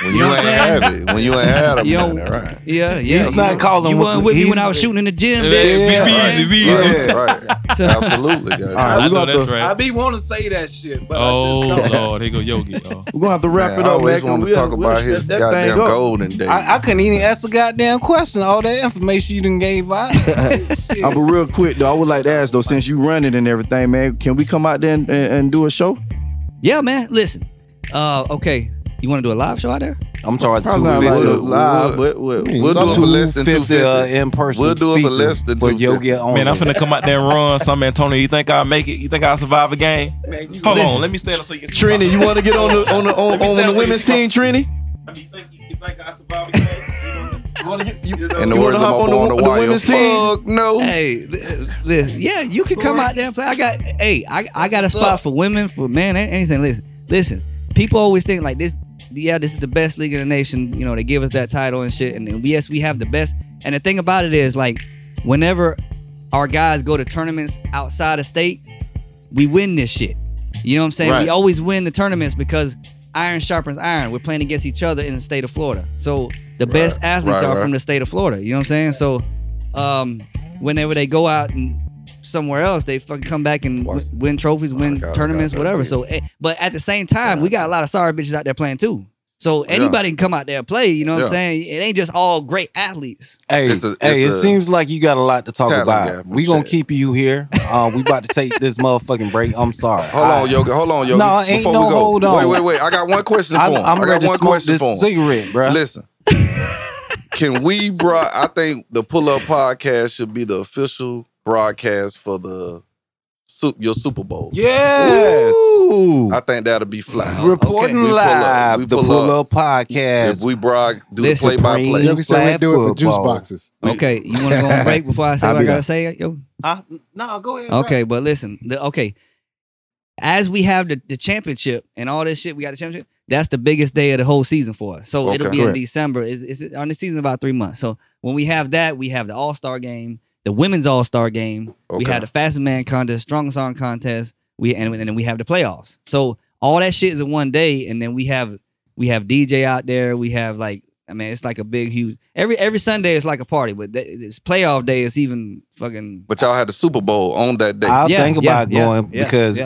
[SPEAKER 4] When you, ain't have it, when you ain't had a
[SPEAKER 8] You
[SPEAKER 4] man, right?
[SPEAKER 8] yeah, yeah.
[SPEAKER 5] He's not
[SPEAKER 8] you,
[SPEAKER 5] calling.
[SPEAKER 8] You
[SPEAKER 5] with-
[SPEAKER 8] wasn't with me
[SPEAKER 5] he's-
[SPEAKER 8] when I was shooting in the gym,
[SPEAKER 5] Yeah,
[SPEAKER 8] bitch.
[SPEAKER 5] yeah,
[SPEAKER 8] You know what I'm
[SPEAKER 5] right.
[SPEAKER 8] saying?
[SPEAKER 4] Yeah, right. Absolutely. guys.
[SPEAKER 5] I know
[SPEAKER 10] that's right.
[SPEAKER 5] I be want to say that shit, but
[SPEAKER 10] Oh
[SPEAKER 5] I just don't.
[SPEAKER 10] lord, here go Yogi. Oh, y'all.
[SPEAKER 1] We're gonna have to wrap
[SPEAKER 4] Man,
[SPEAKER 1] it
[SPEAKER 4] I
[SPEAKER 1] up.
[SPEAKER 4] always
[SPEAKER 1] Mac, and
[SPEAKER 4] wanted to
[SPEAKER 1] we'll-
[SPEAKER 4] talk about
[SPEAKER 1] we'll
[SPEAKER 4] his
[SPEAKER 1] shut that thing
[SPEAKER 4] goddamn
[SPEAKER 1] up.
[SPEAKER 4] golden days.
[SPEAKER 5] I, I couldn't even ask a goddamn question. All that information you done gave out. Shit.
[SPEAKER 1] I'm but real quick though, I would like to ask though, since you running and everything, man, can we come out there and, and, and do a show?
[SPEAKER 8] Yeah, man. Listen. Uh, okay. You want to do a live show out there?
[SPEAKER 5] I'm charging two
[SPEAKER 1] Probably not like
[SPEAKER 5] fifty.
[SPEAKER 1] live, but we'll,
[SPEAKER 4] We'll do it for less than
[SPEAKER 5] Two fifty uh,
[SPEAKER 4] 250.
[SPEAKER 5] in person.
[SPEAKER 4] We'll do it for less than
[SPEAKER 5] for
[SPEAKER 4] 250.
[SPEAKER 5] yoga only.
[SPEAKER 7] Man, I'm finna come out there and run some Antonio. You think I'll make it? You think I'll survive a game? Hold on, let me stand up so you can
[SPEAKER 1] Trini, you want to get on the on the on,
[SPEAKER 7] Let me
[SPEAKER 1] on,
[SPEAKER 7] step
[SPEAKER 1] the
[SPEAKER 7] so you
[SPEAKER 1] women's team,
[SPEAKER 7] can-
[SPEAKER 1] Trini?
[SPEAKER 4] In the
[SPEAKER 1] You wanna
[SPEAKER 4] words of
[SPEAKER 1] hop on
[SPEAKER 4] my boy
[SPEAKER 1] the
[SPEAKER 4] on
[SPEAKER 1] wo-
[SPEAKER 4] the
[SPEAKER 1] on the
[SPEAKER 4] wire,
[SPEAKER 1] women's team?
[SPEAKER 4] fuck no.
[SPEAKER 8] Hey, li- listen. Yeah, you can come out there and play. I got. Hey, I, I got a spot for women, for men, a- anything. Listen, listen. People always think like this. Yeah, this is the best league in the nation. You know, they give us that title and shit. And, and yes, we have the best. And the thing about it is, like, whenever our guys go to tournaments outside of state, we win this shit. You know what I'm saying?
[SPEAKER 7] Right.
[SPEAKER 8] We always win the tournaments because iron sharpens iron. We're playing against each other in the state of Florida. So the best athletes
[SPEAKER 4] Right,
[SPEAKER 8] are
[SPEAKER 4] right.
[SPEAKER 8] from the state of Florida. You know what I'm saying? So um, whenever they go out and somewhere else, they fucking come back and w- win trophies, win
[SPEAKER 4] God,
[SPEAKER 8] tournaments,
[SPEAKER 4] God, God,
[SPEAKER 8] whatever.
[SPEAKER 4] yeah.
[SPEAKER 8] So, eh, but at the same time, we got a lot of sorry bitches out there playing too. So anybody can come out there and play. You know what I'm
[SPEAKER 4] Yeah.
[SPEAKER 8] saying? It ain't just all great athletes.
[SPEAKER 5] Hey,
[SPEAKER 4] It's a-
[SPEAKER 5] hey,
[SPEAKER 4] it's
[SPEAKER 5] it
[SPEAKER 4] a
[SPEAKER 5] seems like you got a lot to talk
[SPEAKER 4] talent
[SPEAKER 5] about.
[SPEAKER 4] gap and
[SPEAKER 5] We gonna
[SPEAKER 4] shit.
[SPEAKER 5] keep you here. Uh, we about to take this motherfucking break. I'm sorry.
[SPEAKER 4] Hold
[SPEAKER 5] I-
[SPEAKER 4] on, Yoga. Hold on, Yoga.
[SPEAKER 5] No, ain't
[SPEAKER 4] Before
[SPEAKER 5] no
[SPEAKER 4] we go.
[SPEAKER 5] hold on.
[SPEAKER 4] Wait, wait, wait. I got one question for
[SPEAKER 5] I'm,
[SPEAKER 4] him.
[SPEAKER 5] I'm
[SPEAKER 4] I
[SPEAKER 5] ready
[SPEAKER 4] got
[SPEAKER 5] to
[SPEAKER 4] one
[SPEAKER 5] smoke
[SPEAKER 4] question
[SPEAKER 5] this
[SPEAKER 4] for him.
[SPEAKER 5] cigarette, bro.
[SPEAKER 4] Listen, Can we broad? I think the pull up podcast should be the official broadcast for the su- your Super Bowl.
[SPEAKER 5] Yes.
[SPEAKER 4] I think that'll be fly.
[SPEAKER 5] Reporting
[SPEAKER 4] We pull up-
[SPEAKER 5] live,
[SPEAKER 4] we
[SPEAKER 5] the
[SPEAKER 4] pull
[SPEAKER 5] Pull
[SPEAKER 4] up.
[SPEAKER 5] Up Podcast.
[SPEAKER 4] If we broad do the
[SPEAKER 5] Listen,
[SPEAKER 4] play by
[SPEAKER 5] Preem.
[SPEAKER 4] play.
[SPEAKER 5] Yeah, we said we'd do it with juice
[SPEAKER 4] Football.
[SPEAKER 5] boxes.
[SPEAKER 4] We-
[SPEAKER 8] Okay, you want to go on break before I say
[SPEAKER 5] I'll
[SPEAKER 8] what I
[SPEAKER 5] be
[SPEAKER 8] gotta
[SPEAKER 5] there.
[SPEAKER 8] say, yo?
[SPEAKER 5] Huh? no, go ahead.
[SPEAKER 8] Okay, but listen, the, okay. As we have the, the championship and all this shit, we got the championship. That's the biggest day of the whole season for us. So it'll
[SPEAKER 11] Okay.
[SPEAKER 8] be in
[SPEAKER 11] Correct.
[SPEAKER 8] December. Is is on the season about three months. So when we have that, we have the All Star game, the Women's All Star game. We
[SPEAKER 11] Okay.
[SPEAKER 8] have the Fastest Man contest, Strong Song contest. We and, and then we have the playoffs. So all that shit is in one day, and then we have we have DJ out there. We have like I mean, it's like a big huge every every Sunday. It's like a party, but th- it's playoff day. It's even fucking
[SPEAKER 4] But y'all had the Super Bowl on that day.
[SPEAKER 5] I'll think about going because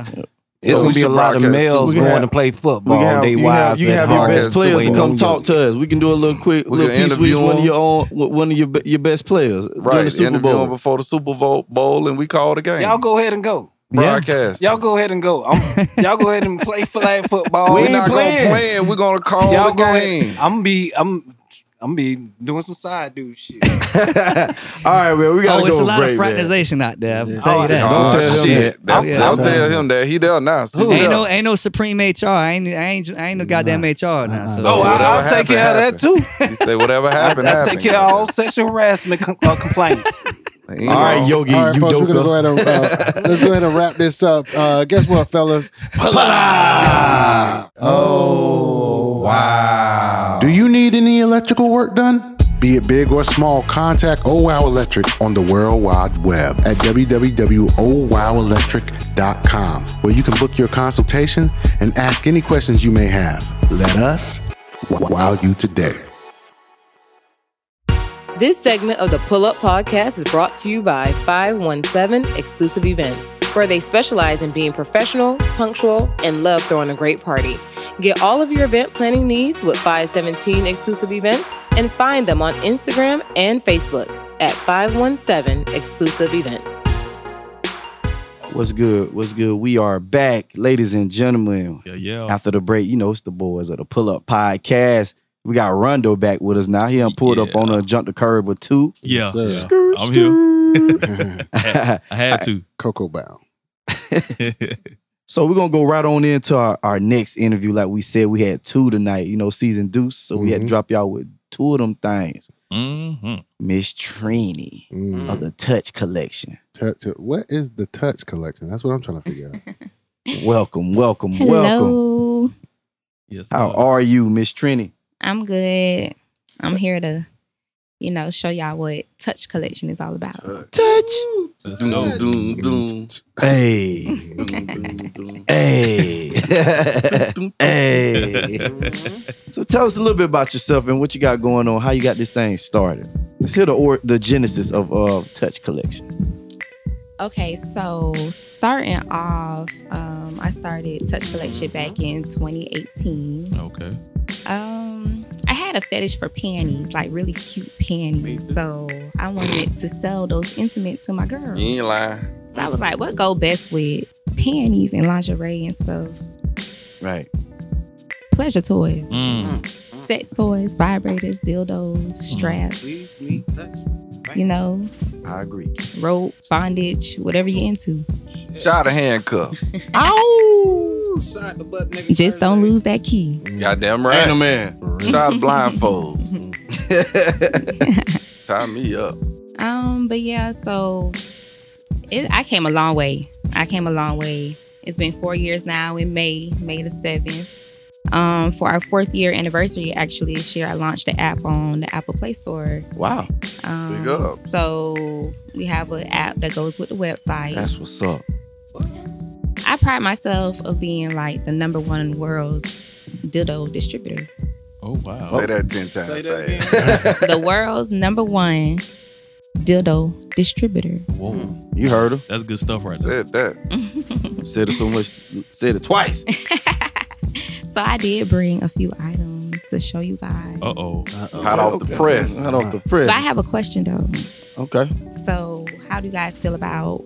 [SPEAKER 5] it's
[SPEAKER 4] So we
[SPEAKER 5] gonna be a
[SPEAKER 4] should
[SPEAKER 5] lot of
[SPEAKER 4] broadcast.
[SPEAKER 5] males
[SPEAKER 4] We can
[SPEAKER 5] going
[SPEAKER 4] have-
[SPEAKER 5] to play
[SPEAKER 1] We
[SPEAKER 5] football.
[SPEAKER 1] can have,
[SPEAKER 5] they
[SPEAKER 1] you can have,
[SPEAKER 5] wives
[SPEAKER 1] you can
[SPEAKER 5] at
[SPEAKER 1] have your
[SPEAKER 5] home.
[SPEAKER 1] best players to
[SPEAKER 5] Ain't
[SPEAKER 1] come
[SPEAKER 5] no-
[SPEAKER 1] talk to us. We can do a little quick
[SPEAKER 4] We
[SPEAKER 1] little
[SPEAKER 4] can
[SPEAKER 1] piece with
[SPEAKER 4] interview
[SPEAKER 1] one of
[SPEAKER 4] them.
[SPEAKER 1] your own, with one of your be- your best players during
[SPEAKER 4] Right,
[SPEAKER 1] the Super
[SPEAKER 4] interview 'em
[SPEAKER 1] Bowl.
[SPEAKER 4] before the Super Bowl, Bowl, and we call the game.
[SPEAKER 5] Y'all go ahead and go.
[SPEAKER 4] broadcast.
[SPEAKER 5] Y'all go ahead and go. I'm, y'all go ahead and play flag football.
[SPEAKER 4] We're
[SPEAKER 5] ain't
[SPEAKER 4] not
[SPEAKER 5] playing.
[SPEAKER 4] gonna play. it. We're gonna call
[SPEAKER 5] Y'all
[SPEAKER 4] the
[SPEAKER 5] go ahead.
[SPEAKER 4] game.
[SPEAKER 5] I'm gonna be. I'm. I'm gonna be doing some side dude shit.
[SPEAKER 1] All right, man, we gotta
[SPEAKER 8] oh,
[SPEAKER 1] go
[SPEAKER 8] it's a lot
[SPEAKER 1] break, man.
[SPEAKER 8] of fraternization out there. I'll
[SPEAKER 1] Oh,
[SPEAKER 8] tell you that.
[SPEAKER 1] don't tell him
[SPEAKER 4] shit.
[SPEAKER 1] that. That's-
[SPEAKER 4] Don't
[SPEAKER 1] that's-
[SPEAKER 4] tell him that. He there now.
[SPEAKER 1] Oh,
[SPEAKER 4] See
[SPEAKER 8] Ain't
[SPEAKER 4] what
[SPEAKER 8] no,
[SPEAKER 4] up.
[SPEAKER 8] ain't no supreme HR. I ain't, I ain't, I ain't no goddamn HR now. So.
[SPEAKER 5] Oh, I,
[SPEAKER 1] uh,
[SPEAKER 4] whatever
[SPEAKER 5] I'll take
[SPEAKER 4] happened,
[SPEAKER 5] care of that too.
[SPEAKER 4] He say whatever happened,
[SPEAKER 5] I, I
[SPEAKER 4] happened.
[SPEAKER 5] take care of all sexual harassment com- uh, complaints.
[SPEAKER 4] Ain't
[SPEAKER 1] All right,
[SPEAKER 4] wrong.
[SPEAKER 1] Yogi,
[SPEAKER 2] All right,
[SPEAKER 1] you
[SPEAKER 2] folks, we're
[SPEAKER 1] dope.
[SPEAKER 2] gonna go ahead and uh, let's go ahead and wrap this up. Uh, guess what, fellas? Pa-la! Oh wow! Do you need any electrical work done? Be it big or small, contact Oh Wow Electric on the World Wide Web at www.owowelectric.com, where you can book your consultation and ask any questions you may have. Let us wow you today.
[SPEAKER 12] This segment of the Pull Up Podcast is brought to you by 517 Exclusive Events, where they specialize in being professional, punctual, and love throwing a great party. Get all of your event planning needs with 517 Exclusive Events and find them on Instagram and Facebook at 517 Exclusive Events.
[SPEAKER 1] What's good? What's good? We are back, ladies and gentlemen.
[SPEAKER 10] Yeah, yeah.
[SPEAKER 1] After the break, you know, it's the boys of the Pull Up Podcast. We got Rondo back with us now. He done pulled up on a jump the curve with two.
[SPEAKER 10] Yeah,
[SPEAKER 2] Sir.
[SPEAKER 10] yeah. I'm here. I had to.
[SPEAKER 2] Cocoa Bow.
[SPEAKER 1] So we're gonna go right on into our, our next interview. Like we said, we had two tonight, you know, season deuce. So we
[SPEAKER 4] Mm-hmm.
[SPEAKER 1] had to
[SPEAKER 2] Mhm.
[SPEAKER 1] drop y'all with two of them things.
[SPEAKER 10] hmm
[SPEAKER 1] Miss Trini
[SPEAKER 2] Mm.
[SPEAKER 1] of the Touch Collection.
[SPEAKER 2] Touch. What is the touch collection? That's what I'm trying to figure out.
[SPEAKER 1] Welcome, welcome, welcome.
[SPEAKER 13] Hello.
[SPEAKER 10] Yes.
[SPEAKER 1] How are you, Miss Trini?
[SPEAKER 13] I'm good. I'm here to, you know, show y'all what Touch Collection is all about.
[SPEAKER 4] Let's go. Doom, doom,
[SPEAKER 5] Mm-hmm.
[SPEAKER 1] Hey. hey. hey. so tell us a little bit about yourself and what you got going on, how you got this thing started. Let's hear the or the genesis of uh, Touch Collection.
[SPEAKER 13] Okay, so starting off, um, I started Touch Collection back in 2018.
[SPEAKER 10] Okay.
[SPEAKER 13] Um, I had a fetish for panties, like really cute panties. So I wanted to sell those intimate to my girls.
[SPEAKER 4] You ain't lying.
[SPEAKER 13] So I was like, what go best with panties and lingerie and stuff?
[SPEAKER 1] Right.
[SPEAKER 13] Pleasure toys, sex toys, vibrators, dildos, straps,
[SPEAKER 5] Please, me, touch.
[SPEAKER 13] you know,
[SPEAKER 1] I agree.
[SPEAKER 13] rope, bondage, whatever you're into.
[SPEAKER 4] Shot a handcuff.
[SPEAKER 5] Ow! Shot the butt, nigga.
[SPEAKER 13] Just don't lose that key.
[SPEAKER 4] Goddamn right.
[SPEAKER 7] Ain't a man.
[SPEAKER 4] Shot blindfold. Tie me up.
[SPEAKER 13] Um, but yeah, so it, I came a long way. I came a long way. It's been four years now in May, May the 7th. Um, for our fourth year anniversary, actually, this year, I launched the app on the Apple Play Store.
[SPEAKER 1] Wow.
[SPEAKER 13] Um,
[SPEAKER 1] Big up.
[SPEAKER 13] So we have an app that goes with the website.
[SPEAKER 1] That's what's up.
[SPEAKER 13] I pride myself of being like the number one in the world's dildo distributor.
[SPEAKER 10] Oh wow.
[SPEAKER 4] Say that ten times.
[SPEAKER 13] the world's number one dildo distributor.
[SPEAKER 10] Whoa.
[SPEAKER 1] You heard him.
[SPEAKER 10] That's good stuff right there.
[SPEAKER 4] Said that.
[SPEAKER 1] said it so much. Said it twice.
[SPEAKER 13] So I did bring a few items to show you guys.
[SPEAKER 10] Uh oh.
[SPEAKER 4] Hot off the press.
[SPEAKER 1] Hot off the
[SPEAKER 13] But I
[SPEAKER 1] press.
[SPEAKER 13] have a question though.
[SPEAKER 1] Okay.
[SPEAKER 13] So, how do you guys feel about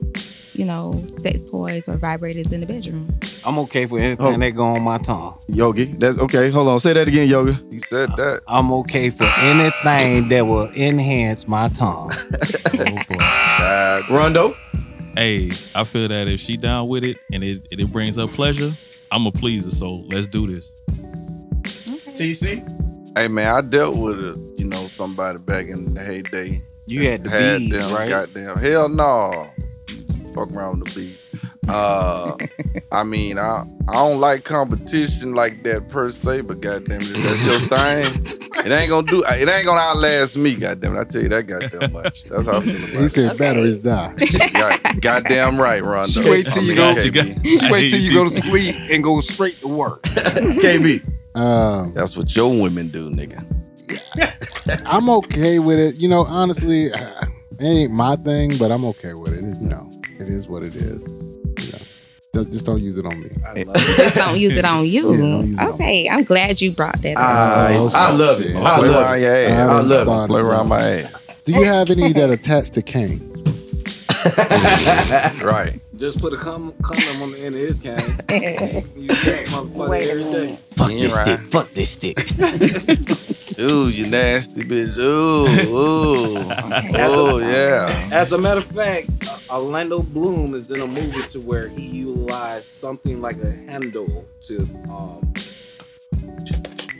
[SPEAKER 13] you know, sex toys or vibrators in the bedroom.
[SPEAKER 5] I'm okay for anything that go on my tongue.
[SPEAKER 1] Yogi, that's okay. Hold on, say that again, Yoga.
[SPEAKER 4] He said that.
[SPEAKER 5] I'm okay for anything that will enhance my tongue.
[SPEAKER 1] Rondo.
[SPEAKER 10] Hey, I feel that if she down with it and it it brings her pleasure, I'm a pleaser. So let's do this.
[SPEAKER 1] TC.
[SPEAKER 4] Hey man, I dealt with a, you know somebody back in the heyday.
[SPEAKER 5] You had the bees,
[SPEAKER 4] them
[SPEAKER 5] right?
[SPEAKER 4] Goddamn, hell no. Fuck around with the bees. Uh, I mean, I I don't like competition like that per se, but goddamn, it, if that's your thing. It ain't gonna do. It ain't gonna outlast me. Goddamn, it, I tell you that goddamn much. That's how I feel about
[SPEAKER 2] He said batteries die.
[SPEAKER 4] it. God, goddamn right, Rondo.
[SPEAKER 5] She wait till
[SPEAKER 4] I
[SPEAKER 5] you
[SPEAKER 4] mean,
[SPEAKER 5] go.
[SPEAKER 4] KB.
[SPEAKER 5] She wait till you go to sleep and go straight to work.
[SPEAKER 1] KB.
[SPEAKER 2] Um,
[SPEAKER 4] That's what your women do, nigga.
[SPEAKER 2] I'm okay with it. You know, honestly, it ain't my thing, but I'm okay with it. It's, you know, it is what it is. You know, Don't- just don't use it on me.
[SPEAKER 13] Just don't use it on you.
[SPEAKER 2] Yeah, don't use it on
[SPEAKER 13] okay, I'm glad you brought that
[SPEAKER 5] Oh,
[SPEAKER 2] I-
[SPEAKER 13] up.
[SPEAKER 2] I love it. I
[SPEAKER 4] Play
[SPEAKER 2] love
[SPEAKER 4] around
[SPEAKER 2] it.
[SPEAKER 4] your ass.
[SPEAKER 2] I
[SPEAKER 4] I,
[SPEAKER 2] haven't
[SPEAKER 4] love it.
[SPEAKER 2] started
[SPEAKER 4] Play
[SPEAKER 2] something.
[SPEAKER 4] around my ass.
[SPEAKER 2] Do you have any that attach to canes?
[SPEAKER 4] Right.
[SPEAKER 5] Just put a cum condom on the end of his can. you can't, motherfucker,
[SPEAKER 13] Wait a
[SPEAKER 5] every day.
[SPEAKER 4] Fuck this stick.
[SPEAKER 5] Fuck this stick.
[SPEAKER 4] Ooh, you nasty bitch. Ooh, ooh.
[SPEAKER 2] Uh,
[SPEAKER 4] oh, yeah.
[SPEAKER 5] As a matter of fact, uh, Orlando Bloom is in a movie to where he utilized something like a handle to um.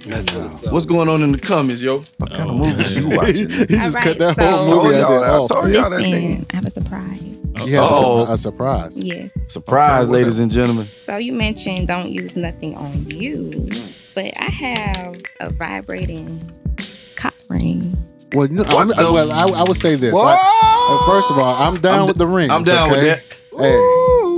[SPEAKER 5] mess with himself.
[SPEAKER 1] What's going on in the comments, yo? What kind of movies you watching?
[SPEAKER 2] he just
[SPEAKER 13] All
[SPEAKER 2] cut
[SPEAKER 13] right,
[SPEAKER 2] that whole
[SPEAKER 13] so-
[SPEAKER 2] movie out there.
[SPEAKER 4] Oh, I
[SPEAKER 2] off.
[SPEAKER 13] Oh,
[SPEAKER 4] told y'all that
[SPEAKER 13] Listen, I have a surprise.
[SPEAKER 2] You have a,
[SPEAKER 1] Uh-oh.
[SPEAKER 2] surpri- a surprise.
[SPEAKER 13] Yes.
[SPEAKER 1] Surprise, ladies and gentlemen.
[SPEAKER 13] So you mentioned don't use nothing on you, but I have a vibrating cock ring.
[SPEAKER 2] Well, no, I'm,
[SPEAKER 13] What the-
[SPEAKER 2] well I, I would say this.
[SPEAKER 13] Whoa!
[SPEAKER 2] Like, uh, first of all, I'm down with the rings.
[SPEAKER 1] I'm down with
[SPEAKER 2] okay?
[SPEAKER 1] that.
[SPEAKER 2] Hey,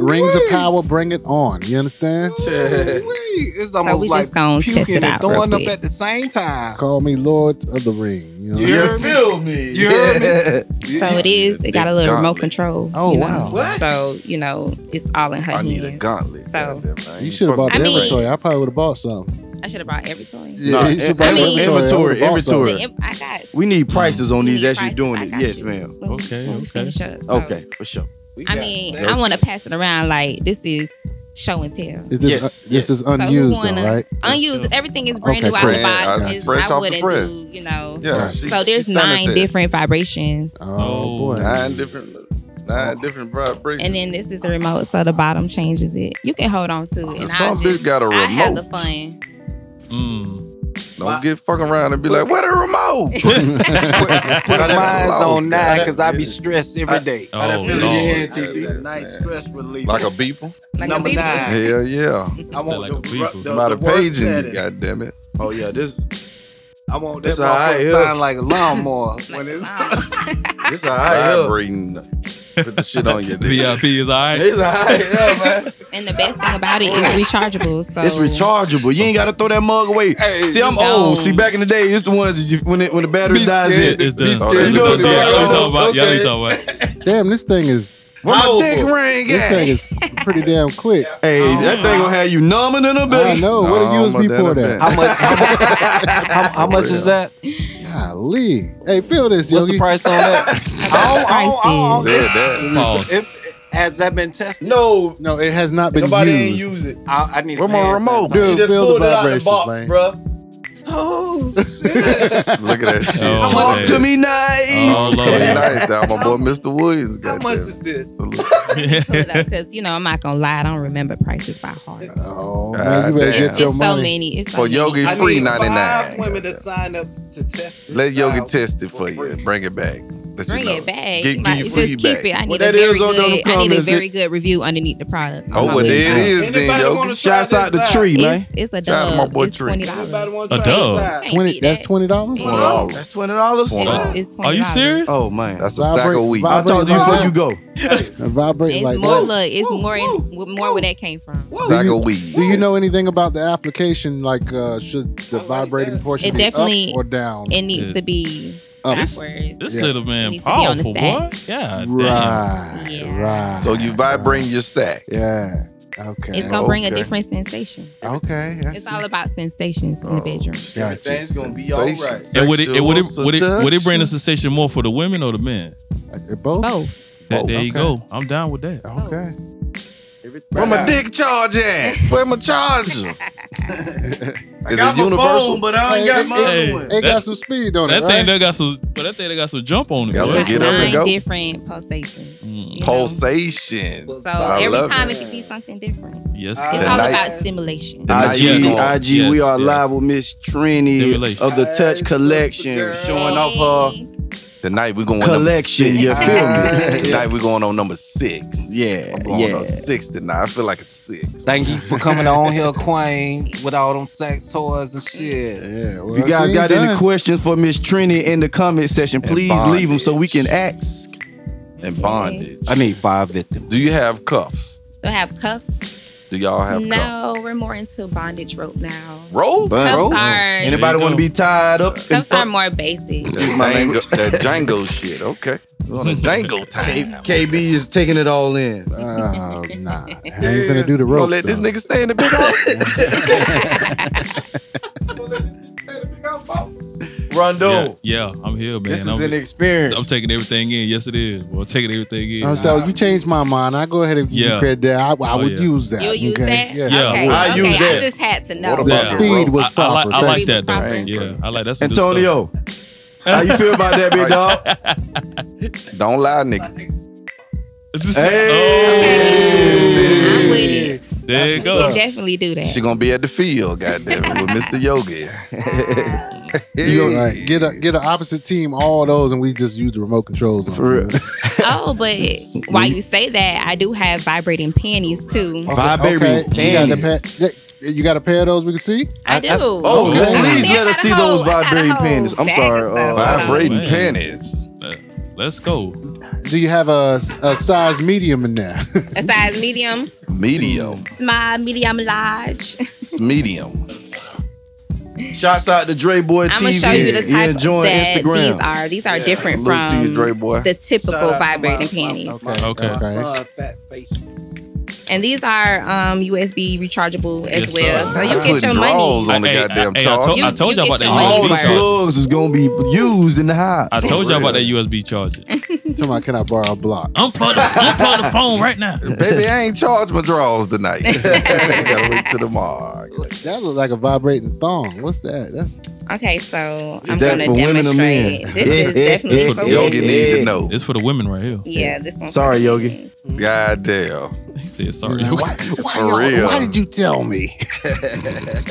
[SPEAKER 2] rings of power, bring it on. You understand?
[SPEAKER 5] It's
[SPEAKER 13] So
[SPEAKER 5] almost
[SPEAKER 13] we
[SPEAKER 5] like
[SPEAKER 13] just gonna test
[SPEAKER 5] puking
[SPEAKER 13] it
[SPEAKER 5] and
[SPEAKER 13] out real
[SPEAKER 5] throwing up
[SPEAKER 13] quick.
[SPEAKER 5] at the same time.
[SPEAKER 2] Call me Lord of the Ring. You know?
[SPEAKER 5] You heard me? You heard me?
[SPEAKER 13] So it is. It got a little remote control.
[SPEAKER 2] Oh,
[SPEAKER 13] you know?
[SPEAKER 2] wow.
[SPEAKER 5] What?
[SPEAKER 13] So you know, it's all in her
[SPEAKER 4] I
[SPEAKER 13] hands.
[SPEAKER 4] need a gauntlet.
[SPEAKER 13] So
[SPEAKER 2] You should have bought
[SPEAKER 13] I
[SPEAKER 2] the
[SPEAKER 13] mean-
[SPEAKER 2] inventory. I probably would have bought some.
[SPEAKER 13] I should have bought every toy.
[SPEAKER 2] Yeah, you should buy
[SPEAKER 13] I mean-
[SPEAKER 1] inventory, inventory.
[SPEAKER 13] The imp- I got
[SPEAKER 1] We need prices on these as you're
[SPEAKER 13] prices,
[SPEAKER 1] doing
[SPEAKER 13] I
[SPEAKER 1] it.
[SPEAKER 13] got
[SPEAKER 1] Yes,
[SPEAKER 13] you.
[SPEAKER 1] ma'am.
[SPEAKER 13] When we- Okay, when we okay. finish up, so-
[SPEAKER 1] Okay, for sure.
[SPEAKER 13] I mean, I want to pass it around like this is show and tell.
[SPEAKER 2] Is this uh, this is unused
[SPEAKER 13] so we wanna-
[SPEAKER 2] though, right?
[SPEAKER 13] Unused. Everything is brand
[SPEAKER 2] Okay,
[SPEAKER 13] new out of the
[SPEAKER 2] great.
[SPEAKER 13] box.
[SPEAKER 2] Yeah,
[SPEAKER 13] It's-
[SPEAKER 2] fresh off
[SPEAKER 13] I
[SPEAKER 2] the
[SPEAKER 13] wouldn't
[SPEAKER 2] press.
[SPEAKER 13] do, you know.
[SPEAKER 4] Yeah, Right. she-
[SPEAKER 13] so there's
[SPEAKER 4] she
[SPEAKER 13] nine
[SPEAKER 4] sanitary.
[SPEAKER 13] different vibrations.
[SPEAKER 2] Oh, boy.
[SPEAKER 4] Nine different, nine different vibrations.
[SPEAKER 13] And then this is the remote, so the bottom changes it. You can hold on to it. And I
[SPEAKER 4] Some bitch
[SPEAKER 13] just,
[SPEAKER 4] got a
[SPEAKER 13] I have the
[SPEAKER 4] remote.
[SPEAKER 13] fun.
[SPEAKER 4] Don't get fucking around and be like, where the remote?
[SPEAKER 5] Put mine's on nine
[SPEAKER 4] that-
[SPEAKER 5] because I be stressed every day.
[SPEAKER 4] I done Oh, feel it in your Lord. head,
[SPEAKER 5] That's a nice stress reliever.
[SPEAKER 4] Like a beeper?
[SPEAKER 13] Like
[SPEAKER 5] Number
[SPEAKER 13] a beeper.
[SPEAKER 5] nine.
[SPEAKER 4] Hell yeah.
[SPEAKER 5] I want the, ru- the,
[SPEAKER 4] About
[SPEAKER 5] the
[SPEAKER 4] a
[SPEAKER 5] work
[SPEAKER 4] page in
[SPEAKER 5] setting.
[SPEAKER 4] it, goddamn it.
[SPEAKER 1] Oh yeah, this
[SPEAKER 5] I want that
[SPEAKER 4] It's all right,
[SPEAKER 5] motherfucker
[SPEAKER 4] yeah.
[SPEAKER 5] sound like a lawnmower when it's
[SPEAKER 1] this all right. yeah.
[SPEAKER 4] vibrating. Put the shit on your
[SPEAKER 10] VIP is all right.
[SPEAKER 1] It's all right, yeah, man.
[SPEAKER 13] And the best thing about it is rechargeable. So
[SPEAKER 1] It's rechargeable. You ain't gotta throw that mug away. See, I'm old. See, back in the day, it's the ones that you, when it, when the battery dies
[SPEAKER 10] It's,
[SPEAKER 1] in.
[SPEAKER 10] it's the,
[SPEAKER 1] You
[SPEAKER 10] you
[SPEAKER 1] know what I'm
[SPEAKER 10] know what
[SPEAKER 1] talking
[SPEAKER 10] I'm
[SPEAKER 1] about?
[SPEAKER 10] talking about. Yeah, I know
[SPEAKER 1] Okay.
[SPEAKER 10] what you're talking about.
[SPEAKER 2] Damn, this thing is
[SPEAKER 1] Where my
[SPEAKER 2] Powerful.
[SPEAKER 1] dick ring
[SPEAKER 2] This
[SPEAKER 1] at?
[SPEAKER 2] thing is pretty damn quick.
[SPEAKER 1] Hey,
[SPEAKER 13] Oh
[SPEAKER 1] that thing gonna have you numbing in a bit.
[SPEAKER 2] I know. What
[SPEAKER 1] No,
[SPEAKER 2] a USB
[SPEAKER 1] my
[SPEAKER 2] port
[SPEAKER 1] dad
[SPEAKER 2] at?
[SPEAKER 5] How much? How much, how, how much is that?
[SPEAKER 2] Golly. Hey, feel this,
[SPEAKER 5] What's
[SPEAKER 2] Yogi.
[SPEAKER 5] the price on that? I don't- I don't- I don't-
[SPEAKER 4] Said that.
[SPEAKER 10] Pause.
[SPEAKER 5] It- it- Has that been tested?
[SPEAKER 1] No,
[SPEAKER 2] No, it has not been
[SPEAKER 1] nobody ain't
[SPEAKER 2] used.
[SPEAKER 1] use it.
[SPEAKER 5] I, I need
[SPEAKER 4] Where
[SPEAKER 5] some
[SPEAKER 4] my
[SPEAKER 5] hand
[SPEAKER 4] remote?
[SPEAKER 5] sanitizer.
[SPEAKER 2] Dude,
[SPEAKER 1] You just
[SPEAKER 2] feel the
[SPEAKER 1] pulled it out the
[SPEAKER 2] vibrations,
[SPEAKER 1] box,
[SPEAKER 2] man.
[SPEAKER 1] bro.
[SPEAKER 5] Oh shit!
[SPEAKER 4] Look at that shit.
[SPEAKER 10] Oh,
[SPEAKER 4] Talk
[SPEAKER 10] man.
[SPEAKER 4] to
[SPEAKER 1] To me, nice.
[SPEAKER 10] Oh,
[SPEAKER 4] me.
[SPEAKER 10] Lord.
[SPEAKER 4] nice down my boy Mr. Williams.
[SPEAKER 5] How
[SPEAKER 4] Goddamn.
[SPEAKER 5] much is this?
[SPEAKER 13] because you know I'm not gonna lie, I don't remember prices by heart.
[SPEAKER 2] Oh, man, you better
[SPEAKER 4] Goddamn.
[SPEAKER 2] get your
[SPEAKER 13] it's so
[SPEAKER 2] money.
[SPEAKER 13] many. It's so
[SPEAKER 4] For
[SPEAKER 13] many.
[SPEAKER 4] Yogi
[SPEAKER 5] I
[SPEAKER 4] Free
[SPEAKER 5] need five
[SPEAKER 4] 99.
[SPEAKER 5] women to sign up to test. This
[SPEAKER 4] Let Yogi
[SPEAKER 5] out.
[SPEAKER 4] test it for you. Bring it back. Let you
[SPEAKER 13] Bring
[SPEAKER 4] know.
[SPEAKER 13] it back.
[SPEAKER 4] Get,
[SPEAKER 13] Like,
[SPEAKER 4] get your
[SPEAKER 13] just
[SPEAKER 4] free
[SPEAKER 13] keep
[SPEAKER 4] back.
[SPEAKER 13] it. I need
[SPEAKER 1] What
[SPEAKER 13] a
[SPEAKER 1] that
[SPEAKER 13] very
[SPEAKER 1] is on them
[SPEAKER 13] good. I need a
[SPEAKER 1] comments,
[SPEAKER 13] very good review underneath the product.
[SPEAKER 4] Oh,
[SPEAKER 13] I'm
[SPEAKER 4] well,
[SPEAKER 13] not
[SPEAKER 4] there it
[SPEAKER 13] gonna
[SPEAKER 4] is
[SPEAKER 5] Anybody
[SPEAKER 4] then,
[SPEAKER 5] wanna
[SPEAKER 4] Yogi.
[SPEAKER 5] try
[SPEAKER 1] Shouts out
[SPEAKER 5] this
[SPEAKER 1] to Tree,
[SPEAKER 13] lie.
[SPEAKER 1] man.
[SPEAKER 13] It's, it's a
[SPEAKER 4] Shout out to my
[SPEAKER 13] dub.
[SPEAKER 4] boy
[SPEAKER 13] It's
[SPEAKER 4] Tree.
[SPEAKER 13] twenty
[SPEAKER 5] Everybody
[SPEAKER 13] dollars.
[SPEAKER 5] want to try
[SPEAKER 10] dub.
[SPEAKER 5] this out.
[SPEAKER 2] Twenty. That's twenty dollars.
[SPEAKER 4] Twenty dollars.
[SPEAKER 1] That's twenty Oh. dollars.
[SPEAKER 4] Twenty dollars.
[SPEAKER 13] It's
[SPEAKER 10] Are
[SPEAKER 13] twenty
[SPEAKER 10] you
[SPEAKER 13] dollars.
[SPEAKER 10] serious?
[SPEAKER 1] Oh man,
[SPEAKER 4] That's a sack of weed.
[SPEAKER 1] I told you before you go.
[SPEAKER 2] Vibrate
[SPEAKER 13] It's
[SPEAKER 2] like
[SPEAKER 13] more.
[SPEAKER 2] that.
[SPEAKER 13] Look, it's more. In, with more where that came from.
[SPEAKER 4] Sack
[SPEAKER 2] Do you-
[SPEAKER 4] of weed.
[SPEAKER 2] Do you know anything about the application? Like, uh, should the vibrating portion
[SPEAKER 13] It
[SPEAKER 2] be
[SPEAKER 13] definitely-
[SPEAKER 2] up or down?
[SPEAKER 13] It needs
[SPEAKER 10] Yeah.
[SPEAKER 13] to be
[SPEAKER 2] Up.
[SPEAKER 13] backwards.
[SPEAKER 10] This
[SPEAKER 2] Yeah.
[SPEAKER 10] little
[SPEAKER 13] It
[SPEAKER 10] man
[SPEAKER 13] needs to be on the
[SPEAKER 10] powerful, boy. Yeah,
[SPEAKER 2] right,
[SPEAKER 13] Yeah.
[SPEAKER 2] right.
[SPEAKER 4] So you vibrate your sack.
[SPEAKER 2] yeah, okay,
[SPEAKER 13] It's gonna bring a
[SPEAKER 4] Okay.
[SPEAKER 13] different sensation.
[SPEAKER 2] okay. I
[SPEAKER 13] It's
[SPEAKER 2] see.
[SPEAKER 13] all about sensations
[SPEAKER 2] Oh.
[SPEAKER 13] in the bedroom.
[SPEAKER 2] Gotcha.
[SPEAKER 1] Everything's gonna be all right.
[SPEAKER 10] And would it, and would it, would it, would it bring the
[SPEAKER 4] us?
[SPEAKER 10] sensation more for the women or the men?
[SPEAKER 2] Uh, Both.
[SPEAKER 13] Both.
[SPEAKER 10] That, there
[SPEAKER 4] okay.
[SPEAKER 10] you go. I'm down with that.
[SPEAKER 2] Okay.
[SPEAKER 4] Where my dick charge at? Where my charger?
[SPEAKER 10] I got my phone, but I ain't got my other
[SPEAKER 2] it,
[SPEAKER 10] one.
[SPEAKER 2] It, it got
[SPEAKER 10] That-
[SPEAKER 2] some speed on
[SPEAKER 10] that
[SPEAKER 2] it,
[SPEAKER 10] thing
[SPEAKER 2] right?
[SPEAKER 10] they got some, but that thing they got some jump on it. Mm,
[SPEAKER 4] Got
[SPEAKER 10] boy.
[SPEAKER 4] some get up and
[SPEAKER 13] Nine
[SPEAKER 4] go.
[SPEAKER 13] different pulsations. you know?
[SPEAKER 4] Pulsation.
[SPEAKER 13] So
[SPEAKER 4] I
[SPEAKER 13] every
[SPEAKER 4] love
[SPEAKER 13] time it.
[SPEAKER 4] it.
[SPEAKER 13] could be something different.
[SPEAKER 10] Yes.
[SPEAKER 13] It's
[SPEAKER 1] The
[SPEAKER 13] all
[SPEAKER 1] night-
[SPEAKER 13] about stimulation.
[SPEAKER 1] IG,
[SPEAKER 4] Yes,
[SPEAKER 1] IG, we are live with Miss Trini of the Touch Collection, showing off her
[SPEAKER 4] Tonight we're going
[SPEAKER 1] Collection,
[SPEAKER 4] Number six.
[SPEAKER 1] you feel me?
[SPEAKER 4] tonight we're going on number six.
[SPEAKER 1] Yeah,
[SPEAKER 4] I'm going
[SPEAKER 1] yeah.
[SPEAKER 4] on six tonight. I feel like a six.
[SPEAKER 5] Thank you for coming on here, Queen, with all them sex toys and shit.
[SPEAKER 2] Yeah,
[SPEAKER 1] If you guys got any questions for Miss Trini in the comment section, please leave them so we can ask.
[SPEAKER 4] And bondage.
[SPEAKER 5] I need five victims.
[SPEAKER 4] Do you have cuffs?
[SPEAKER 13] So have cuffs.
[SPEAKER 4] Do y'all have
[SPEAKER 13] no,
[SPEAKER 4] cuffs?
[SPEAKER 13] we're more into bondage rope now.
[SPEAKER 4] Rope?
[SPEAKER 13] Cuffs
[SPEAKER 1] Rope?
[SPEAKER 13] are.
[SPEAKER 1] Anybody want to be tied up? and
[SPEAKER 13] Cuffs are more basic.
[SPEAKER 4] Excuse my language. That Django shit. Okay. We're on a Django time.
[SPEAKER 1] KB is taking it all in.
[SPEAKER 2] Oh, nah. I ain't
[SPEAKER 4] Yeah.
[SPEAKER 2] gonna do the
[SPEAKER 4] You gonna
[SPEAKER 2] rope.
[SPEAKER 4] let this
[SPEAKER 2] though.
[SPEAKER 4] nigga stay in the big house. Rondo.
[SPEAKER 10] Yeah, yeah, I'm here, man.
[SPEAKER 1] This is
[SPEAKER 10] I'm,
[SPEAKER 1] an experience.
[SPEAKER 10] I'm taking everything in. Yes, it is. Well, taking everything in.
[SPEAKER 2] Oh, so you changed my mind. I go ahead and give you
[SPEAKER 10] Yeah.
[SPEAKER 2] credit there. I, I
[SPEAKER 10] Oh,
[SPEAKER 2] would
[SPEAKER 10] yeah.
[SPEAKER 2] use that.
[SPEAKER 13] You'll use
[SPEAKER 2] okay?
[SPEAKER 13] that?
[SPEAKER 2] Yeah,
[SPEAKER 10] Yeah,
[SPEAKER 13] Okay.
[SPEAKER 10] I
[SPEAKER 13] okay.
[SPEAKER 10] use that.
[SPEAKER 13] I just had to know.
[SPEAKER 2] What about The speed was
[SPEAKER 10] I, I like, I
[SPEAKER 2] proper.
[SPEAKER 10] like
[SPEAKER 2] Thank
[SPEAKER 10] that though.
[SPEAKER 4] you.
[SPEAKER 10] Yeah, I like that's some good stuff.
[SPEAKER 1] Antonio, how you feel about that, big dog?
[SPEAKER 4] Don't lie, nigga.
[SPEAKER 10] Hey.
[SPEAKER 13] I'm with it.
[SPEAKER 10] Oh, There you
[SPEAKER 13] You can
[SPEAKER 10] go.
[SPEAKER 13] definitely do that.
[SPEAKER 4] She gonna be at the field, goddamn, it, with Mr. Yogi.
[SPEAKER 2] You gonna, like, get a get an opposite team all those, and we just use the remote controls. For real.
[SPEAKER 13] oh, but while you say that, I do have vibrating panties too.
[SPEAKER 2] You got, the pa- yeah, you got a pair of those we can see?
[SPEAKER 13] I do.
[SPEAKER 1] Oh,
[SPEAKER 2] Okay.
[SPEAKER 1] please let us see those vibrating panties. I'm
[SPEAKER 13] bag
[SPEAKER 1] sorry.
[SPEAKER 13] of
[SPEAKER 1] uh,
[SPEAKER 4] Vibrating
[SPEAKER 10] Man.
[SPEAKER 4] panties.
[SPEAKER 10] Let's go.
[SPEAKER 2] Do you have a, a size medium in there?
[SPEAKER 13] A size medium,
[SPEAKER 4] Medium.
[SPEAKER 13] small, medium, large.
[SPEAKER 4] It's medium.
[SPEAKER 1] Shouts out to Dre Boy
[SPEAKER 13] I'm
[SPEAKER 1] TV.
[SPEAKER 13] gonna show you the
[SPEAKER 1] He
[SPEAKER 13] type
[SPEAKER 1] enjoying
[SPEAKER 13] that
[SPEAKER 1] Instagram.
[SPEAKER 13] these are. These are different
[SPEAKER 1] Salute to
[SPEAKER 13] from
[SPEAKER 1] you, Dre boy.
[SPEAKER 13] the typical
[SPEAKER 11] Shout out to
[SPEAKER 13] vibrating
[SPEAKER 11] my-
[SPEAKER 13] panties.
[SPEAKER 2] Okay.
[SPEAKER 10] Okay.
[SPEAKER 11] Son, uh, fat face.
[SPEAKER 13] And these are um, USB rechargeable as
[SPEAKER 10] Yes,
[SPEAKER 13] well.
[SPEAKER 10] sir.
[SPEAKER 13] So
[SPEAKER 4] I'm
[SPEAKER 13] you get
[SPEAKER 4] putting
[SPEAKER 13] your money.
[SPEAKER 4] draws on the
[SPEAKER 10] Hey,
[SPEAKER 4] goddamn
[SPEAKER 10] hey, I
[SPEAKER 4] charge.
[SPEAKER 10] told- I told y'all about that
[SPEAKER 1] All
[SPEAKER 10] USB
[SPEAKER 1] the
[SPEAKER 10] charger.
[SPEAKER 1] plugs is gonna be used in the house.
[SPEAKER 10] I told y'all about that USB charger.
[SPEAKER 2] Somebody, can I borrow a block?
[SPEAKER 10] Unplug the, unplug the phone right now.
[SPEAKER 4] Baby, I ain't charged my draws tonight. Gotta wait till tomorrow.
[SPEAKER 2] That looks like a vibrating thong. What's that? That's
[SPEAKER 13] Okay, so
[SPEAKER 1] Is
[SPEAKER 13] I'm
[SPEAKER 1] that
[SPEAKER 13] gonna
[SPEAKER 1] for women or
[SPEAKER 13] demonstrate.
[SPEAKER 1] men?
[SPEAKER 13] This is definitely for
[SPEAKER 4] Yogi
[SPEAKER 13] women.
[SPEAKER 4] need to know.
[SPEAKER 10] It's for the women right here.
[SPEAKER 13] Yeah, this one.
[SPEAKER 1] Sorry, Yogi.
[SPEAKER 4] Goddamn.
[SPEAKER 10] He said sorry.
[SPEAKER 4] For real.
[SPEAKER 2] you tell me?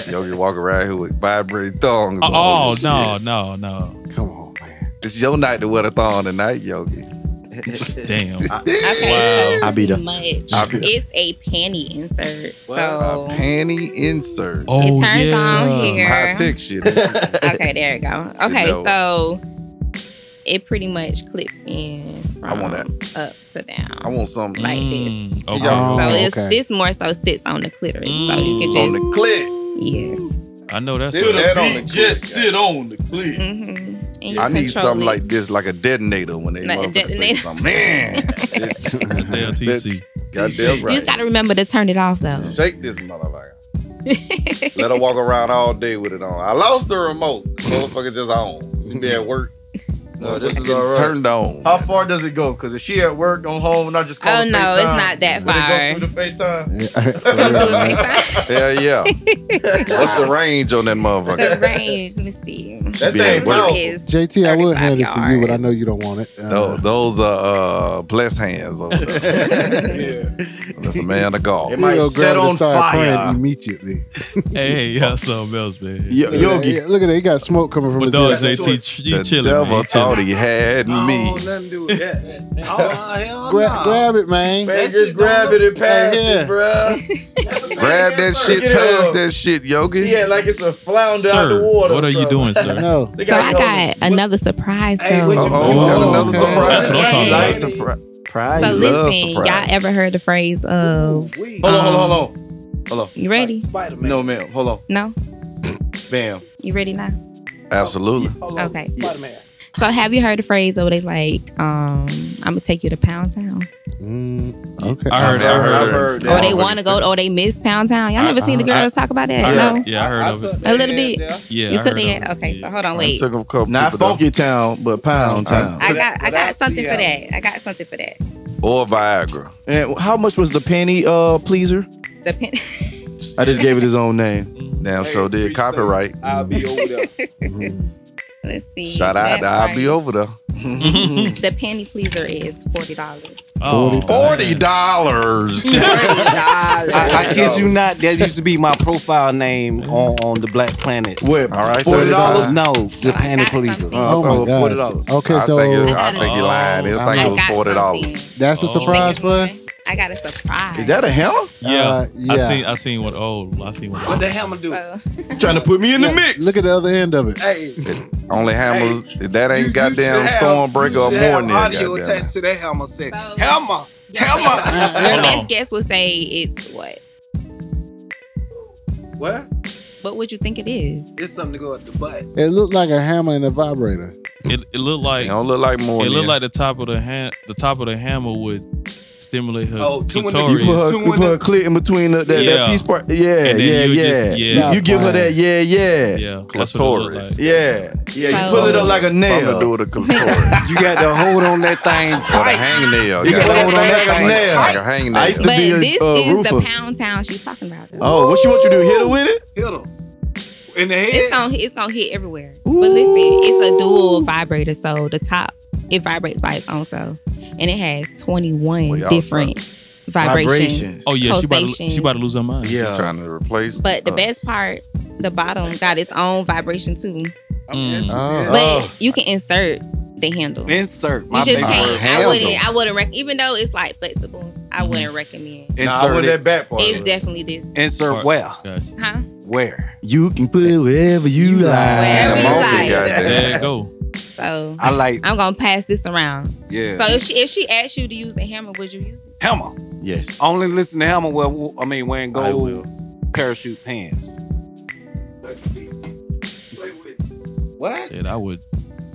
[SPEAKER 4] Yogi walk around here with vibrating thongs. on
[SPEAKER 10] Oh,
[SPEAKER 4] and
[SPEAKER 10] no,
[SPEAKER 4] shit.
[SPEAKER 10] no, no.
[SPEAKER 2] Come on, man.
[SPEAKER 4] It's your night to wear the thong tonight, Yogi.
[SPEAKER 10] Damn.
[SPEAKER 13] Uh, Okay,
[SPEAKER 1] I beat her.
[SPEAKER 13] much.
[SPEAKER 4] I beat her.
[SPEAKER 13] It's a panty insert. So
[SPEAKER 4] Panty insert.
[SPEAKER 10] Oh,
[SPEAKER 13] turns
[SPEAKER 10] yeah.
[SPEAKER 13] on here.
[SPEAKER 4] High tech shit.
[SPEAKER 13] okay, there you go.
[SPEAKER 4] a
[SPEAKER 13] Okay,
[SPEAKER 4] no.
[SPEAKER 13] so it pretty much clips in from
[SPEAKER 4] I want that. Mm.
[SPEAKER 13] up to down.
[SPEAKER 4] I want something
[SPEAKER 13] like this.
[SPEAKER 10] Okay.
[SPEAKER 13] So
[SPEAKER 2] Oh,
[SPEAKER 13] it's
[SPEAKER 2] okay.
[SPEAKER 13] this more so sits on the clitoris. So you can just
[SPEAKER 4] Mm. on the clip.
[SPEAKER 13] yes.
[SPEAKER 10] I know that's
[SPEAKER 4] Sit that on the
[SPEAKER 10] beat.
[SPEAKER 4] clip.
[SPEAKER 11] Sit on the clip.
[SPEAKER 13] Mm-hmm. And you
[SPEAKER 4] I need
[SPEAKER 13] control
[SPEAKER 4] something
[SPEAKER 13] it.
[SPEAKER 4] like this, like a detonator when they
[SPEAKER 13] Like a
[SPEAKER 4] motherfuckers say
[SPEAKER 13] detonator.
[SPEAKER 4] something. Man,
[SPEAKER 10] The LTC.
[SPEAKER 4] goddamn
[SPEAKER 13] You
[SPEAKER 4] right.
[SPEAKER 13] just gotta remember to turn it off though.
[SPEAKER 4] Shake this motherfucker. Let her walk around all day with it on. I lost the remote. The motherfucker just on. She be at work.
[SPEAKER 1] No, this is
[SPEAKER 4] Getting
[SPEAKER 1] all right.
[SPEAKER 4] Turned on.
[SPEAKER 1] How far does it go? Because if she at work, on home, and I just call
[SPEAKER 13] Oh
[SPEAKER 1] her
[SPEAKER 13] no,
[SPEAKER 1] FaceTime,
[SPEAKER 13] it's not that
[SPEAKER 1] will it
[SPEAKER 13] far.
[SPEAKER 1] go through the FaceTime?
[SPEAKER 13] Come through a FaceTime.
[SPEAKER 4] Hell yeah. What's the range on that
[SPEAKER 13] The
[SPEAKER 4] motherfucker?
[SPEAKER 13] range, let me see.
[SPEAKER 4] That thing
[SPEAKER 13] What
[SPEAKER 4] powerful.
[SPEAKER 13] is
[SPEAKER 2] JT, I would hand this to you, but I know you don't want it. Uh,
[SPEAKER 4] Those, those are uh, blessed hands over there. That's a man of God.
[SPEAKER 1] It might
[SPEAKER 2] little
[SPEAKER 1] set
[SPEAKER 2] girl
[SPEAKER 1] on
[SPEAKER 2] just started
[SPEAKER 1] fire.
[SPEAKER 2] praying immediately.
[SPEAKER 10] Hey, yeah, something else, man.
[SPEAKER 1] Yo-
[SPEAKER 2] Look at
[SPEAKER 1] Yogi.
[SPEAKER 2] that. Look at that. He got smoke coming from
[SPEAKER 10] But
[SPEAKER 2] his
[SPEAKER 10] dog,
[SPEAKER 2] ear.
[SPEAKER 10] JT, ch- you
[SPEAKER 4] The
[SPEAKER 10] chilling,
[SPEAKER 4] devil
[SPEAKER 10] man. You chilling.
[SPEAKER 4] thought he had me.
[SPEAKER 11] Oh, nothing to do with that. Oh, hell
[SPEAKER 2] Gra-
[SPEAKER 11] no.
[SPEAKER 2] grab it, man.
[SPEAKER 1] Man,
[SPEAKER 11] That
[SPEAKER 1] just
[SPEAKER 11] shit
[SPEAKER 1] grab
[SPEAKER 11] don't
[SPEAKER 1] it and
[SPEAKER 2] look-
[SPEAKER 1] pass
[SPEAKER 2] Hey, yeah.
[SPEAKER 1] it, bro.
[SPEAKER 4] Grab that shit,
[SPEAKER 1] Get it
[SPEAKER 4] pass
[SPEAKER 1] up.
[SPEAKER 4] that shit, Yogi. Uh-huh.
[SPEAKER 1] Yeah, like it's a flounder out
[SPEAKER 10] Sir,
[SPEAKER 1] the water.
[SPEAKER 10] what are you doing, sir?
[SPEAKER 2] No.
[SPEAKER 1] They
[SPEAKER 13] So I
[SPEAKER 1] y'all-
[SPEAKER 13] got another surprise
[SPEAKER 11] Hey,
[SPEAKER 13] though.
[SPEAKER 11] what you-
[SPEAKER 4] Oh, we got another
[SPEAKER 2] okay.
[SPEAKER 4] surprise.
[SPEAKER 10] That's what I'm talking
[SPEAKER 4] Like
[SPEAKER 10] about.
[SPEAKER 4] surprise.
[SPEAKER 13] So
[SPEAKER 4] Love
[SPEAKER 13] listen, y'all
[SPEAKER 4] surprise.
[SPEAKER 13] ever heard the phrase of
[SPEAKER 11] We
[SPEAKER 1] Hold on, hold on,
[SPEAKER 13] Um,
[SPEAKER 1] hold on. Hold
[SPEAKER 13] you ready?
[SPEAKER 1] on. No, ma'am. Hold on.
[SPEAKER 13] No?
[SPEAKER 1] Bam.
[SPEAKER 13] You ready now?
[SPEAKER 4] Absolutely.
[SPEAKER 13] Okay.
[SPEAKER 11] Spider-Man.
[SPEAKER 13] So have you heard the phrase of they like, um, I'm gonna take you to Pound Town?
[SPEAKER 2] Mm, okay.
[SPEAKER 10] I heard, I heard,
[SPEAKER 1] I've heard
[SPEAKER 13] Or they
[SPEAKER 1] Yeah.
[SPEAKER 13] wanna go or they miss Pound Town. Y'all
[SPEAKER 10] I-
[SPEAKER 13] never seen the
[SPEAKER 10] I-
[SPEAKER 13] girls talk about that,
[SPEAKER 10] I
[SPEAKER 13] no?
[SPEAKER 10] heard, yeah, I heard
[SPEAKER 11] I
[SPEAKER 10] of
[SPEAKER 11] took
[SPEAKER 10] it.
[SPEAKER 11] their
[SPEAKER 13] A little
[SPEAKER 11] hand
[SPEAKER 13] bit.
[SPEAKER 11] down.
[SPEAKER 10] Yeah,
[SPEAKER 13] you
[SPEAKER 10] I
[SPEAKER 13] took
[SPEAKER 10] heard
[SPEAKER 13] the
[SPEAKER 10] of it.
[SPEAKER 13] okay,
[SPEAKER 10] Yeah.
[SPEAKER 13] so hold on,
[SPEAKER 4] I
[SPEAKER 13] wait.
[SPEAKER 4] took a couple
[SPEAKER 1] Not
[SPEAKER 4] people though.
[SPEAKER 1] Funky Town, but Pound Town.
[SPEAKER 13] I got I
[SPEAKER 11] But I
[SPEAKER 13] got something
[SPEAKER 11] see
[SPEAKER 13] for
[SPEAKER 11] how-
[SPEAKER 13] that. I got something for that.
[SPEAKER 4] or Viagra.
[SPEAKER 1] And how much was the penny uh pleaser?
[SPEAKER 13] The pen-
[SPEAKER 1] I just gave it his own name.
[SPEAKER 4] Damn, so did copyright.
[SPEAKER 11] I'll be over there.
[SPEAKER 13] Let's see.
[SPEAKER 4] Shout out
[SPEAKER 13] That
[SPEAKER 4] to I'll be
[SPEAKER 13] price-
[SPEAKER 4] over there.
[SPEAKER 13] the penny pleaser is forty dollars.
[SPEAKER 10] Oh,
[SPEAKER 4] Forty dollars.
[SPEAKER 5] I, I kid you not. That used to be my profile name on, on the Black Planet.
[SPEAKER 1] What?
[SPEAKER 5] All right.
[SPEAKER 4] $40?
[SPEAKER 5] No, the Planet Police.
[SPEAKER 2] Oh, my God. Okay, so
[SPEAKER 4] think it, I think he lied. It was like
[SPEAKER 13] I
[SPEAKER 4] it was
[SPEAKER 13] got
[SPEAKER 4] forty dollars.
[SPEAKER 2] that's
[SPEAKER 14] Oh.
[SPEAKER 2] a surprise for us.
[SPEAKER 13] I got a surprise.
[SPEAKER 1] Is that a hammer?
[SPEAKER 10] Yeah,
[SPEAKER 2] Uh,
[SPEAKER 10] I
[SPEAKER 2] yeah.
[SPEAKER 10] seen I seen what old I seen what.
[SPEAKER 5] What the hammer do?
[SPEAKER 1] Trying to put me in the mix.
[SPEAKER 2] Look at the other end of it.
[SPEAKER 11] Hey,
[SPEAKER 4] Only hammers that ain't goddamn
[SPEAKER 11] have-
[SPEAKER 4] Stormbreaker or
[SPEAKER 11] you should have
[SPEAKER 4] Morning.
[SPEAKER 11] audio
[SPEAKER 4] goddamn.
[SPEAKER 11] attached to that helmet. Said helmet.
[SPEAKER 13] The
[SPEAKER 11] Hold
[SPEAKER 13] best guess would say it's what?
[SPEAKER 11] What?
[SPEAKER 13] What would you think it is?
[SPEAKER 11] It's something to go up the butt.
[SPEAKER 2] It looked like a hammer and a vibrator.
[SPEAKER 10] It, it looked like it
[SPEAKER 4] don't look like more.
[SPEAKER 10] It
[SPEAKER 4] than-
[SPEAKER 10] looked like the top of the hand, the top of the hammer would stimulate her
[SPEAKER 11] Oh, two in the-
[SPEAKER 1] You
[SPEAKER 10] clitoris.
[SPEAKER 1] put her, you put her clit in between the, that,
[SPEAKER 10] Yeah.
[SPEAKER 1] that piece part.
[SPEAKER 10] And
[SPEAKER 1] Yeah,
[SPEAKER 10] then
[SPEAKER 1] yeah,
[SPEAKER 10] you
[SPEAKER 1] yeah.
[SPEAKER 10] just- yeah.
[SPEAKER 1] You- You give her that. Yeah, yeah.
[SPEAKER 10] Yeah,
[SPEAKER 1] Clitoris. Yeah, yeah. You pull it up like a
[SPEAKER 4] Something to do
[SPEAKER 1] nail.
[SPEAKER 4] with a clitoris.
[SPEAKER 5] you got to hold on that thing tight.
[SPEAKER 4] hangnail.
[SPEAKER 1] You gotta
[SPEAKER 4] goddamn.
[SPEAKER 1] hold on that nail.
[SPEAKER 4] Like a hangnail.
[SPEAKER 1] I used to
[SPEAKER 13] But
[SPEAKER 1] be a
[SPEAKER 13] this
[SPEAKER 1] uh,
[SPEAKER 13] is
[SPEAKER 1] roofer.
[SPEAKER 13] the pound town she's talking about. though.
[SPEAKER 1] Oh, what she want you to do? Hit her with it?
[SPEAKER 11] Hit her. In the head.
[SPEAKER 13] It's gonna it's gonna hit everywhere. But listen, it's a dual vibrator, so the top it vibrates by its own self, and it has twenty one
[SPEAKER 10] y'all
[SPEAKER 13] different vibrations.
[SPEAKER 10] Oh yeah, she about, to,
[SPEAKER 13] pulsations.
[SPEAKER 10] she about to lose her mind.
[SPEAKER 4] Yeah, trying to replace.
[SPEAKER 13] But the
[SPEAKER 4] uh,
[SPEAKER 13] best part, the bottom got its own vibration too.
[SPEAKER 10] Mm.
[SPEAKER 5] Oh.
[SPEAKER 1] Oh.
[SPEAKER 13] But you can insert the handle.
[SPEAKER 5] Insert.
[SPEAKER 13] You just
[SPEAKER 5] favorite
[SPEAKER 13] can't. I
[SPEAKER 5] handle.
[SPEAKER 13] wouldn't. I wouldn't. Rec- even though it's like flexible, I wouldn't recommend.
[SPEAKER 5] Nah, I want Insert it. that back part.
[SPEAKER 13] It's definitely this.
[SPEAKER 5] Insert where?
[SPEAKER 13] Huh?
[SPEAKER 5] Where?
[SPEAKER 1] You can put it wherever you like.
[SPEAKER 13] Wherever you like.
[SPEAKER 5] There you
[SPEAKER 10] go.
[SPEAKER 13] So
[SPEAKER 5] I like-
[SPEAKER 13] I'm gonna pass this around.
[SPEAKER 5] Yeah.
[SPEAKER 13] So if she if she asked you to use the hammer, would you use it?
[SPEAKER 5] Hammer.
[SPEAKER 1] Yes.
[SPEAKER 5] Only listen to Hammer. Well, I mean, wearing
[SPEAKER 1] Oh.
[SPEAKER 5] gold parachute pants. What?
[SPEAKER 10] Yeah, I would.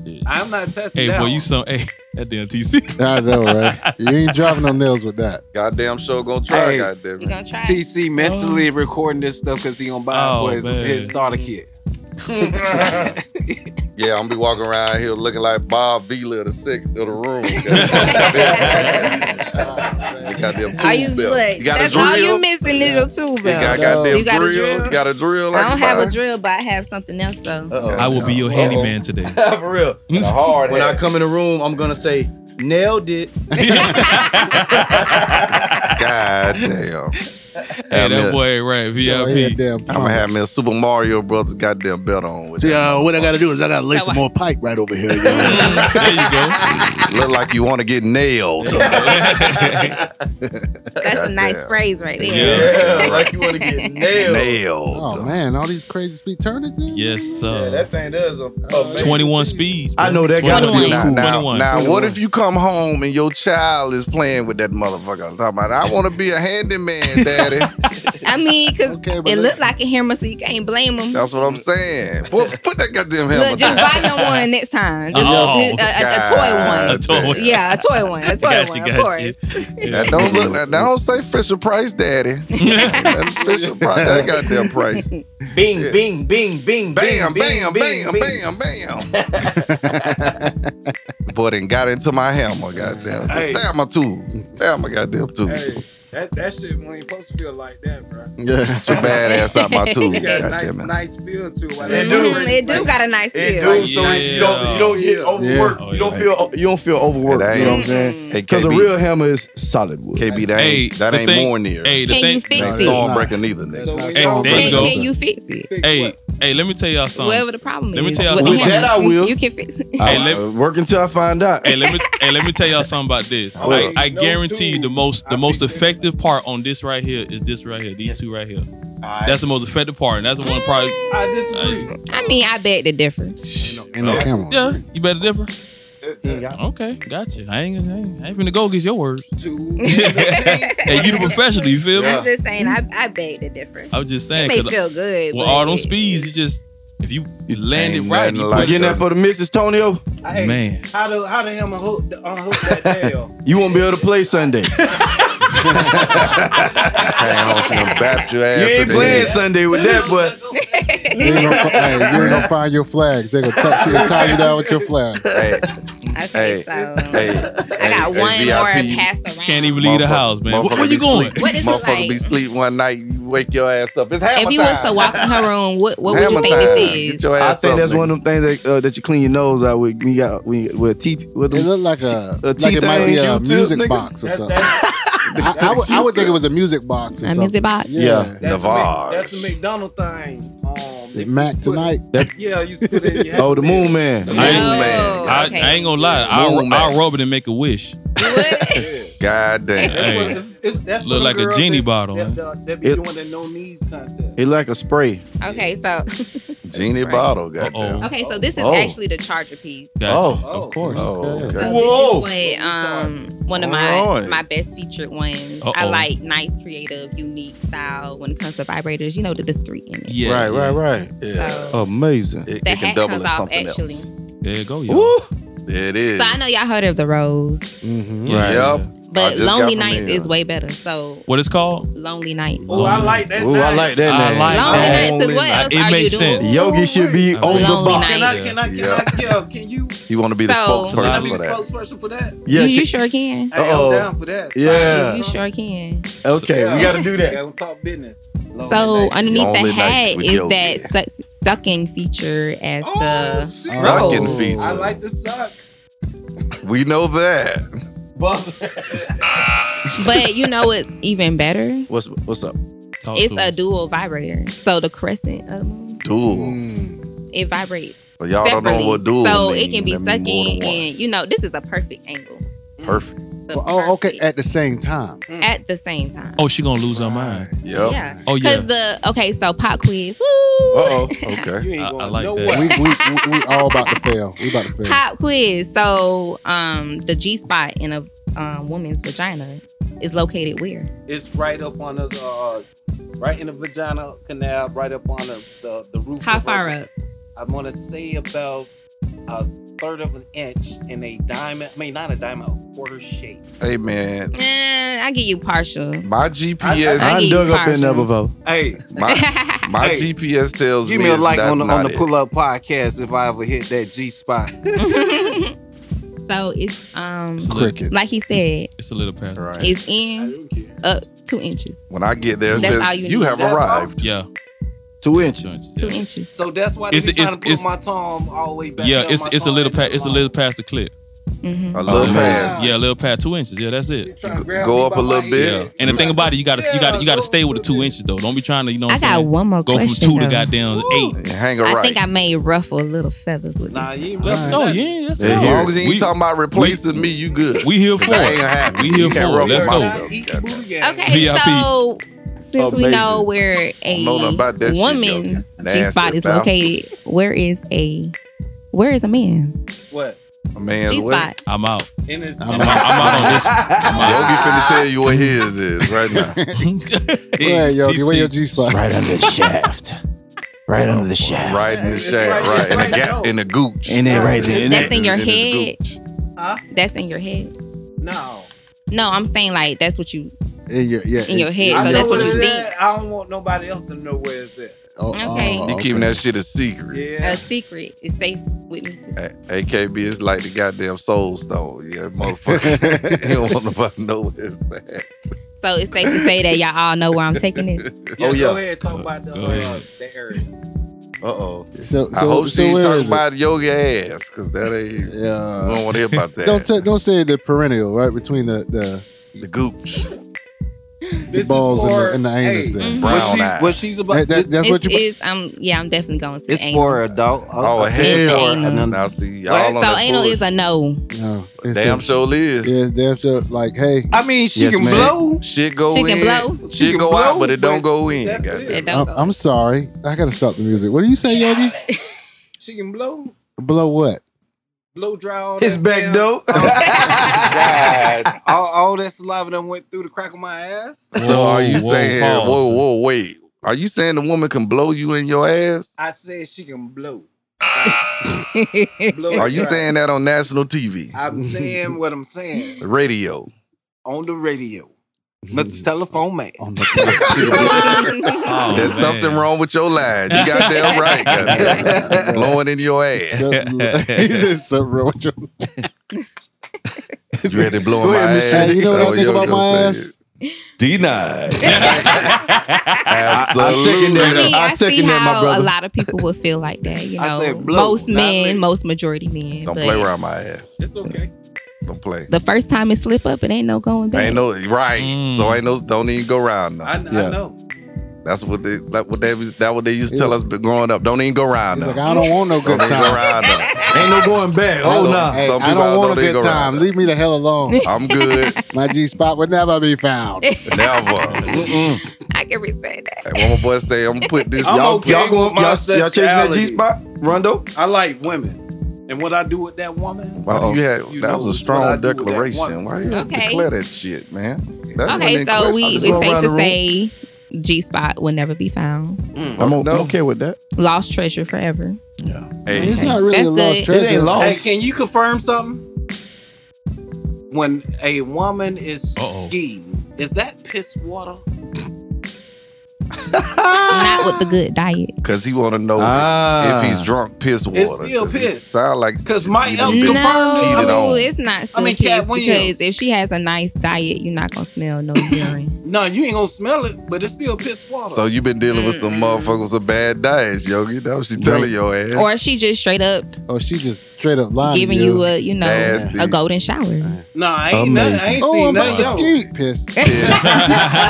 [SPEAKER 10] yeah.
[SPEAKER 5] I'm not testing
[SPEAKER 10] Hey,
[SPEAKER 5] that
[SPEAKER 10] boy,
[SPEAKER 5] one.
[SPEAKER 10] you some hey that damn TC.
[SPEAKER 2] I know, right? You ain't dropping no nails with that.
[SPEAKER 4] Goddamn show gonna try. goddamn.
[SPEAKER 13] You gonna try?
[SPEAKER 5] TC mentally recording this stuff because he gonna buy
[SPEAKER 4] Oh,
[SPEAKER 5] it for
[SPEAKER 4] man.
[SPEAKER 5] his, his starter kit.
[SPEAKER 4] Yeah, I'm gonna be walking around here looking like Bob Vila of the sixth of the room. goddamn
[SPEAKER 13] All you
[SPEAKER 4] tool belt.
[SPEAKER 13] look,
[SPEAKER 4] You got a
[SPEAKER 13] that's all you
[SPEAKER 4] drill.
[SPEAKER 13] missing is your tool
[SPEAKER 4] You got a
[SPEAKER 13] belt.
[SPEAKER 4] goddamn
[SPEAKER 13] You got a
[SPEAKER 4] drill.
[SPEAKER 13] drill.
[SPEAKER 4] You got a drill.
[SPEAKER 13] I don't have
[SPEAKER 4] a Oh,
[SPEAKER 13] a drill, but I have something else though.
[SPEAKER 10] I will be your handyman today.
[SPEAKER 1] For real. when I come in the room, I'm gonna say, nailed it.
[SPEAKER 4] Goddamn.
[SPEAKER 10] Hey, that boy ain't right. VIP.
[SPEAKER 4] I'm gonna have me a Super Mario Brothers goddamn belt on with that.
[SPEAKER 14] Yeah, what I gotta do is I gotta lay some more pipe right over here.
[SPEAKER 4] Look like you want to get nailed.
[SPEAKER 13] That's a nice phrase right there.
[SPEAKER 1] Yeah, like you want to get nailed.
[SPEAKER 4] Nailed.
[SPEAKER 2] Oh man, all these crazy speed turn it.
[SPEAKER 10] Yes, sir.
[SPEAKER 1] that thing does a
[SPEAKER 10] Twenty one speeds.
[SPEAKER 1] I know that gotta be
[SPEAKER 4] Now,
[SPEAKER 1] cool.
[SPEAKER 4] now,
[SPEAKER 1] 21.
[SPEAKER 4] now what
[SPEAKER 1] 21.
[SPEAKER 4] if you come home and your child is playing with that motherfucker? I'm talking about, I want to be a handyman, daddy.
[SPEAKER 13] I mean, because it looked like a hammer, so you can't blame them.
[SPEAKER 4] That's what I'm saying. Put, put that goddamn helmet
[SPEAKER 13] Look, just
[SPEAKER 4] down.
[SPEAKER 13] buy him one next time. Just
[SPEAKER 4] Oh.
[SPEAKER 13] a, a- a- a toy
[SPEAKER 4] God
[SPEAKER 13] one.
[SPEAKER 4] damn.
[SPEAKER 13] Yeah, a toy one. A toy
[SPEAKER 4] Gotcha,
[SPEAKER 13] one,
[SPEAKER 4] gotcha.
[SPEAKER 13] of course.
[SPEAKER 4] That don't look. That don't say Fisher Price, Daddy. that Fisher Price. That goddamn price.
[SPEAKER 1] Bing, bing, bing, bing, bing,
[SPEAKER 4] bam, bam,
[SPEAKER 1] bing,
[SPEAKER 4] bam, bam, bam, Boy, then got into my hammer. Goddamn.
[SPEAKER 11] Hey.
[SPEAKER 4] Stab my tool. Stab my goddamn tool.
[SPEAKER 11] Hey, that, that shit ain't supposed to feel like that, bro.
[SPEAKER 4] Yeah. Get your bad ass out my tool.
[SPEAKER 11] You got a
[SPEAKER 4] God
[SPEAKER 11] nice,
[SPEAKER 4] damn it.
[SPEAKER 11] nice feel to it. Like,
[SPEAKER 1] It do.
[SPEAKER 13] Mm, it do got a nice feel.
[SPEAKER 1] you don't you don't get overworked. You don't feel you don't feel overworked.
[SPEAKER 4] It
[SPEAKER 1] You know what I'm
[SPEAKER 11] Mm.
[SPEAKER 4] ain't.
[SPEAKER 1] saying?
[SPEAKER 4] Hey,
[SPEAKER 1] Because a
[SPEAKER 4] KB.
[SPEAKER 1] real hammer is solid wood.
[SPEAKER 4] KB, that
[SPEAKER 1] Hey,
[SPEAKER 4] ain't, that
[SPEAKER 1] the
[SPEAKER 4] ain't
[SPEAKER 1] thing-
[SPEAKER 4] more near.
[SPEAKER 10] hey, the
[SPEAKER 13] Can
[SPEAKER 10] thing-
[SPEAKER 13] you fix
[SPEAKER 10] Nah,
[SPEAKER 13] it?
[SPEAKER 4] Stormbreaker neither. nigga.
[SPEAKER 10] Hey, there you
[SPEAKER 13] Can,
[SPEAKER 10] go.
[SPEAKER 13] can you fix it?
[SPEAKER 10] Hey, hey, let me tell y'all something.
[SPEAKER 13] Whatever the problem
[SPEAKER 10] Let me
[SPEAKER 13] is.
[SPEAKER 10] tell y'all
[SPEAKER 13] with the
[SPEAKER 10] something. With
[SPEAKER 13] hammer,
[SPEAKER 10] that I
[SPEAKER 13] you-
[SPEAKER 10] will.
[SPEAKER 13] You can fix it.
[SPEAKER 10] Hey,
[SPEAKER 1] I-
[SPEAKER 10] let-
[SPEAKER 1] I Uh, work until I find out.
[SPEAKER 10] hey, let me hey, let me tell y'all something about this. I,
[SPEAKER 1] Well.
[SPEAKER 10] I guarantee you the most the most effective part on this right here is this right here. These two right here. That's the most effective part, and that's the one probably.
[SPEAKER 11] I disagree.
[SPEAKER 13] I mean, I beg the difference.
[SPEAKER 2] Ain't no camera.
[SPEAKER 10] Yeah, you better differ. Okay, gotcha. I ain't, I ain't, I ain't finna go against your words. hey, you the professional, you feel me?
[SPEAKER 13] I'm just saying, I, I beg the difference.
[SPEAKER 10] I was just saying.
[SPEAKER 13] It may
[SPEAKER 10] 'cause
[SPEAKER 13] feel good,
[SPEAKER 10] With
[SPEAKER 13] but
[SPEAKER 10] all them speeds, you just if you land it
[SPEAKER 1] Ain't
[SPEAKER 10] right,
[SPEAKER 1] nothing
[SPEAKER 10] you
[SPEAKER 1] like
[SPEAKER 10] put
[SPEAKER 1] getting that for the missus, Tonio.
[SPEAKER 11] Hey,
[SPEAKER 10] Man.
[SPEAKER 11] How do how the hammer hook the, unhook that nail?
[SPEAKER 1] You won't be able to play Sunday.
[SPEAKER 4] your ass
[SPEAKER 1] You ain't
[SPEAKER 4] today.
[SPEAKER 1] playing Sunday with that, boy.
[SPEAKER 2] You ain't gonna, fi- hey, you ain't gonna find your flags. They're gonna, tuck- she gonna tie you down with your flag.
[SPEAKER 4] Hey, Hey,
[SPEAKER 13] Okay, so
[SPEAKER 4] hey,
[SPEAKER 13] I got
[SPEAKER 4] hey,
[SPEAKER 13] one
[SPEAKER 4] hey,
[SPEAKER 13] more
[SPEAKER 4] VIP.
[SPEAKER 13] pass around.
[SPEAKER 10] Can't even leave the house, man. Where, where
[SPEAKER 4] motherfucker be
[SPEAKER 10] you going?
[SPEAKER 4] Sleep.
[SPEAKER 13] What is it
[SPEAKER 4] motherfucker
[SPEAKER 13] like?
[SPEAKER 4] be sleep one night, you wake your ass up. It's hammer
[SPEAKER 13] If you
[SPEAKER 4] time.
[SPEAKER 13] was to walk in her room, what, what would
[SPEAKER 4] Hammer
[SPEAKER 13] you think
[SPEAKER 4] time.
[SPEAKER 13] this
[SPEAKER 4] Get
[SPEAKER 13] is?
[SPEAKER 4] your
[SPEAKER 1] I
[SPEAKER 4] ass
[SPEAKER 1] think
[SPEAKER 4] up,
[SPEAKER 1] that's
[SPEAKER 4] nigga.
[SPEAKER 1] one of them things that uh, that you clean your nose out with. We got we with teeth. With
[SPEAKER 2] It looked like a like it might be a music box or something. I, I would, I would think it was a music box. Or
[SPEAKER 13] A
[SPEAKER 2] something.
[SPEAKER 13] music box?
[SPEAKER 2] Yeah,
[SPEAKER 4] Yeah, That's the Navarre. Mc-
[SPEAKER 5] That's the McDonald thing. Um,
[SPEAKER 2] Mac tonight.
[SPEAKER 5] Yeah, you spit it. in your
[SPEAKER 1] Oh, the Moon Man.
[SPEAKER 10] I ain't,
[SPEAKER 5] man.
[SPEAKER 10] I, I ain't gonna lie. I'll,
[SPEAKER 4] Moon
[SPEAKER 10] I'll rub it and make a wish.
[SPEAKER 4] God
[SPEAKER 10] Hey,
[SPEAKER 5] It's, it's, that's
[SPEAKER 10] Look
[SPEAKER 5] for
[SPEAKER 10] like a
[SPEAKER 5] the girls
[SPEAKER 10] genie
[SPEAKER 5] that-
[SPEAKER 10] bottle,
[SPEAKER 5] That, uh,
[SPEAKER 10] huh?
[SPEAKER 5] that, that be
[SPEAKER 1] It-
[SPEAKER 5] doing the no knees contest.
[SPEAKER 1] It like a spray.
[SPEAKER 13] Okay, so
[SPEAKER 4] Genie bottle, goddamn.
[SPEAKER 13] okay, so this is
[SPEAKER 4] Oh.
[SPEAKER 13] actually the charger piece.
[SPEAKER 4] Oh,
[SPEAKER 10] of course.
[SPEAKER 4] Oh, okay.
[SPEAKER 13] So Uh, this is what, um, one of my
[SPEAKER 4] Alright.
[SPEAKER 13] my best featured ones. I
[SPEAKER 4] Uh-oh.
[SPEAKER 13] like nice, creative, unique style when it comes to vibrators. You know the discreet in it.
[SPEAKER 1] Right, right, right.
[SPEAKER 13] Yeah.
[SPEAKER 1] Amazing.
[SPEAKER 13] The hat comes off actually.
[SPEAKER 10] There you go,
[SPEAKER 1] y'all.
[SPEAKER 4] There it is.
[SPEAKER 13] So I know y'all heard of the rose,
[SPEAKER 1] Mm-hmm.
[SPEAKER 4] Right. Yep.
[SPEAKER 13] but lonely nights
[SPEAKER 4] is
[SPEAKER 13] is way better. So
[SPEAKER 10] What it's called?
[SPEAKER 13] lonely nights.
[SPEAKER 5] Oh, I like that.
[SPEAKER 1] Ooh, I
[SPEAKER 5] name.
[SPEAKER 1] like that name.
[SPEAKER 10] like
[SPEAKER 13] Lonely
[SPEAKER 10] that.
[SPEAKER 13] nights, 'cause what else
[SPEAKER 10] it
[SPEAKER 13] are
[SPEAKER 10] makes
[SPEAKER 13] you doing?
[SPEAKER 10] sense.
[SPEAKER 1] Yogi should be on the
[SPEAKER 13] Lonely
[SPEAKER 1] box.
[SPEAKER 13] nights.
[SPEAKER 5] Can I, can I, yo, can you?
[SPEAKER 4] You want to be the
[SPEAKER 13] So-
[SPEAKER 4] spokesperson
[SPEAKER 5] Can I be
[SPEAKER 4] for
[SPEAKER 5] the
[SPEAKER 4] that?
[SPEAKER 5] spokesperson for that?
[SPEAKER 1] Yeah,
[SPEAKER 13] you, you
[SPEAKER 1] can-
[SPEAKER 13] sure can.
[SPEAKER 5] Hey, I'm down for that.
[SPEAKER 1] Yeah.
[SPEAKER 13] You sure can.
[SPEAKER 1] Okay, we gotta do that.
[SPEAKER 5] Yeah, we talk business. Lonely
[SPEAKER 13] So
[SPEAKER 5] nights.
[SPEAKER 13] underneath the
[SPEAKER 1] Lonely
[SPEAKER 13] hat
[SPEAKER 1] nights with
[SPEAKER 13] is
[SPEAKER 1] Yogi.
[SPEAKER 13] that su- sucking feature as the
[SPEAKER 4] Sucking
[SPEAKER 13] rose.
[SPEAKER 4] feature.
[SPEAKER 5] Oh, I like the suck,
[SPEAKER 4] We know that.
[SPEAKER 5] but
[SPEAKER 13] but you know what's even better?
[SPEAKER 1] What's what's up?
[SPEAKER 13] it's a dual vibrator. So the crescent of the moon,
[SPEAKER 4] Dual.
[SPEAKER 13] it vibrates.
[SPEAKER 4] But y'all don't know
[SPEAKER 13] Mm. separately.
[SPEAKER 4] what dual
[SPEAKER 13] So
[SPEAKER 4] mean.
[SPEAKER 13] it can be
[SPEAKER 4] That mean more than
[SPEAKER 13] sucking,
[SPEAKER 4] one.
[SPEAKER 13] and you know this is a perfect angle
[SPEAKER 4] Perfect.
[SPEAKER 2] Well, oh, okay. At the same time.
[SPEAKER 13] at the same time.
[SPEAKER 10] Oh, she gonna lose her mind.
[SPEAKER 4] Yep.
[SPEAKER 13] Yeah.
[SPEAKER 10] Oh yeah.
[SPEAKER 13] Because the okay, so pop quiz. Woo!
[SPEAKER 4] oh. Okay.
[SPEAKER 10] I, I like
[SPEAKER 2] We,
[SPEAKER 10] that.
[SPEAKER 2] we, we, we all about to fail. We about to fail.
[SPEAKER 13] Pop quiz. So um, the G spot in a um, woman's vagina is located where?
[SPEAKER 5] it's right up on the, uh, right in the vagina canal, right up on the the, the roof.
[SPEAKER 13] How
[SPEAKER 5] of
[SPEAKER 13] far
[SPEAKER 5] her-
[SPEAKER 13] up?
[SPEAKER 5] I'm gonna say about a third of an inch in a diamond. I mean, not a diamond, a quarter shape.
[SPEAKER 4] Hey man,
[SPEAKER 13] Eh, I give you partial.
[SPEAKER 4] my GPS.
[SPEAKER 5] I- I
[SPEAKER 1] I
[SPEAKER 5] need
[SPEAKER 1] dug up in
[SPEAKER 13] partial.
[SPEAKER 1] there before.
[SPEAKER 5] Hey,
[SPEAKER 4] My, my
[SPEAKER 5] Hey,
[SPEAKER 4] GPS tells
[SPEAKER 5] give
[SPEAKER 4] me
[SPEAKER 5] me a
[SPEAKER 4] it's-
[SPEAKER 5] like
[SPEAKER 4] that's
[SPEAKER 5] on the
[SPEAKER 4] not
[SPEAKER 5] on the
[SPEAKER 4] it.
[SPEAKER 5] pull up podcast if I ever hit that G spot.
[SPEAKER 13] So it's um
[SPEAKER 10] Crickets.
[SPEAKER 13] like he said,
[SPEAKER 10] It's a little past.
[SPEAKER 4] Right.
[SPEAKER 13] it's in up two inches.
[SPEAKER 4] When I get there, it
[SPEAKER 13] That's
[SPEAKER 4] says,
[SPEAKER 13] all you
[SPEAKER 4] you,
[SPEAKER 13] need.
[SPEAKER 4] have
[SPEAKER 13] That's all?
[SPEAKER 4] arrived.
[SPEAKER 10] Yeah.
[SPEAKER 1] Two inches.
[SPEAKER 13] Two inches.
[SPEAKER 5] So that's why they
[SPEAKER 10] It's-
[SPEAKER 5] be trying
[SPEAKER 10] it's-
[SPEAKER 5] to put
[SPEAKER 10] it's-
[SPEAKER 5] my tongue all the way back.
[SPEAKER 10] Yeah,
[SPEAKER 5] down
[SPEAKER 10] it's
[SPEAKER 5] my
[SPEAKER 10] it's a
[SPEAKER 5] thong
[SPEAKER 10] little
[SPEAKER 5] and
[SPEAKER 10] past. It's a little past the clip.
[SPEAKER 4] A little past.
[SPEAKER 10] Yeah, a little past two inches. Yeah, that's it.
[SPEAKER 4] Go up a little
[SPEAKER 10] Yeah.
[SPEAKER 4] bit.
[SPEAKER 10] And the thing about it, you gotta you gotta you gotta stay with the two inches though. Don't be trying to you know. What
[SPEAKER 13] I
[SPEAKER 10] I'm
[SPEAKER 13] got
[SPEAKER 10] saying?
[SPEAKER 13] one more
[SPEAKER 10] Go
[SPEAKER 13] question,
[SPEAKER 10] from two
[SPEAKER 13] though.
[SPEAKER 10] to goddamn eight.
[SPEAKER 4] Hang
[SPEAKER 13] I think I may ruffle little feathers with
[SPEAKER 5] Nah, you ain't
[SPEAKER 10] Let's
[SPEAKER 5] messing
[SPEAKER 10] go.
[SPEAKER 5] with that.
[SPEAKER 10] Oh, Yeah, let's
[SPEAKER 4] As
[SPEAKER 10] go.
[SPEAKER 4] long as you ain't
[SPEAKER 10] We-
[SPEAKER 4] talking about replacing me, you good.
[SPEAKER 10] We here for
[SPEAKER 4] That ain't
[SPEAKER 10] it.
[SPEAKER 4] gonna happen.
[SPEAKER 10] We here
[SPEAKER 4] You can't
[SPEAKER 10] for it.
[SPEAKER 4] ruffle
[SPEAKER 10] Let's
[SPEAKER 4] my
[SPEAKER 10] go.
[SPEAKER 4] feathers, goddamn.
[SPEAKER 13] Okay,
[SPEAKER 10] VIP.
[SPEAKER 13] so since we
[SPEAKER 4] Amazing.
[SPEAKER 13] know where
[SPEAKER 4] I know nothing about that
[SPEAKER 13] a
[SPEAKER 4] shit,
[SPEAKER 13] woman's
[SPEAKER 4] yo.
[SPEAKER 13] G spot
[SPEAKER 4] Nasty,
[SPEAKER 13] is
[SPEAKER 4] pal.
[SPEAKER 13] located, where is a where is a man's?
[SPEAKER 5] What?
[SPEAKER 4] A man's
[SPEAKER 13] G
[SPEAKER 4] way.
[SPEAKER 13] spot.
[SPEAKER 10] I'm out.
[SPEAKER 5] And it's
[SPEAKER 10] I'm out, I'm out on this. one. I'm out.
[SPEAKER 4] Yogi finna tell you what his is right now.
[SPEAKER 2] Yeah, Yogi, where your G spot?
[SPEAKER 1] Right under the shaft. Oh, Right under the shaft.
[SPEAKER 4] Right in the shaft, right in the gap, in the gooch.
[SPEAKER 1] And then right there. and
[SPEAKER 13] That's
[SPEAKER 1] then-
[SPEAKER 13] in your
[SPEAKER 4] It is
[SPEAKER 13] head. That's in your head.
[SPEAKER 5] No.
[SPEAKER 13] No, I'm saying like that's what you
[SPEAKER 2] In your, yeah,
[SPEAKER 13] in your head.
[SPEAKER 5] I
[SPEAKER 13] So
[SPEAKER 5] know
[SPEAKER 13] that's what
[SPEAKER 5] where
[SPEAKER 13] you
[SPEAKER 5] it's
[SPEAKER 13] think.
[SPEAKER 5] at. I don't want nobody else to know where it's at.
[SPEAKER 2] Oh,
[SPEAKER 13] Okay.
[SPEAKER 4] You keeping that shit a secret.
[SPEAKER 5] Yeah.
[SPEAKER 13] A secret is safe with me too.
[SPEAKER 4] A- AKB is like the goddamn soul stone. Yeah, motherfucker. you don't want nobody to know where it's at.
[SPEAKER 13] So it's safe to say that y'all all know where I'm taking this.
[SPEAKER 5] Yeah,
[SPEAKER 4] oh,
[SPEAKER 5] Go
[SPEAKER 4] yeah.
[SPEAKER 5] ahead, talk about the,
[SPEAKER 4] Go
[SPEAKER 5] uh,
[SPEAKER 4] ahead.
[SPEAKER 5] the area.
[SPEAKER 4] Uh oh.
[SPEAKER 2] So, so,
[SPEAKER 4] I hope
[SPEAKER 2] so
[SPEAKER 4] she ain't
[SPEAKER 2] where
[SPEAKER 4] talking
[SPEAKER 2] is it?
[SPEAKER 4] about yogi ass, because that ain't.
[SPEAKER 2] Yeah.
[SPEAKER 4] We don't want to hear about that.
[SPEAKER 2] Don't say, don't say the perennial right between the the,
[SPEAKER 4] the gooch.
[SPEAKER 5] This
[SPEAKER 2] balls
[SPEAKER 5] is
[SPEAKER 2] and
[SPEAKER 5] for,
[SPEAKER 2] the, and the anus
[SPEAKER 5] hey,
[SPEAKER 2] there.
[SPEAKER 5] What
[SPEAKER 4] Brown eye.
[SPEAKER 5] she's, what she's about.
[SPEAKER 2] That- that- that's
[SPEAKER 13] Mm-hmm. It's,
[SPEAKER 2] what you.
[SPEAKER 13] it's um yeah, I'm definitely going to
[SPEAKER 5] it's
[SPEAKER 13] anal.
[SPEAKER 5] for adult. uh,
[SPEAKER 4] Oh, hell.
[SPEAKER 13] anal.
[SPEAKER 4] Now, see, y'all on
[SPEAKER 13] so
[SPEAKER 4] that
[SPEAKER 13] anal
[SPEAKER 4] bullshit.
[SPEAKER 13] is a no.
[SPEAKER 2] No, it's
[SPEAKER 4] Damn
[SPEAKER 2] just-
[SPEAKER 4] sure is.
[SPEAKER 2] Yeah, it's damn sure. Like, hey,
[SPEAKER 5] I mean, she
[SPEAKER 2] Yes,
[SPEAKER 5] can
[SPEAKER 2] ma'am.
[SPEAKER 5] blow.
[SPEAKER 4] Shit go
[SPEAKER 13] She can
[SPEAKER 4] in.
[SPEAKER 13] blow.
[SPEAKER 4] Shit
[SPEAKER 5] She can
[SPEAKER 4] go out,
[SPEAKER 5] blow,
[SPEAKER 4] but it don't
[SPEAKER 5] but
[SPEAKER 4] go in.
[SPEAKER 5] that's
[SPEAKER 4] goddamn.
[SPEAKER 13] It
[SPEAKER 2] I'm,
[SPEAKER 13] don't go.
[SPEAKER 2] I'm sorry. I gotta stop the music. What do you say, Yogi?
[SPEAKER 5] She can blow.
[SPEAKER 2] Blow what?
[SPEAKER 5] Blow dry all
[SPEAKER 1] His
[SPEAKER 5] that
[SPEAKER 1] back
[SPEAKER 5] damn-
[SPEAKER 1] dope.
[SPEAKER 4] God.
[SPEAKER 5] all, all that saliva done went through the crack of my ass.
[SPEAKER 4] So
[SPEAKER 10] Whoa,
[SPEAKER 4] are you
[SPEAKER 10] whoa,
[SPEAKER 4] saying,
[SPEAKER 10] pause.
[SPEAKER 4] whoa, whoa, wait. Are you saying the woman can blow you in your ass?
[SPEAKER 5] I said she can blow.
[SPEAKER 4] Are you saying that on national TV,
[SPEAKER 5] I'm saying what I'm saying
[SPEAKER 4] radio?
[SPEAKER 5] on the radio.
[SPEAKER 11] Mr. Telephone Man.
[SPEAKER 10] Oh,
[SPEAKER 4] There's
[SPEAKER 11] man.
[SPEAKER 4] something wrong with your line. You got that right. goddamn. Blowing in your ass.
[SPEAKER 2] he just so wrong with your
[SPEAKER 4] You ready to blow in
[SPEAKER 2] Go
[SPEAKER 4] my
[SPEAKER 2] ahead, Miss
[SPEAKER 4] ass?
[SPEAKER 2] Patty. You know what I
[SPEAKER 4] That's
[SPEAKER 2] think
[SPEAKER 4] you
[SPEAKER 2] about
[SPEAKER 4] was
[SPEAKER 2] my
[SPEAKER 4] gonna
[SPEAKER 2] ass?
[SPEAKER 4] say. Denied.
[SPEAKER 13] I
[SPEAKER 4] Absolutely.
[SPEAKER 13] mean, I, see how a lot of people would feel like that. You
[SPEAKER 4] I
[SPEAKER 13] know,
[SPEAKER 4] said blow,
[SPEAKER 13] most
[SPEAKER 4] not lick.
[SPEAKER 13] men, most majority men.
[SPEAKER 4] Don't
[SPEAKER 13] but
[SPEAKER 4] play around my ass. It's okay. Don't play.
[SPEAKER 13] The first time it slip up, it ain't no going back.
[SPEAKER 4] Ain't no right. So ain't no. Don't even go around. I,
[SPEAKER 11] Yeah.
[SPEAKER 4] know. That's what they. That what they. That what they used to tell us growing up. Don't even go around.
[SPEAKER 2] Like, I don't want no good
[SPEAKER 4] Don't even
[SPEAKER 2] time.
[SPEAKER 4] go around. ain't no going back.
[SPEAKER 2] Hey, hey, I don't want a good time. Leave me the hell alone.
[SPEAKER 4] I'm good.
[SPEAKER 2] My G spot would never be found.
[SPEAKER 4] Never.
[SPEAKER 13] I can respect that.
[SPEAKER 4] Hey, one more boy say, I'm gonna put this.
[SPEAKER 11] I'm
[SPEAKER 4] y'all,
[SPEAKER 11] okay
[SPEAKER 4] y'all
[SPEAKER 11] with
[SPEAKER 4] going,
[SPEAKER 11] my
[SPEAKER 4] y'all, y'all chasing that
[SPEAKER 11] sexuality.
[SPEAKER 4] G spot, Rondo?
[SPEAKER 11] I like women. And what I do with that woman?
[SPEAKER 4] Why do you had
[SPEAKER 11] You
[SPEAKER 4] that
[SPEAKER 11] know,
[SPEAKER 4] was a
[SPEAKER 11] it's what I
[SPEAKER 4] strong
[SPEAKER 11] do with that
[SPEAKER 4] declaration.
[SPEAKER 11] one.
[SPEAKER 4] Why you have to
[SPEAKER 13] Okay.
[SPEAKER 4] declare that shit, man? That wasn't
[SPEAKER 13] Okay,
[SPEAKER 4] in
[SPEAKER 13] so
[SPEAKER 4] question.
[SPEAKER 13] we
[SPEAKER 4] I'm just
[SPEAKER 13] it's
[SPEAKER 4] going
[SPEAKER 13] safe
[SPEAKER 4] around
[SPEAKER 13] to
[SPEAKER 4] the
[SPEAKER 13] say G spot will never be found.
[SPEAKER 1] I'm, o- I'm okay with that.
[SPEAKER 13] Lost treasure forever.
[SPEAKER 4] room.
[SPEAKER 13] Hey. It's not really That's a lost good. treasure.
[SPEAKER 1] It
[SPEAKER 4] Oh,
[SPEAKER 1] ain't lost.
[SPEAKER 11] Hey, can you confirm something? When a woman is skiing, is that piss water?
[SPEAKER 13] Not with the good diet.
[SPEAKER 4] Cause he want to know
[SPEAKER 1] Ah.
[SPEAKER 4] if he's drunk, piss water.
[SPEAKER 11] It's still
[SPEAKER 4] 'Cause it
[SPEAKER 11] piss.
[SPEAKER 4] Sound like
[SPEAKER 11] Cause my
[SPEAKER 4] you
[SPEAKER 11] elf
[SPEAKER 4] done been cheated
[SPEAKER 13] No,
[SPEAKER 4] on.
[SPEAKER 13] it's not still
[SPEAKER 11] I mean,
[SPEAKER 13] piss
[SPEAKER 11] Cat, when you-
[SPEAKER 13] because if she has a nice diet, you're not gonna smell no urine.
[SPEAKER 11] No, you ain't gonna smell it, but it's still piss water.
[SPEAKER 4] So you been dealing with
[SPEAKER 11] Mm-hmm.
[SPEAKER 4] some motherfuckers with bad diets, Yogi. That's what she telling your ass.
[SPEAKER 13] or she just straight up
[SPEAKER 2] Oh, she just straight up lying.
[SPEAKER 13] giving
[SPEAKER 2] to
[SPEAKER 13] you a you know
[SPEAKER 4] Nasty.
[SPEAKER 13] a golden shower.
[SPEAKER 11] No, I
[SPEAKER 4] ain't nothing- I ain't
[SPEAKER 2] oh,
[SPEAKER 4] seen
[SPEAKER 2] I'm about
[SPEAKER 4] nothing
[SPEAKER 2] to skeet. Piss.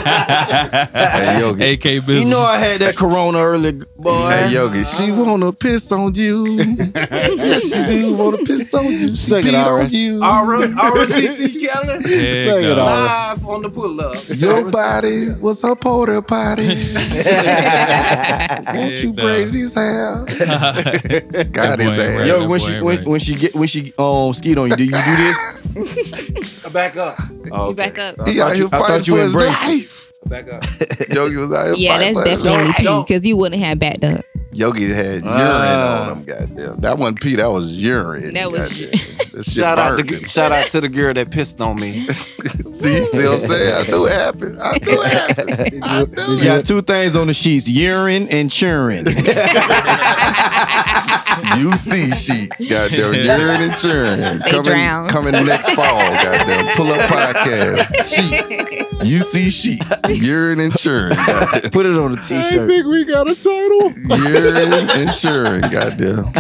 [SPEAKER 4] hey, Yogi.
[SPEAKER 10] AK business.
[SPEAKER 1] You know I had that Corona earlier, boy.
[SPEAKER 4] Hey, Yogi. She wanna piss on you. yes, she do wanna piss on you. She
[SPEAKER 2] Sing it,
[SPEAKER 4] peed on
[SPEAKER 2] Iris.
[SPEAKER 4] you.
[SPEAKER 11] R- RTC Keller
[SPEAKER 4] There you go.
[SPEAKER 11] live on the pull up.
[SPEAKER 4] Your body was her porta potty. Won't you braid his hair? Got his ass.
[SPEAKER 1] Yo, when she when, when she get when she um skied on you, do you do this?
[SPEAKER 11] Back up.
[SPEAKER 13] You back up.
[SPEAKER 4] He out here
[SPEAKER 1] I thought
[SPEAKER 4] fighting
[SPEAKER 1] you
[SPEAKER 4] for his
[SPEAKER 1] embraced
[SPEAKER 4] life.
[SPEAKER 11] Back up.
[SPEAKER 4] Yogi was out here
[SPEAKER 13] Yeah,
[SPEAKER 4] fighting
[SPEAKER 13] that's
[SPEAKER 4] for his
[SPEAKER 13] definitely
[SPEAKER 4] life.
[SPEAKER 13] pee because you wouldn't have backed up.
[SPEAKER 4] Yogi had urine
[SPEAKER 11] Ah.
[SPEAKER 4] on him. Goddamn, that wasn't pee. That was urine.
[SPEAKER 13] That was-
[SPEAKER 4] goddamn. That shit
[SPEAKER 11] Shout out,
[SPEAKER 4] burned
[SPEAKER 11] to,
[SPEAKER 4] him.
[SPEAKER 11] shout out to the girl that pissed on me.
[SPEAKER 4] See, see what I'm saying? I knew it happened. I knew it happened. I knew
[SPEAKER 1] You got two things on the sheets: urine and churning.
[SPEAKER 4] UC sheets, goddamn, urine and churn.
[SPEAKER 13] They
[SPEAKER 4] coming,
[SPEAKER 13] drown.
[SPEAKER 4] coming next fall, goddamn. Pull up podcast. UC sheets, urine and churn. goddamn.
[SPEAKER 1] Put it on the
[SPEAKER 2] I
[SPEAKER 1] t-shirt.
[SPEAKER 2] think we got a title.
[SPEAKER 4] Urine and churn, goddamn.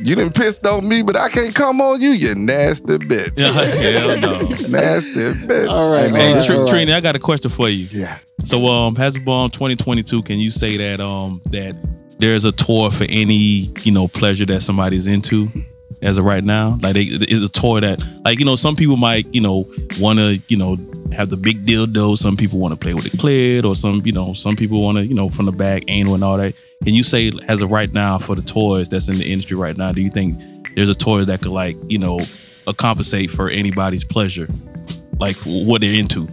[SPEAKER 4] You done pissed on me, but I can't come on you, you nasty bitch.
[SPEAKER 10] Hell no.
[SPEAKER 4] nasty bitch.
[SPEAKER 2] All right.
[SPEAKER 10] Hey,
[SPEAKER 2] all right,
[SPEAKER 10] Tr-
[SPEAKER 2] all right.
[SPEAKER 10] Trini, I got a question for you.
[SPEAKER 2] Yeah.
[SPEAKER 10] So, um, Hasbom 2022, can you say that um that there's a tour for any you know pleasure that somebody's into as of right now? Like, they, is a tour that like you know some people might you know want to you know have the big dildo. Some people want to play with the clit, or some you know some people want to you know from the back anal and all that. Can you say as of right now for the toys that's in the industry right now? Do you think there's a toy that could like you know compensate for anybody's pleasure, like what they're into?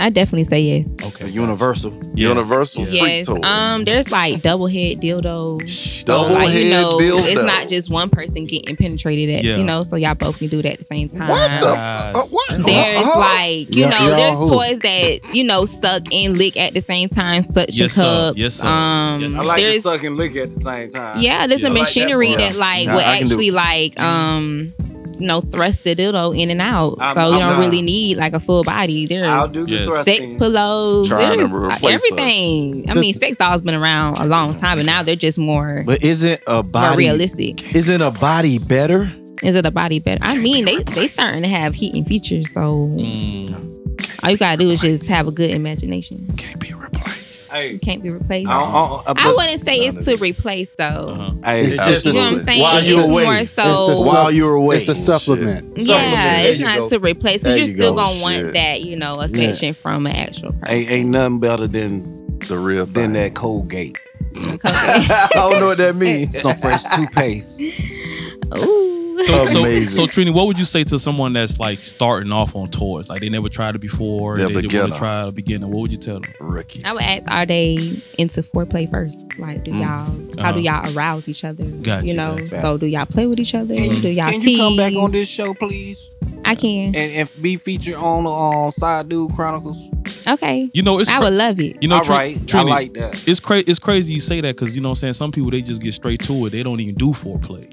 [SPEAKER 13] I definitely say yes.
[SPEAKER 10] Okay.
[SPEAKER 1] Universal.
[SPEAKER 4] Universal freak
[SPEAKER 13] Yes.
[SPEAKER 4] toy.
[SPEAKER 13] Um. There's like double head dildos. So,
[SPEAKER 4] Double
[SPEAKER 13] like, you
[SPEAKER 4] head
[SPEAKER 13] know, It's
[SPEAKER 4] dildo.
[SPEAKER 13] not just one person getting penetrated at.
[SPEAKER 4] Yeah.
[SPEAKER 13] You know, so y'all both can do that at the same time.
[SPEAKER 4] What the? F- uh, what?
[SPEAKER 13] There's
[SPEAKER 2] Uh-huh.
[SPEAKER 4] Huh?
[SPEAKER 13] like, you
[SPEAKER 4] Yeah,
[SPEAKER 13] know,
[SPEAKER 4] y'all
[SPEAKER 13] there's
[SPEAKER 4] who?
[SPEAKER 13] toys that, you know, suck and lick at the same time, suction
[SPEAKER 11] Yes, sir.
[SPEAKER 13] cups.
[SPEAKER 11] Yes, sir.
[SPEAKER 13] Um
[SPEAKER 11] I like to
[SPEAKER 13] there's
[SPEAKER 11] suck and lick at the same time.
[SPEAKER 13] yeah, there's
[SPEAKER 11] I
[SPEAKER 13] the
[SPEAKER 11] like that
[SPEAKER 13] machinery
[SPEAKER 11] part.
[SPEAKER 13] that, like
[SPEAKER 11] Nah,
[SPEAKER 13] will
[SPEAKER 11] I can do
[SPEAKER 13] actually
[SPEAKER 11] it. Mm-hmm.
[SPEAKER 13] like um you know, thrust the dildo in and out.
[SPEAKER 11] I'm-
[SPEAKER 13] so you
[SPEAKER 11] I'm
[SPEAKER 13] don't
[SPEAKER 11] not.
[SPEAKER 13] really need like a full body. There's
[SPEAKER 11] I'll do the Yes.
[SPEAKER 13] sex
[SPEAKER 11] thrusting.
[SPEAKER 13] pillows.
[SPEAKER 1] Trying to
[SPEAKER 13] There's uh,
[SPEAKER 1] replace
[SPEAKER 13] everything. I
[SPEAKER 1] The-
[SPEAKER 13] mean, sex dolls been around a long time and now they're just more
[SPEAKER 1] But isn't a body
[SPEAKER 13] realistic.
[SPEAKER 1] Isn't a body better?
[SPEAKER 13] is it a body better? I mean, they they starting to have heat and features, so
[SPEAKER 1] Mm.
[SPEAKER 13] all you gotta do is just have a good imagination.
[SPEAKER 11] Hey,
[SPEAKER 13] Can't be replaced.
[SPEAKER 11] I don't- I don't- I
[SPEAKER 13] I
[SPEAKER 11] put-
[SPEAKER 13] wouldn't say it's to replace though.
[SPEAKER 1] Uh-huh.
[SPEAKER 11] Hey,
[SPEAKER 2] It's
[SPEAKER 4] uh,
[SPEAKER 11] I-
[SPEAKER 2] just
[SPEAKER 13] You know what I'm saying? While you It's away. more so-
[SPEAKER 2] It's the
[SPEAKER 1] While
[SPEAKER 2] sup-
[SPEAKER 1] you were away.
[SPEAKER 2] It's the supplement.
[SPEAKER 13] Yeah,
[SPEAKER 11] There
[SPEAKER 13] it's
[SPEAKER 11] you
[SPEAKER 13] not
[SPEAKER 11] go.
[SPEAKER 13] to replace
[SPEAKER 11] There
[SPEAKER 13] because you're
[SPEAKER 11] you
[SPEAKER 13] still
[SPEAKER 11] go.
[SPEAKER 13] gonna
[SPEAKER 11] Shit.
[SPEAKER 13] want that, you know, affection from an actual person.
[SPEAKER 11] Ain't, ain't nothing better than
[SPEAKER 4] the real
[SPEAKER 11] than that Colgate.
[SPEAKER 13] I
[SPEAKER 1] don't know what that means.
[SPEAKER 11] Some fresh toothpaste.
[SPEAKER 10] So, so,
[SPEAKER 11] Amazing.
[SPEAKER 10] so Trini, what would you say to someone that's like starting off on tours? Like they never tried it before,
[SPEAKER 4] They're
[SPEAKER 10] they just want
[SPEAKER 4] beginner.
[SPEAKER 10] to try a beginner. What would you tell them?
[SPEAKER 4] Rookie.
[SPEAKER 13] would ask, are they into foreplay first? Like, do
[SPEAKER 10] Mm.
[SPEAKER 13] y'all how do
[SPEAKER 10] Uh-huh.
[SPEAKER 13] y'all arouse each other?
[SPEAKER 10] Gotcha,
[SPEAKER 13] you know,
[SPEAKER 10] gotcha.
[SPEAKER 13] so do y'all play with each other? do y'all
[SPEAKER 11] Can
[SPEAKER 13] tease?
[SPEAKER 11] you come back on this show, please?
[SPEAKER 13] I can.
[SPEAKER 5] And if be featured on
[SPEAKER 11] uh,
[SPEAKER 5] on Side Dude Chronicles.
[SPEAKER 13] Okay.
[SPEAKER 10] You know, it's
[SPEAKER 13] I
[SPEAKER 10] cra-
[SPEAKER 13] would love it.
[SPEAKER 10] You know,
[SPEAKER 5] All
[SPEAKER 10] Trini,
[SPEAKER 5] right. I
[SPEAKER 10] Trini,
[SPEAKER 5] like that.
[SPEAKER 10] It's crazy. It's crazy you say that because you know what I'm saying. Some people they just get straight to it. They don't even do foreplay.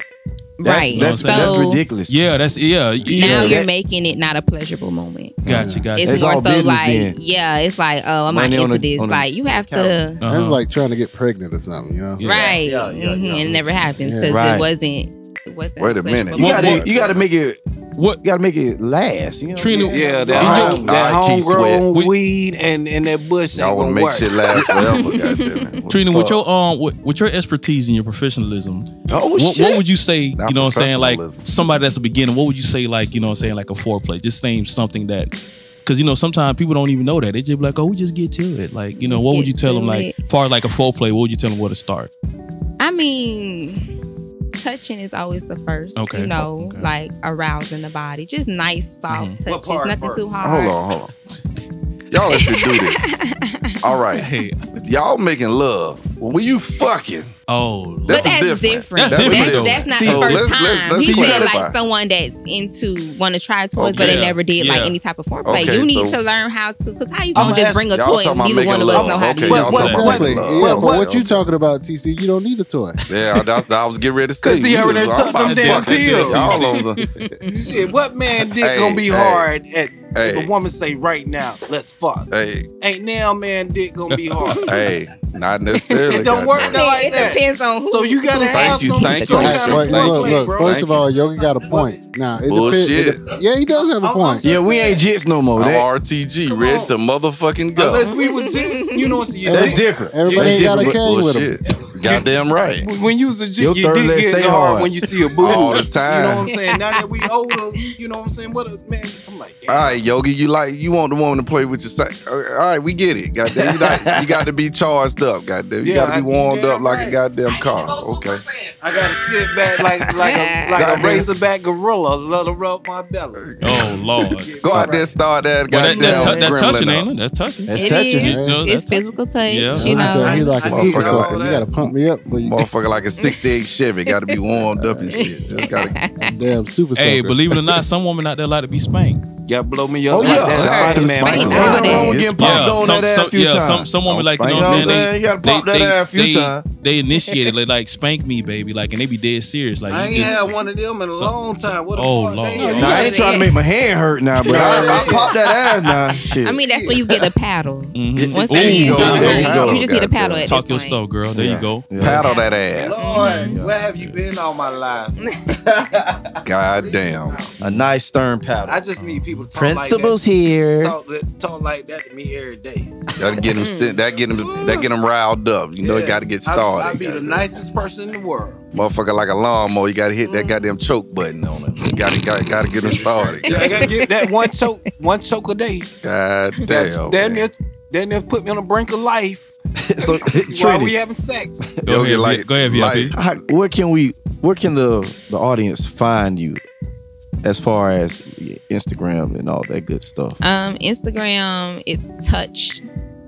[SPEAKER 13] That's- Right.
[SPEAKER 10] You know what I'm
[SPEAKER 13] that's-
[SPEAKER 10] saying?
[SPEAKER 13] that's So-
[SPEAKER 1] ridiculous.
[SPEAKER 10] Yeah, that's yeah. yeah.
[SPEAKER 13] Now you're making it not a pleasurable moment.
[SPEAKER 10] Gotcha, gotcha.
[SPEAKER 13] It's, more so like, yeah, it's like, oh, I'm
[SPEAKER 2] Money
[SPEAKER 13] not
[SPEAKER 2] on
[SPEAKER 13] into
[SPEAKER 2] a-
[SPEAKER 13] this.
[SPEAKER 2] on a
[SPEAKER 13] Like, you have to,
[SPEAKER 10] Uh-huh.
[SPEAKER 2] That's
[SPEAKER 4] Uh-huh.
[SPEAKER 2] like trying to get pregnant or something, you know?
[SPEAKER 13] right? Mhm, It never happens
[SPEAKER 2] Yeah.
[SPEAKER 13] because
[SPEAKER 2] Right.
[SPEAKER 13] it wasn't. It wasn't
[SPEAKER 2] Wait a
[SPEAKER 13] pleasurable.
[SPEAKER 2] minute.
[SPEAKER 1] You
[SPEAKER 2] What-
[SPEAKER 1] gotta,
[SPEAKER 2] what-
[SPEAKER 1] you gotta make it. What you gotta make it last. You know.
[SPEAKER 10] Trina,
[SPEAKER 5] Yeah, that,
[SPEAKER 1] I-
[SPEAKER 5] home,
[SPEAKER 1] I
[SPEAKER 5] that
[SPEAKER 1] keep
[SPEAKER 5] homegrown weed and, and that bush ain't gonna work.
[SPEAKER 10] Trina, with your um, with, with your expertise and your professionalism,
[SPEAKER 1] Oh,
[SPEAKER 10] what, what
[SPEAKER 1] shit.
[SPEAKER 10] would you say?
[SPEAKER 1] Not
[SPEAKER 10] you know what I'm saying? Like
[SPEAKER 1] professionalism.
[SPEAKER 10] somebody that's a beginner, what would you say? Like you know what I'm saying? Like a foreplay, just saying something that, because you know sometimes people don't even know that they just be like, oh, we just get to it. Like you know,
[SPEAKER 13] Just
[SPEAKER 10] what would
[SPEAKER 13] get
[SPEAKER 10] you tell them?
[SPEAKER 13] to
[SPEAKER 10] Like far as like a foreplay, what would you tell them where to start?
[SPEAKER 13] I mean, touching is always the first.
[SPEAKER 10] Okay.
[SPEAKER 13] You know, like arousing the body, just nice, soft touches, nothing too hard.
[SPEAKER 4] Hold on, hold on. Y'all should do this. All right. Y'all making love. When you fucking.
[SPEAKER 10] Oh,
[SPEAKER 13] but that's different. That's, that's not the 1st time. he said like someone that's into want to try toys, but they
[SPEAKER 4] Okay.
[SPEAKER 13] never did like
[SPEAKER 4] Yeah.
[SPEAKER 13] any type of foreplay.
[SPEAKER 4] Okay,
[SPEAKER 13] you need
[SPEAKER 4] so-
[SPEAKER 13] to learn how to, because how you
[SPEAKER 4] I'ma
[SPEAKER 13] gonna just
[SPEAKER 4] ask-
[SPEAKER 13] bring a
[SPEAKER 4] y'all
[SPEAKER 13] toy?
[SPEAKER 4] talking about
[SPEAKER 13] Neither one
[SPEAKER 4] making
[SPEAKER 13] of us
[SPEAKER 4] love.
[SPEAKER 13] know how to
[SPEAKER 4] Okay,
[SPEAKER 13] use
[SPEAKER 4] y'all
[SPEAKER 13] it.
[SPEAKER 4] talking about
[SPEAKER 2] Exactly.
[SPEAKER 4] making love.
[SPEAKER 2] Yeah, but
[SPEAKER 4] Okay,
[SPEAKER 2] what you talking about, TC? You don't need a toy.
[SPEAKER 4] Yeah, that's, I was getting ready to say.
[SPEAKER 2] Cause he
[SPEAKER 4] you
[SPEAKER 2] already
[SPEAKER 4] was all
[SPEAKER 2] took
[SPEAKER 4] about
[SPEAKER 2] them damn
[SPEAKER 4] fucking
[SPEAKER 2] pills.
[SPEAKER 4] Y'all on some-
[SPEAKER 10] Mm-hmm.
[SPEAKER 5] Shit, what man dick
[SPEAKER 4] Hey,
[SPEAKER 5] gonna be
[SPEAKER 4] hey,
[SPEAKER 5] hard at if
[SPEAKER 4] hey.
[SPEAKER 5] a woman say right now, let's fuck.
[SPEAKER 4] Hey,
[SPEAKER 5] Ain't now man dick gonna be hard.
[SPEAKER 4] hey, not necessarily.
[SPEAKER 5] it don't work
[SPEAKER 4] goddamn.
[SPEAKER 5] though
[SPEAKER 13] I mean,
[SPEAKER 5] like
[SPEAKER 13] it
[SPEAKER 5] that.
[SPEAKER 13] depends on who-
[SPEAKER 5] So you gotta
[SPEAKER 13] Thank
[SPEAKER 5] have
[SPEAKER 4] you,
[SPEAKER 5] some.
[SPEAKER 4] thank
[SPEAKER 5] so
[SPEAKER 4] you.
[SPEAKER 5] gotta
[SPEAKER 4] Thank
[SPEAKER 2] Wait,
[SPEAKER 4] you.
[SPEAKER 2] look, look.
[SPEAKER 5] bro.
[SPEAKER 2] First
[SPEAKER 4] Thank
[SPEAKER 2] of all, Yogi got a point. Nah, it depends.
[SPEAKER 4] Bullshit.
[SPEAKER 2] it dep- yeah, he does have a point.
[SPEAKER 1] Yeah, we ain't jits no more.
[SPEAKER 4] I'm
[SPEAKER 1] That-
[SPEAKER 4] RTG. Red the motherfucking go.
[SPEAKER 5] Unless we was just, you know, what I'm saying?
[SPEAKER 1] That's
[SPEAKER 5] They-
[SPEAKER 1] different.
[SPEAKER 5] Everybody
[SPEAKER 1] That's
[SPEAKER 5] ain't got a
[SPEAKER 1] different.
[SPEAKER 5] cane with 'em.
[SPEAKER 4] Bullshit. Goddamn right.
[SPEAKER 5] When you was a G,
[SPEAKER 4] Your
[SPEAKER 5] your,
[SPEAKER 4] third
[SPEAKER 5] dick
[SPEAKER 4] leg stay
[SPEAKER 5] get hard.
[SPEAKER 4] hard.
[SPEAKER 5] when you see a boo.
[SPEAKER 4] All the
[SPEAKER 5] You
[SPEAKER 4] time.
[SPEAKER 5] know what I'm saying? Now that we older, you know what I'm saying? What a man. I'm like,
[SPEAKER 4] All right, Yogi, you like you want the woman to play with your side. All right, we get it. Goddamn, you, like, you got to be charged up. Goddamn, you
[SPEAKER 5] Yeah,
[SPEAKER 4] got to be
[SPEAKER 5] I-
[SPEAKER 4] warmed
[SPEAKER 5] yeah,
[SPEAKER 4] up like a
[SPEAKER 5] right.
[SPEAKER 4] goddamn car. Ah, Okay.
[SPEAKER 5] I gotta sit back like like a like a
[SPEAKER 4] Goddamn.
[SPEAKER 5] razorback gorilla, let her rub my belly.
[SPEAKER 10] Oh lord.
[SPEAKER 4] Go out there, and start that
[SPEAKER 10] Well,
[SPEAKER 4] goddamn.
[SPEAKER 10] that- that's tou- that's
[SPEAKER 4] gremlin
[SPEAKER 10] touching,
[SPEAKER 4] up.
[SPEAKER 10] ain't it? That's touching.
[SPEAKER 13] It is. it's physical touch. You
[SPEAKER 2] He said he
[SPEAKER 13] know,
[SPEAKER 2] like a super sucker. You gotta pump me up for you.
[SPEAKER 4] Motherfucker like a 68 Chevy. Got to be warmed up and shit. Just gotta,
[SPEAKER 2] Damn super sucker.
[SPEAKER 10] Hey, believe it or not, some women out there like to be spanked.
[SPEAKER 5] Yeah, blow me
[SPEAKER 10] up.
[SPEAKER 2] Oh, like yeah. that Shout out to Spider-Man Spank. movie. Ain't nothing wrong with getting popped on
[SPEAKER 10] some,
[SPEAKER 2] that ass
[SPEAKER 10] some-
[SPEAKER 2] few
[SPEAKER 10] yeah,
[SPEAKER 2] times.
[SPEAKER 10] Some, some women
[SPEAKER 2] Don't
[SPEAKER 10] like, you know
[SPEAKER 2] spank
[SPEAKER 10] what I'm
[SPEAKER 2] them.
[SPEAKER 10] saying? They,
[SPEAKER 2] You gotta pop
[SPEAKER 10] they,
[SPEAKER 2] that
[SPEAKER 10] they,
[SPEAKER 2] ass few
[SPEAKER 10] they,
[SPEAKER 2] times.
[SPEAKER 10] They initiate it. They like, spank me, baby. Like, and they be dead serious. Like,
[SPEAKER 5] I ain't
[SPEAKER 10] you just,
[SPEAKER 5] had one of them in a long time. What a
[SPEAKER 10] oh,
[SPEAKER 5] fuck?
[SPEAKER 10] Lord.
[SPEAKER 5] They-
[SPEAKER 1] Nah, I ain't trying to make my hand hurt now, but I, I popped that ass now. Shit.
[SPEAKER 13] I mean, that's where you get a paddle.
[SPEAKER 10] Mhm.
[SPEAKER 13] Once that
[SPEAKER 10] Ooh,
[SPEAKER 13] hand's
[SPEAKER 10] there
[SPEAKER 13] gone, you
[SPEAKER 10] you go.
[SPEAKER 13] just need a paddle at
[SPEAKER 10] Talk
[SPEAKER 13] this
[SPEAKER 10] your
[SPEAKER 13] point.
[SPEAKER 10] stuff, girl. There you go.
[SPEAKER 4] Paddle that ass.
[SPEAKER 5] Lord, where have you been all my life?
[SPEAKER 4] Goddamn.
[SPEAKER 1] A nice stern paddle.
[SPEAKER 5] I just need people to talk
[SPEAKER 1] Principals
[SPEAKER 5] like that.
[SPEAKER 1] here.
[SPEAKER 5] Talk, that- talk like that to me every day.
[SPEAKER 4] That get him. St- that get him. That get him riled up. You know, you got to get started.
[SPEAKER 5] I'll be the nicest person in the world.
[SPEAKER 4] Motherfucker like a lawnmower. You got to
[SPEAKER 13] Mm-hmm.
[SPEAKER 4] hit that goddamn choke button on him. You got to got to get him started.
[SPEAKER 5] I gotta get that one choke, one choke a day.
[SPEAKER 4] God damn.
[SPEAKER 5] Damn near, damn near put me on the brink of life
[SPEAKER 1] so,
[SPEAKER 5] while
[SPEAKER 1] Trini,
[SPEAKER 5] we having sex.
[SPEAKER 4] Yo, you like,
[SPEAKER 1] how- where can we? Where can the the audience find you? As far as Instagram and all that good stuff.
[SPEAKER 13] Um, Instagram, it's Touch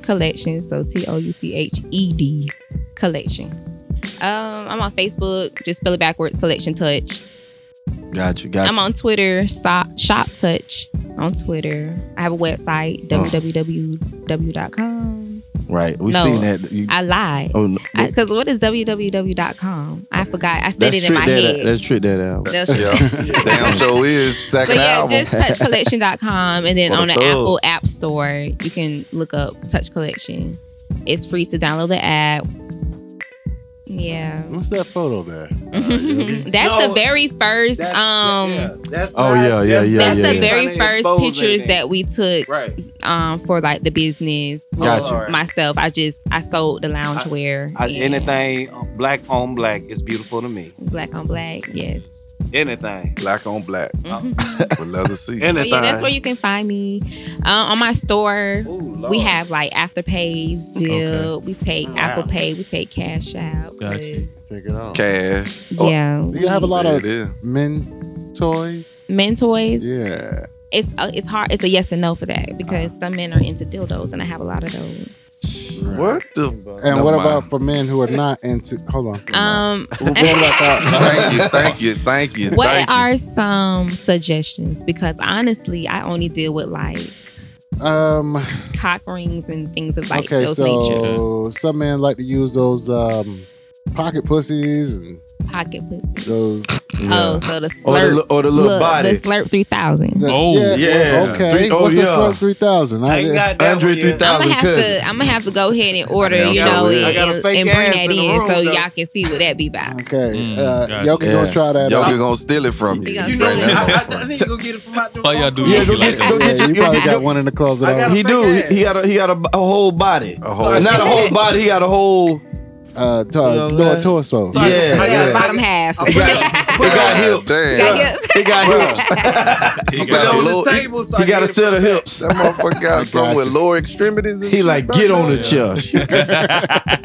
[SPEAKER 13] Collection, so T O U C H E D Collection. Um, I'm on Facebook, just spell it backwards, Collection Touch.
[SPEAKER 1] Got you. Got
[SPEAKER 13] I'm
[SPEAKER 1] you.
[SPEAKER 13] on Twitter, Stop, Shop Touch on Twitter. I have a website,
[SPEAKER 1] Oh.
[SPEAKER 13] www.com.
[SPEAKER 1] Right. We
[SPEAKER 13] No,
[SPEAKER 1] seen that. You,
[SPEAKER 13] I lied.
[SPEAKER 1] oh no.
[SPEAKER 13] Because what is www.com? I forgot. I said
[SPEAKER 1] Let's
[SPEAKER 13] it in
[SPEAKER 1] trick
[SPEAKER 13] my
[SPEAKER 1] that
[SPEAKER 13] head.
[SPEAKER 1] out. Let's trick that out.
[SPEAKER 13] That's-
[SPEAKER 4] Yeah. damn show is second
[SPEAKER 13] but yeah,
[SPEAKER 4] album.
[SPEAKER 13] just touchcollection.com and then
[SPEAKER 4] What a
[SPEAKER 13] on the
[SPEAKER 4] thug.
[SPEAKER 13] Apple App Store, you can look up Touch Collection. It's free to download the app. Yeah.
[SPEAKER 2] What's that photo there?
[SPEAKER 13] That's the very first um
[SPEAKER 5] That's
[SPEAKER 2] Oh, not- yeah, yeah, that's- yeah,
[SPEAKER 13] That's
[SPEAKER 2] yeah,
[SPEAKER 13] the
[SPEAKER 2] yeah.
[SPEAKER 13] very
[SPEAKER 2] Trying to
[SPEAKER 13] first
[SPEAKER 2] expose
[SPEAKER 13] pictures
[SPEAKER 2] anything.
[SPEAKER 13] that we took um for like the business.
[SPEAKER 5] Gotcha.
[SPEAKER 13] with Myself. I just I sold the loungewear.
[SPEAKER 5] I,
[SPEAKER 13] and
[SPEAKER 5] anything uh, black on black is beautiful to me.
[SPEAKER 13] black on black, yes.
[SPEAKER 5] Anything
[SPEAKER 4] black on black.
[SPEAKER 13] Mm-hmm.
[SPEAKER 4] With leather seats.
[SPEAKER 13] But
[SPEAKER 5] Anything.
[SPEAKER 13] yeah, that's where you can find me. Uh, on my store,
[SPEAKER 5] Lord.
[SPEAKER 13] we have like Afterpay, Zip.
[SPEAKER 5] Okay.
[SPEAKER 13] We take
[SPEAKER 5] Wow.
[SPEAKER 13] Apple Pay. We take Cash Out.
[SPEAKER 2] Gotcha. Take it off.
[SPEAKER 4] Cash.
[SPEAKER 13] Yeah.
[SPEAKER 2] Do you have a lot
[SPEAKER 4] There
[SPEAKER 2] of
[SPEAKER 4] it is.
[SPEAKER 2] men toys?
[SPEAKER 13] Men toys.
[SPEAKER 2] Yeah.
[SPEAKER 13] It's uh, it's hard. It's a yes and no for that because some men are into dildos, and I have a lot of those.
[SPEAKER 4] What the?
[SPEAKER 2] And
[SPEAKER 4] Never
[SPEAKER 2] what
[SPEAKER 4] mind.
[SPEAKER 2] about for men who are not into? Hold on.
[SPEAKER 13] Um,
[SPEAKER 2] We'll go back out.
[SPEAKER 4] thank you, thank you, thank you.
[SPEAKER 13] what
[SPEAKER 4] thank you.
[SPEAKER 13] are some suggestions? Because honestly, I only deal with like
[SPEAKER 2] um
[SPEAKER 13] cock rings and things of like
[SPEAKER 2] okay,
[SPEAKER 13] those nature.
[SPEAKER 2] so some men like to use those um pocket pussies and
[SPEAKER 13] Pocket pussy.
[SPEAKER 2] those.
[SPEAKER 13] Oh, so the slurp. look, The slurp 3000.
[SPEAKER 2] Oh, Okay.
[SPEAKER 13] Three- oh,
[SPEAKER 2] What's
[SPEAKER 13] yeah.
[SPEAKER 2] a slurp three thousand? I
[SPEAKER 13] got
[SPEAKER 2] Andre three
[SPEAKER 13] I'm gonna have to. I'm gonna have to go ahead and order,
[SPEAKER 2] I
[SPEAKER 13] you
[SPEAKER 2] got
[SPEAKER 13] know,
[SPEAKER 2] a-
[SPEAKER 13] and,
[SPEAKER 2] I got a
[SPEAKER 13] and
[SPEAKER 2] fake
[SPEAKER 13] bring
[SPEAKER 2] ass
[SPEAKER 13] that
[SPEAKER 2] in
[SPEAKER 13] in,
[SPEAKER 2] the room,
[SPEAKER 13] so
[SPEAKER 2] though.
[SPEAKER 13] y'all can see what that be about.
[SPEAKER 2] Okay, uh, Yoki gonna try that.
[SPEAKER 4] Yoki
[SPEAKER 2] out.
[SPEAKER 4] gonna steal it from you.
[SPEAKER 13] You
[SPEAKER 4] know,
[SPEAKER 11] I need to go get it from out the.
[SPEAKER 10] y'all do
[SPEAKER 1] Yeah,
[SPEAKER 10] that?
[SPEAKER 1] go get- go get
[SPEAKER 2] Yeah,
[SPEAKER 1] your-
[SPEAKER 2] you
[SPEAKER 1] go
[SPEAKER 2] probably
[SPEAKER 1] get
[SPEAKER 2] got
[SPEAKER 1] your-
[SPEAKER 2] one in the closet. already.
[SPEAKER 1] He do. He, he got a he got a, a whole body. A
[SPEAKER 2] whole-
[SPEAKER 1] not a whole body. He got a whole
[SPEAKER 2] uh to,
[SPEAKER 1] you know what I'm
[SPEAKER 2] lower
[SPEAKER 1] saying?
[SPEAKER 2] torso.
[SPEAKER 1] Yeah, yeah.
[SPEAKER 13] Bottom half.
[SPEAKER 1] He got hips.
[SPEAKER 13] Got hips.
[SPEAKER 1] He got hips.
[SPEAKER 4] He got a little- e-
[SPEAKER 1] He got a set of hips.
[SPEAKER 4] That motherfucker got something with lower extremities. And
[SPEAKER 1] He like get on the chair.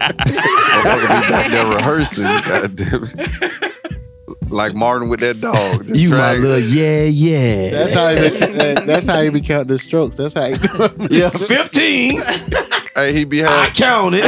[SPEAKER 4] Motherfucker be back there rehearsing. God damn it. Like Martin with that dog. Just
[SPEAKER 1] You my
[SPEAKER 4] trying-
[SPEAKER 1] little yeah yeah.
[SPEAKER 2] That's how he be, that, that's how he be counting the strokes. That's how he do
[SPEAKER 1] Yeah, fifteen.
[SPEAKER 4] Hey, he be
[SPEAKER 1] I
[SPEAKER 4] having.
[SPEAKER 1] counted.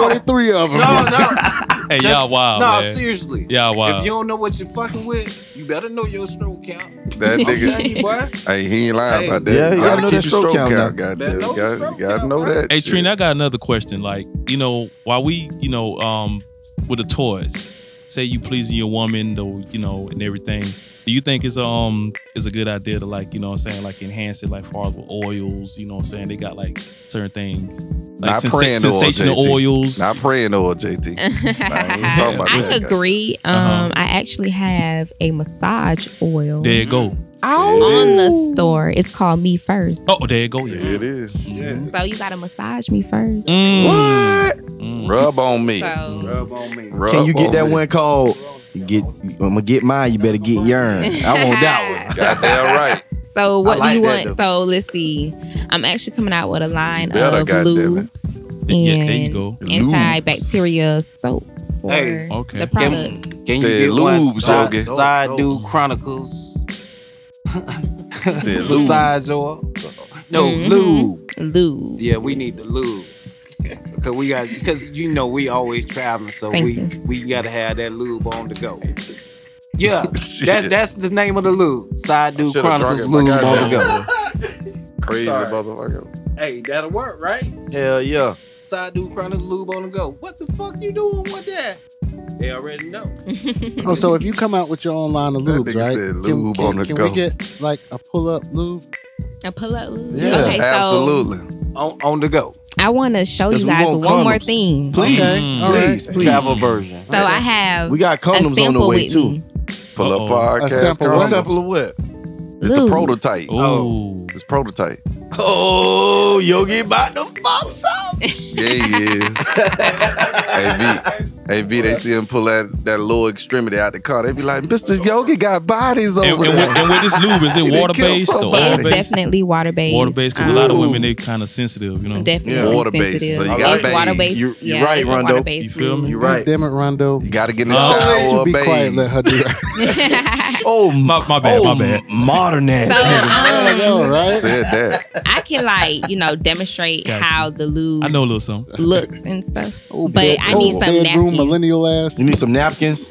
[SPEAKER 2] forty three of them.
[SPEAKER 10] Hey, y'all wild,
[SPEAKER 11] no,
[SPEAKER 10] man.
[SPEAKER 11] seriously.
[SPEAKER 10] Y'all
[SPEAKER 11] If
[SPEAKER 10] wild.
[SPEAKER 11] you don't know what you're fucking with, you better know your stroke count.
[SPEAKER 4] That
[SPEAKER 11] I'm
[SPEAKER 4] nigga-
[SPEAKER 11] telling you, boy.
[SPEAKER 4] Hey, he ain't lying
[SPEAKER 11] Hey.
[SPEAKER 4] about that.
[SPEAKER 11] Yeah, you gotta know
[SPEAKER 4] keep
[SPEAKER 11] that
[SPEAKER 4] your
[SPEAKER 11] stroke count now.
[SPEAKER 4] God
[SPEAKER 11] Better
[SPEAKER 4] damn,
[SPEAKER 11] know
[SPEAKER 4] you
[SPEAKER 11] the
[SPEAKER 4] gotta, you gotta know that.
[SPEAKER 10] Hey,
[SPEAKER 4] shit.
[SPEAKER 10] Trina, I got another question. Like, you know, while we, you know, um, with the toys, say you pleasing your woman, though, you know, and everything. Do you think it's um it's a good idea to like, you know what I'm saying, like enhance it like far as with oils, you know what I'm saying? They got like certain things. Like
[SPEAKER 4] Not
[SPEAKER 10] sensa-
[SPEAKER 4] praying oil,
[SPEAKER 10] sensational
[SPEAKER 4] JT.
[SPEAKER 10] oils.
[SPEAKER 4] Not praying oil, JT. talking about
[SPEAKER 13] I
[SPEAKER 4] that.
[SPEAKER 13] agree. Um,
[SPEAKER 10] Uh-huh.
[SPEAKER 13] I actually have a massage oil.
[SPEAKER 10] There you go.
[SPEAKER 13] On the store, it's called Me First.
[SPEAKER 10] Oh, there you go. Yeah.
[SPEAKER 4] It is.
[SPEAKER 13] So you gotta massage me first.
[SPEAKER 10] Mm.
[SPEAKER 4] What? Rub on me.
[SPEAKER 13] So-
[SPEAKER 11] Rub on me.
[SPEAKER 1] Can you get that one called? Get I'm gonna get mine. You better get yarn. I want that one.
[SPEAKER 4] Goddamn right.
[SPEAKER 13] So what
[SPEAKER 1] like
[SPEAKER 13] do you
[SPEAKER 1] that,
[SPEAKER 13] want?
[SPEAKER 1] though.
[SPEAKER 13] So let's see. I'm actually coming out with a line
[SPEAKER 4] better,
[SPEAKER 13] of
[SPEAKER 4] goddamn it.
[SPEAKER 13] lubes and
[SPEAKER 4] Yeah, there you go.
[SPEAKER 13] antibacterial soap for
[SPEAKER 11] Hey,
[SPEAKER 13] the products.
[SPEAKER 11] Can, can you
[SPEAKER 4] Said
[SPEAKER 11] get one
[SPEAKER 4] lubes,
[SPEAKER 11] side,
[SPEAKER 4] Logan.
[SPEAKER 11] side dude chronicles?
[SPEAKER 4] Said lube.
[SPEAKER 11] Besides oil, no
[SPEAKER 13] Mhm.
[SPEAKER 11] lube.
[SPEAKER 13] Lube.
[SPEAKER 11] Yeah, we need the lube because we got because you know we always traveling, so
[SPEAKER 13] Thank
[SPEAKER 11] we
[SPEAKER 13] you.
[SPEAKER 11] we gotta have that lube on the go. Yeah, that that's the name of the lube. Side dude
[SPEAKER 4] Shoulda drunk
[SPEAKER 11] chronicles
[SPEAKER 4] it, my
[SPEAKER 11] lube on the
[SPEAKER 4] goddamn
[SPEAKER 11] go.
[SPEAKER 4] one. Crazy motherfucker.
[SPEAKER 11] Hey, that'll work, right?
[SPEAKER 4] Hell yeah.
[SPEAKER 11] Side dude chronicles lube on the go. What the fuck you doing with that? They already know.
[SPEAKER 2] Oh, so if you come out with your own line of lubes,
[SPEAKER 4] nigga
[SPEAKER 2] right?
[SPEAKER 4] said
[SPEAKER 2] can-
[SPEAKER 4] lube
[SPEAKER 2] can,
[SPEAKER 4] on the
[SPEAKER 2] can
[SPEAKER 4] go.
[SPEAKER 2] we get like a pull up lube?
[SPEAKER 13] A pull up lube.
[SPEAKER 2] Yeah,
[SPEAKER 13] okay, so
[SPEAKER 11] On on the go.
[SPEAKER 13] I want to show
[SPEAKER 11] Yes,
[SPEAKER 13] you
[SPEAKER 11] we
[SPEAKER 13] guys
[SPEAKER 11] want
[SPEAKER 13] one more
[SPEAKER 11] condoms.
[SPEAKER 13] thing.
[SPEAKER 1] Please,
[SPEAKER 11] Okay, all
[SPEAKER 1] please,
[SPEAKER 11] right.
[SPEAKER 1] please.
[SPEAKER 11] Travel version.
[SPEAKER 13] So I have
[SPEAKER 1] We got
[SPEAKER 13] a
[SPEAKER 1] condoms on
[SPEAKER 13] sample
[SPEAKER 1] the way
[SPEAKER 13] with
[SPEAKER 1] too.
[SPEAKER 13] me.
[SPEAKER 4] Pull up
[SPEAKER 1] Uh-oh.
[SPEAKER 4] podcast.
[SPEAKER 1] A sample
[SPEAKER 4] condom.
[SPEAKER 1] what? Sample of what?
[SPEAKER 4] It's a
[SPEAKER 13] Lube.
[SPEAKER 4] prototype.
[SPEAKER 10] Oh.
[SPEAKER 4] It's prototype.
[SPEAKER 1] Oh, Yogi about to fuck some.
[SPEAKER 4] Yeah, yeah. hey, V. Hey, V, they see him pull that, that little extremity out the car. They be like, Mr. Yogi got bodies over
[SPEAKER 10] And, and,
[SPEAKER 4] there.
[SPEAKER 10] with, and with this lube, is
[SPEAKER 4] He
[SPEAKER 10] it
[SPEAKER 4] done
[SPEAKER 10] water based
[SPEAKER 4] killed
[SPEAKER 10] or
[SPEAKER 4] somebody.
[SPEAKER 10] oil
[SPEAKER 13] It's
[SPEAKER 10] based?
[SPEAKER 13] definitely water based.
[SPEAKER 10] Water based because a lot of women they kind of sensitive, you know.
[SPEAKER 13] Definitely
[SPEAKER 4] Water-based,
[SPEAKER 13] sensitive.
[SPEAKER 4] so you gotta
[SPEAKER 13] it's
[SPEAKER 4] bathe.
[SPEAKER 13] water based.
[SPEAKER 4] You-
[SPEAKER 1] you're
[SPEAKER 13] yeah,
[SPEAKER 1] right,
[SPEAKER 13] it's a
[SPEAKER 1] Rondo.
[SPEAKER 13] water-based
[SPEAKER 10] You feel
[SPEAKER 13] lube.
[SPEAKER 4] you right.
[SPEAKER 2] Damn it, Rondo.
[SPEAKER 4] You got to get in the
[SPEAKER 2] Always
[SPEAKER 4] shower,
[SPEAKER 2] you be
[SPEAKER 4] babe.
[SPEAKER 2] quiet. Let her do that.
[SPEAKER 1] Oh, my,
[SPEAKER 10] my bad,
[SPEAKER 1] oh,
[SPEAKER 10] my bad.
[SPEAKER 1] Modern ass.
[SPEAKER 13] So,
[SPEAKER 2] I know, right?
[SPEAKER 4] Said that.
[SPEAKER 13] I can like you know demonstrate
[SPEAKER 10] Gotcha.
[SPEAKER 13] how the lube
[SPEAKER 10] I know a little something.
[SPEAKER 13] looks and stuff,
[SPEAKER 2] Oh,
[SPEAKER 13] but I
[SPEAKER 2] oh,
[SPEAKER 13] need some
[SPEAKER 2] bedroom
[SPEAKER 13] napkins.
[SPEAKER 2] millennial ass.
[SPEAKER 1] you need some napkins.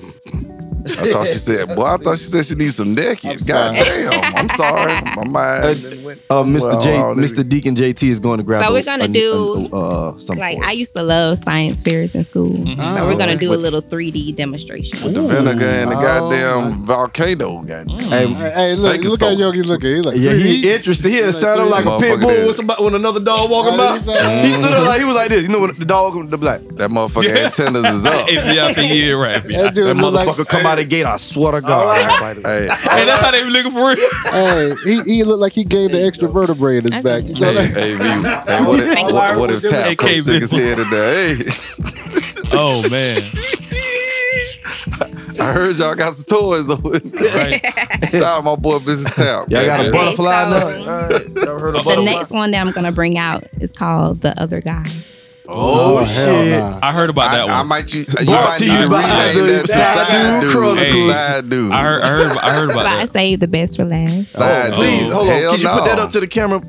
[SPEAKER 4] I thought she said, boy, I thought she said she needs some naked. God damn. I'm sorry. My mind. went
[SPEAKER 1] Uh, Mr.
[SPEAKER 4] somewhere.
[SPEAKER 1] J,
[SPEAKER 4] Oh, this-
[SPEAKER 1] Mr. Deacon JT is going to grab.
[SPEAKER 13] So
[SPEAKER 1] a-
[SPEAKER 13] we're gonna
[SPEAKER 1] a-
[SPEAKER 13] do,
[SPEAKER 1] a- uh, some
[SPEAKER 13] Like
[SPEAKER 1] for
[SPEAKER 13] I
[SPEAKER 1] it.
[SPEAKER 13] used to love science fairs in school, so we're gonna
[SPEAKER 2] okay.
[SPEAKER 13] do a little 3D demonstration.
[SPEAKER 4] The vinegar and the
[SPEAKER 2] Oh,
[SPEAKER 4] goddamn volcano. Goddamn.
[SPEAKER 1] Mm.
[SPEAKER 2] Hey, hey, look,
[SPEAKER 4] Thank you
[SPEAKER 2] look
[SPEAKER 4] so
[SPEAKER 2] at Yogi looking. He like,
[SPEAKER 1] yeah, he
[SPEAKER 2] "Really?"
[SPEAKER 1] interested. He had
[SPEAKER 2] Like
[SPEAKER 1] sounded
[SPEAKER 2] three.
[SPEAKER 1] like a pit
[SPEAKER 4] Motherfucker
[SPEAKER 1] bull
[SPEAKER 4] did.
[SPEAKER 1] with, somebody, when another dog
[SPEAKER 2] Oh,
[SPEAKER 1] walking by.
[SPEAKER 2] he's like-
[SPEAKER 1] He stood up like he was like this. You know when the dog was like,
[SPEAKER 4] That motherfucker antennas is up.
[SPEAKER 10] If yeah, I think you're right. Hey,
[SPEAKER 2] That dude
[SPEAKER 1] that
[SPEAKER 2] look like,
[SPEAKER 1] motherfucker come out of the gate. I swear to God. everybody.
[SPEAKER 4] Hey,
[SPEAKER 10] that's how they be looking for real.
[SPEAKER 2] hey, he, he looked like he gave the extra vertebrae in his
[SPEAKER 13] Okay.
[SPEAKER 2] back. He's all
[SPEAKER 4] hey,
[SPEAKER 2] like,
[SPEAKER 4] hey, V, hey, what if, what, what if Tap
[SPEAKER 10] AK
[SPEAKER 4] come stick his
[SPEAKER 10] missile.
[SPEAKER 4] head in there? Hey,
[SPEAKER 10] Oh man,
[SPEAKER 4] I heard y'all got some toys over there.
[SPEAKER 10] right.
[SPEAKER 4] Shout out my boy, Mrs. Tap.
[SPEAKER 1] Y'all got a
[SPEAKER 4] man.
[SPEAKER 1] butterfly
[SPEAKER 13] so-
[SPEAKER 1] nut? All right, Y'all heard of
[SPEAKER 13] The
[SPEAKER 1] butterfly?
[SPEAKER 13] next one that I'm gonna bring out is called the other guy.
[SPEAKER 1] Oh,
[SPEAKER 2] hell
[SPEAKER 1] shit.
[SPEAKER 2] nah.
[SPEAKER 10] I heard about
[SPEAKER 4] I,
[SPEAKER 10] that
[SPEAKER 4] I
[SPEAKER 10] one.
[SPEAKER 4] might you, you
[SPEAKER 1] Brought
[SPEAKER 4] might
[SPEAKER 1] to
[SPEAKER 4] need
[SPEAKER 1] you
[SPEAKER 4] to
[SPEAKER 1] by
[SPEAKER 4] rename
[SPEAKER 1] the
[SPEAKER 4] that to side
[SPEAKER 1] Side Dude
[SPEAKER 4] dude.
[SPEAKER 1] Chronicles.
[SPEAKER 4] Side dude.
[SPEAKER 10] I heard, I heard, I heard
[SPEAKER 13] So I
[SPEAKER 10] about that.
[SPEAKER 13] saved the best for last.
[SPEAKER 1] Oh,
[SPEAKER 4] Side dude.
[SPEAKER 1] please, hold on.
[SPEAKER 4] Hell
[SPEAKER 1] Could you
[SPEAKER 4] no.
[SPEAKER 1] put that up to the camera?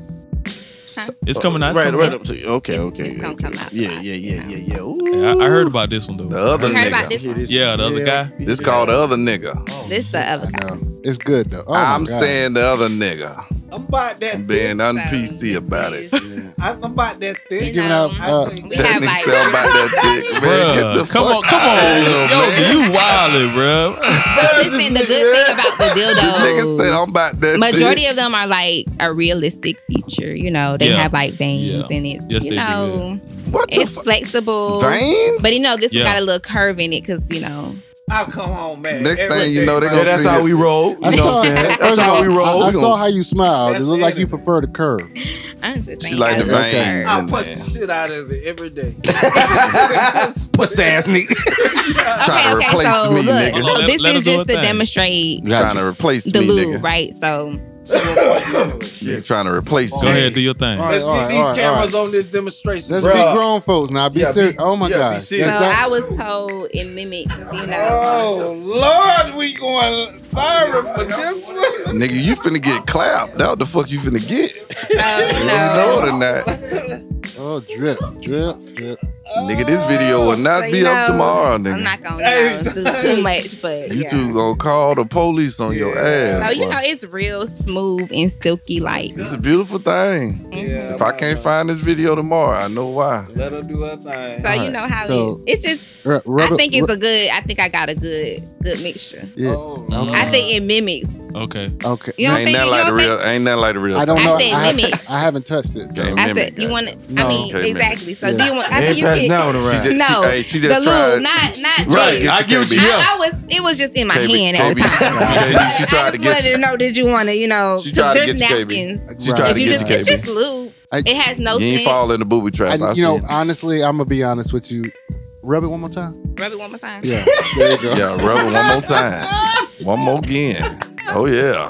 [SPEAKER 10] It's coming out. It's
[SPEAKER 7] Right,
[SPEAKER 10] coming
[SPEAKER 7] right
[SPEAKER 10] out.
[SPEAKER 7] up to- okay, It's- okay, it's gonna okay. come out
[SPEAKER 10] Yeah,
[SPEAKER 1] yeah, yeah, yeah, yeah.
[SPEAKER 10] I, I heard about this one though. The
[SPEAKER 4] other
[SPEAKER 13] You heard about nigga. this one?
[SPEAKER 10] Yeah, the other guy.
[SPEAKER 4] This called the other nigga.
[SPEAKER 13] This the other guy.
[SPEAKER 2] It's good though. Oh, my
[SPEAKER 4] I'm
[SPEAKER 2] God.
[SPEAKER 4] saying the other nigga.
[SPEAKER 11] I'm about that.
[SPEAKER 4] Being
[SPEAKER 11] thick.
[SPEAKER 4] un PC about it.
[SPEAKER 11] I'm about that thing.
[SPEAKER 2] You giving out, uh,
[SPEAKER 4] That nigga sound about that dick, man. Get the
[SPEAKER 10] come
[SPEAKER 4] fuck
[SPEAKER 10] on, come on, yo, you wildin', bro.
[SPEAKER 13] So listen, the good thing about the dildos,
[SPEAKER 4] said I'm about that
[SPEAKER 13] majority of them are like a realistic feature. You know, they
[SPEAKER 4] Yeah.
[SPEAKER 13] have like veins
[SPEAKER 4] Yeah.
[SPEAKER 13] in it.
[SPEAKER 4] Yes,
[SPEAKER 13] you
[SPEAKER 4] they do,
[SPEAKER 13] know,
[SPEAKER 4] the
[SPEAKER 13] it's flexible.
[SPEAKER 4] Veins?
[SPEAKER 13] But you know, this
[SPEAKER 4] Yeah.
[SPEAKER 13] one got a little curve in it because you know.
[SPEAKER 11] I'll come home, man.
[SPEAKER 4] Next thing you know, they gonna
[SPEAKER 11] Yeah, that's
[SPEAKER 4] see
[SPEAKER 11] how
[SPEAKER 4] us.
[SPEAKER 11] we roll.
[SPEAKER 2] I saw, first of all, I, I saw how you smiled. It
[SPEAKER 11] That's
[SPEAKER 2] looked like you prefer the curve.
[SPEAKER 13] I'm just
[SPEAKER 2] She like the veins
[SPEAKER 11] I'll
[SPEAKER 2] in
[SPEAKER 11] push
[SPEAKER 2] there.
[SPEAKER 11] the shit out of it every day.
[SPEAKER 2] Pussy ass nigga.
[SPEAKER 13] Okay, okay, so look, so
[SPEAKER 4] Let-
[SPEAKER 13] this
[SPEAKER 4] let her
[SPEAKER 13] is
[SPEAKER 4] do her
[SPEAKER 13] just to
[SPEAKER 4] thing.
[SPEAKER 13] demonstrate
[SPEAKER 4] Trying to replace
[SPEAKER 13] the
[SPEAKER 4] me,
[SPEAKER 13] lube,
[SPEAKER 4] nigga.
[SPEAKER 13] right? So
[SPEAKER 4] You're trying to replace me.
[SPEAKER 10] Go ahead, do your thing.
[SPEAKER 11] Let's
[SPEAKER 2] all right,
[SPEAKER 11] get these
[SPEAKER 2] all right,
[SPEAKER 11] cameras
[SPEAKER 2] all
[SPEAKER 11] on this demonstration.
[SPEAKER 2] Let's
[SPEAKER 11] Bruh.
[SPEAKER 2] be grown folks now. Be
[SPEAKER 11] Yeah,
[SPEAKER 2] serious.
[SPEAKER 11] be-
[SPEAKER 2] oh my
[SPEAKER 11] yeah, be
[SPEAKER 2] God.
[SPEAKER 11] serious.
[SPEAKER 13] So
[SPEAKER 2] That's not-
[SPEAKER 13] I was told it mimics, you know.
[SPEAKER 11] Oh Lord, we going viral for this one.
[SPEAKER 4] Nigga, you finna get clapped. That what the fuck you finna get.
[SPEAKER 13] you
[SPEAKER 4] know it or not.
[SPEAKER 2] oh, drip, drip, drip.
[SPEAKER 4] Nigga, this video will not
[SPEAKER 13] So,
[SPEAKER 4] be
[SPEAKER 13] you
[SPEAKER 4] up
[SPEAKER 13] know,
[SPEAKER 4] tomorrow,
[SPEAKER 13] I'm
[SPEAKER 4] nigga.
[SPEAKER 13] not gonna you know, do too much, but
[SPEAKER 4] you
[SPEAKER 13] yeah.
[SPEAKER 4] two gonna call the police on your ass.
[SPEAKER 13] So you
[SPEAKER 4] boy.
[SPEAKER 13] know it's real smooth and silky like.
[SPEAKER 4] It's a beautiful thing. if I can't find this video tomorrow, I know why.
[SPEAKER 11] Let her do her thing.
[SPEAKER 13] So you know how
[SPEAKER 4] So-
[SPEAKER 13] it, it's just
[SPEAKER 4] Ru-
[SPEAKER 13] I
[SPEAKER 4] rubber-
[SPEAKER 13] think it's
[SPEAKER 4] ru-
[SPEAKER 13] a good I think I got a good good mixture.
[SPEAKER 2] Yeah.
[SPEAKER 13] I think it mimics.
[SPEAKER 10] Okay.
[SPEAKER 2] Okay.
[SPEAKER 13] You don't
[SPEAKER 4] ain't
[SPEAKER 13] think
[SPEAKER 4] that
[SPEAKER 13] you
[SPEAKER 4] like the
[SPEAKER 13] don't
[SPEAKER 4] real? Ain't that like the real?
[SPEAKER 2] I don't
[SPEAKER 4] thing.
[SPEAKER 2] know.
[SPEAKER 13] I said
[SPEAKER 2] haven't-
[SPEAKER 13] mimic.
[SPEAKER 2] I haven't touched it. So.
[SPEAKER 4] Can't
[SPEAKER 13] I
[SPEAKER 4] mimic
[SPEAKER 13] said you want to.
[SPEAKER 2] No.
[SPEAKER 13] I mean,
[SPEAKER 2] Can't mimic.
[SPEAKER 13] exactly. So
[SPEAKER 2] Yeah.
[SPEAKER 13] do you want? I
[SPEAKER 2] Ain't
[SPEAKER 13] mean, you
[SPEAKER 2] passing
[SPEAKER 13] get,
[SPEAKER 2] that one around. She just-
[SPEAKER 13] no,
[SPEAKER 2] she- hey, she
[SPEAKER 13] the
[SPEAKER 2] just
[SPEAKER 13] lube,
[SPEAKER 2] tried-
[SPEAKER 13] not not.
[SPEAKER 2] Right,
[SPEAKER 13] juice.
[SPEAKER 2] I get you, yeah.
[SPEAKER 13] I, I was. It was just in my
[SPEAKER 2] KB,
[SPEAKER 13] hand at the
[SPEAKER 2] KB,
[SPEAKER 13] time.
[SPEAKER 2] KB, she
[SPEAKER 13] But
[SPEAKER 2] tried
[SPEAKER 13] I
[SPEAKER 2] to
[SPEAKER 13] just
[SPEAKER 2] get
[SPEAKER 13] wanted to know did you want to, you know,
[SPEAKER 4] She
[SPEAKER 13] because
[SPEAKER 4] tried to
[SPEAKER 13] there's
[SPEAKER 4] get you, KB.
[SPEAKER 13] napkins.
[SPEAKER 4] She tried
[SPEAKER 13] if
[SPEAKER 4] to
[SPEAKER 13] you
[SPEAKER 4] get
[SPEAKER 13] just,
[SPEAKER 4] you,
[SPEAKER 13] it's
[SPEAKER 4] KB.
[SPEAKER 13] just lube. it has no
[SPEAKER 4] you ain't
[SPEAKER 13] scent.
[SPEAKER 4] fall in the booby trap. I,
[SPEAKER 2] I, you
[SPEAKER 4] see
[SPEAKER 2] know,
[SPEAKER 4] it.
[SPEAKER 2] honestly, I'm gonna be honest with you. Rub it one more time.
[SPEAKER 13] Rub it one more time.
[SPEAKER 2] Yeah, there you go.
[SPEAKER 4] Yeah, rub it one more time. One more again. Oh yeah.